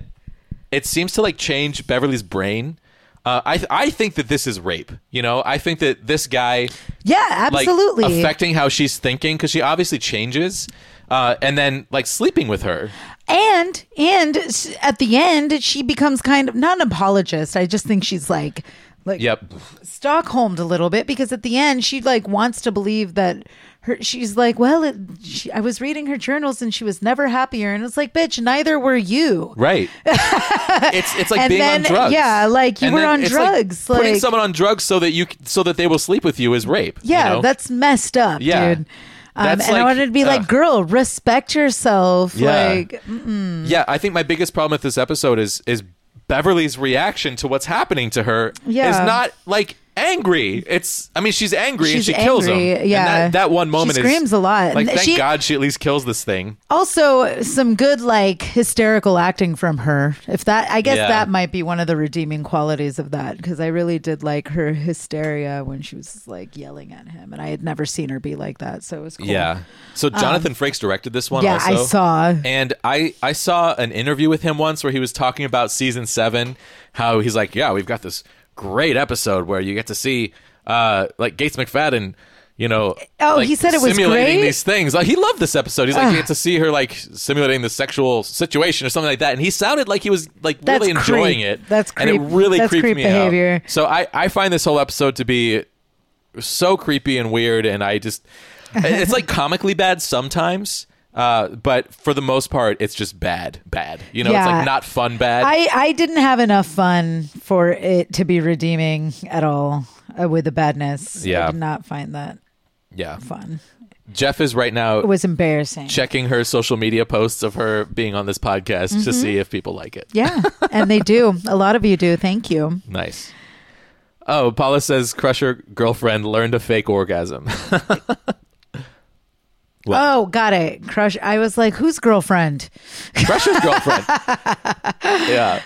it seems to like change Beverly's brain. Uh, I, I think that this is rape. You know, I think that this guy, yeah, like, absolutely. affecting how she's thinking because she obviously changes, uh, and then like sleeping with her. and and s- at the end, she becomes kind of not an apologist. I just think she's like like Yep. Stockholmed a little bit because at the end she like wants to believe that her she's like well it, she, I was reading her journals and she was never happier and it's like bitch neither were you Right. it's it's like And being then, on drugs. yeah, like, you And were then on it's like drugs, putting like- someone on drugs so that you c- so that they will sleep with you is rape. you yeah know? that's messed up Yeah. dude um, and That's I like- wanted to be like ugh. girl respect yourself Yeah. like mm-mm. Yeah, I think my biggest problem with this episode is is Beverly's reaction to what's happening to her Yeah. is not like angry. It's I mean she's angry and She's she kills him. angry, And yeah. that, that one She moment is screams a lot. Like And thank she- God she at least kills this thing. Also, some good like hysterical acting from her. If that, I guess Yeah. that might be one of the redeeming qualities of that because I really did like her hysteria when she was like yelling at him, and I had never seen her be like that, so it was cool. Um, Yeah. So Jonathan Frakes directed this one. yeah, also. I saw. And I I saw an interview with him once where he was talking about season seven, how he's like, yeah, we've got this great episode where you get to see uh like Gates McFadden. You know, Oh, like, he said it was simulating great? these things. Like he loved this episode. He's like, Ugh. you get to see her like simulating the sexual situation or something like that, and he sounded like he was like That's really enjoying creep. it. That's and it creep. really That's creeped creep me behavior. out. So I I find this whole episode to be so creepy and weird, and I just it's like comically bad sometimes. Uh, but for the most part, it's just bad, bad. You know, it's Yeah. like not fun, bad. I I didn't have enough fun for it to be redeeming at all uh, with the badness. Yeah. I did not find that. yeah, fun. Jeff is right now It was embarrassing. checking her social media posts of her being on this podcast to Mhm. see if people like it. Yeah, and they do. A lot of you do. Thank you. Nice. Oh, Paula says Crusher girlfriend learned a fake orgasm. What? Oh, got it. Crush. I was like, whose girlfriend? Crusher's girlfriend. yeah.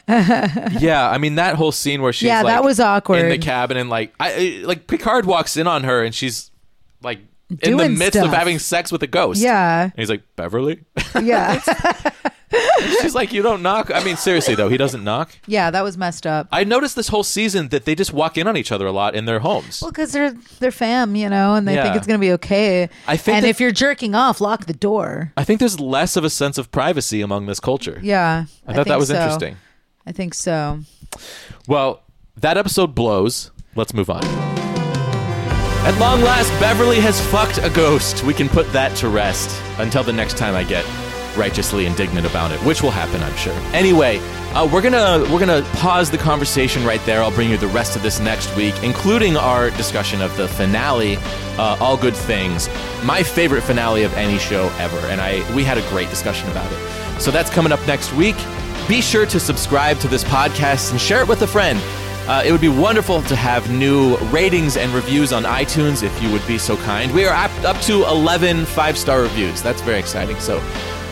yeah, I mean that whole scene where she's Yeah, like, that was awkward. in the cabin and like I I- like Picard walks in on her and she's like in the Doing midst of stuff. having sex with a ghost. Yeah. and he's like Beverly. yeah. And she's like, you don't knock. I mean, seriously though, he doesn't knock. Yeah, that was messed up. I noticed this whole season that they just walk in on each other a lot in their homes. Well, because they're they're fam, you know, and they Yeah. think it's gonna be okay. I think and that- if you're jerking off, lock the door. I think there's less of a sense of privacy among this culture. Yeah, I thought that think was so. interesting. I think so. Well, that episode blows. Let's move on. At long last, Beverly has fucked a ghost. We can put that to rest until the next time I get righteously indignant about it, which will happen, I'm sure. Anyway, uh, we're gonna we're gonna pause the conversation right there. I'll bring you the rest of this next week, including our discussion of the finale, uh, All Good Things, my favorite finale of any show ever, and I we had a great discussion about it. So that's coming up next week. Be sure to subscribe to this podcast and share it with a friend. Uh, it would be wonderful to have new ratings and reviews on iTunes if you would be so kind. We are up, up to 11 five star reviews. That's very exciting. So,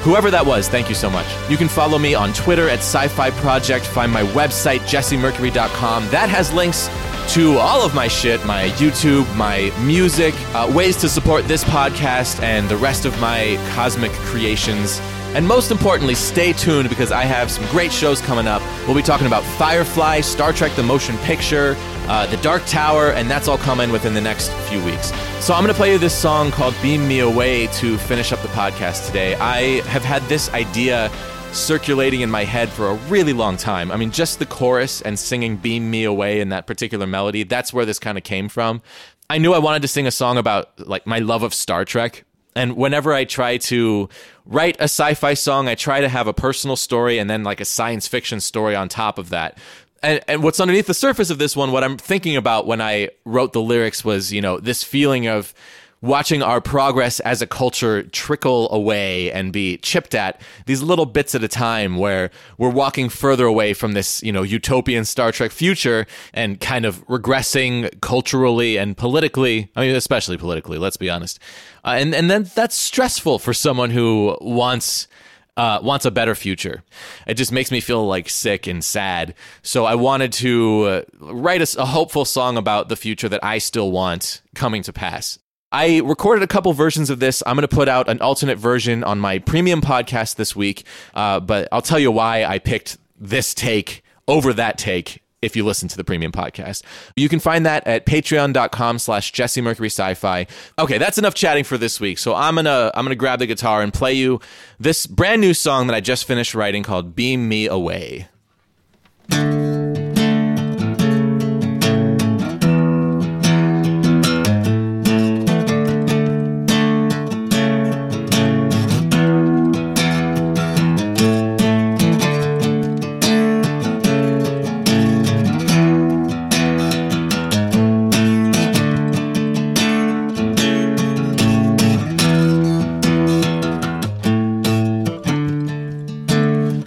whoever that was, thank you so much. You can follow me on Twitter at Sci Fi Project. Find my website, jessemercury.com. That has links to all of my shit my YouTube, my music, uh, ways to support this podcast, and the rest of my cosmic creations. And most importantly, stay tuned because I have some great shows coming up. We'll be talking about Firefly, Star Trek the Motion Picture, uh, The Dark Tower, and that's all coming within the next few weeks. So I'm going to play you this song called Beam Me Away to finish up the podcast today. I have had this idea circulating in my head for a really long time. I mean, just the chorus and singing Beam Me Away in that particular melody, that's where this kind of came from. I knew I wanted to sing a song about like my love of Star Trek and whenever I try to write a sci fi song, I try to have a personal story and then like a science fiction story on top of that. And, and what's underneath the surface of this one, what I'm thinking about when I wrote the lyrics was, you know, this feeling of watching our progress as a culture trickle away and be chipped at these little bits at a time where we're walking further away from this, you know, utopian Star Trek future and kind of regressing culturally and politically. I mean, especially politically, let's be honest. Uh, and, and then that's stressful for someone who wants uh, wants a better future. It just makes me feel like sick and sad. So I wanted to uh, write a s a a hopeful song about the future that I still want coming to pass. I recorded a couple versions of this. I'm going to put out an alternate version on my premium podcast this week, uh, but I'll tell you why I picked this take over that take if you listen to the premium podcast. You can find that at patreon.com slash Jesse Mercury Sci-Fi. Okay, that's enough chatting for this week. So I'm gonna I'm gonna grab the guitar and play you this brand new song that I just finished writing called Beam Me Away.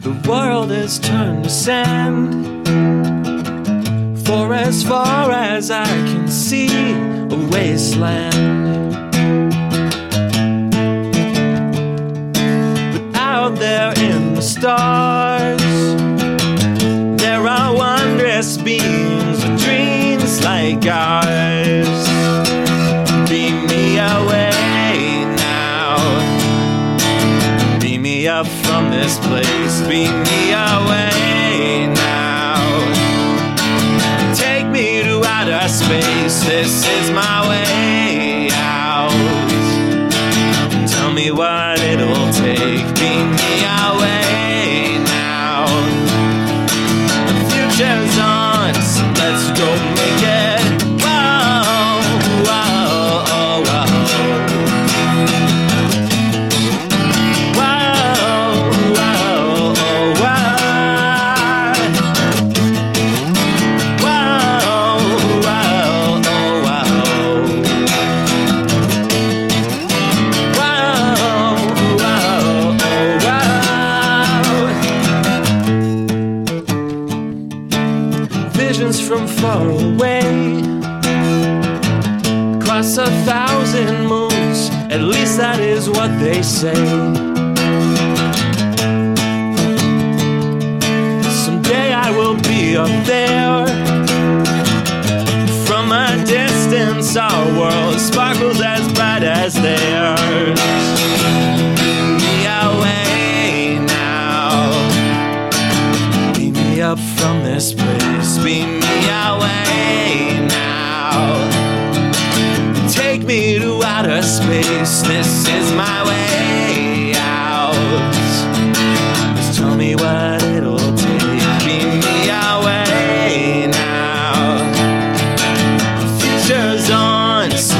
The world has turned to sand. For as far as I can see, a wasteland. But out there in the stars, there are wondrous beams of dreams like ours. Beam me away now. Beam me up from this place. Beam me away now. Take me to outer space. This is my way out. Tell me what it'll take. Beam me away now. The future's on, so let's go make it. Whoa, whoa, oh, whoa. Visions from far away across a thousand moons. At least that is what they say. Someday I will be up there. From a distance, our world sparkles as bright as theirs. Beam me away now. Beam me up from this place. Beam me away now. Take me to outer space. This is my way out. Just tell me what it'll take. Beam me away now. The future's on, so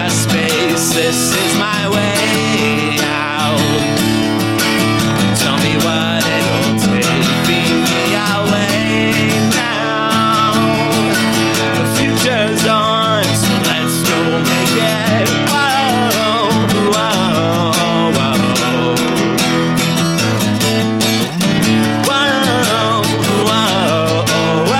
This is my way out. Tell me what it'll take. Beam me away now. The future's on, so let's go make it. Whoa, whoa, whoa. Whoa, whoa, whoa.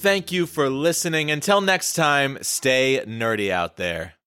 Thank you for listening. Until next time, stay nerdy out there.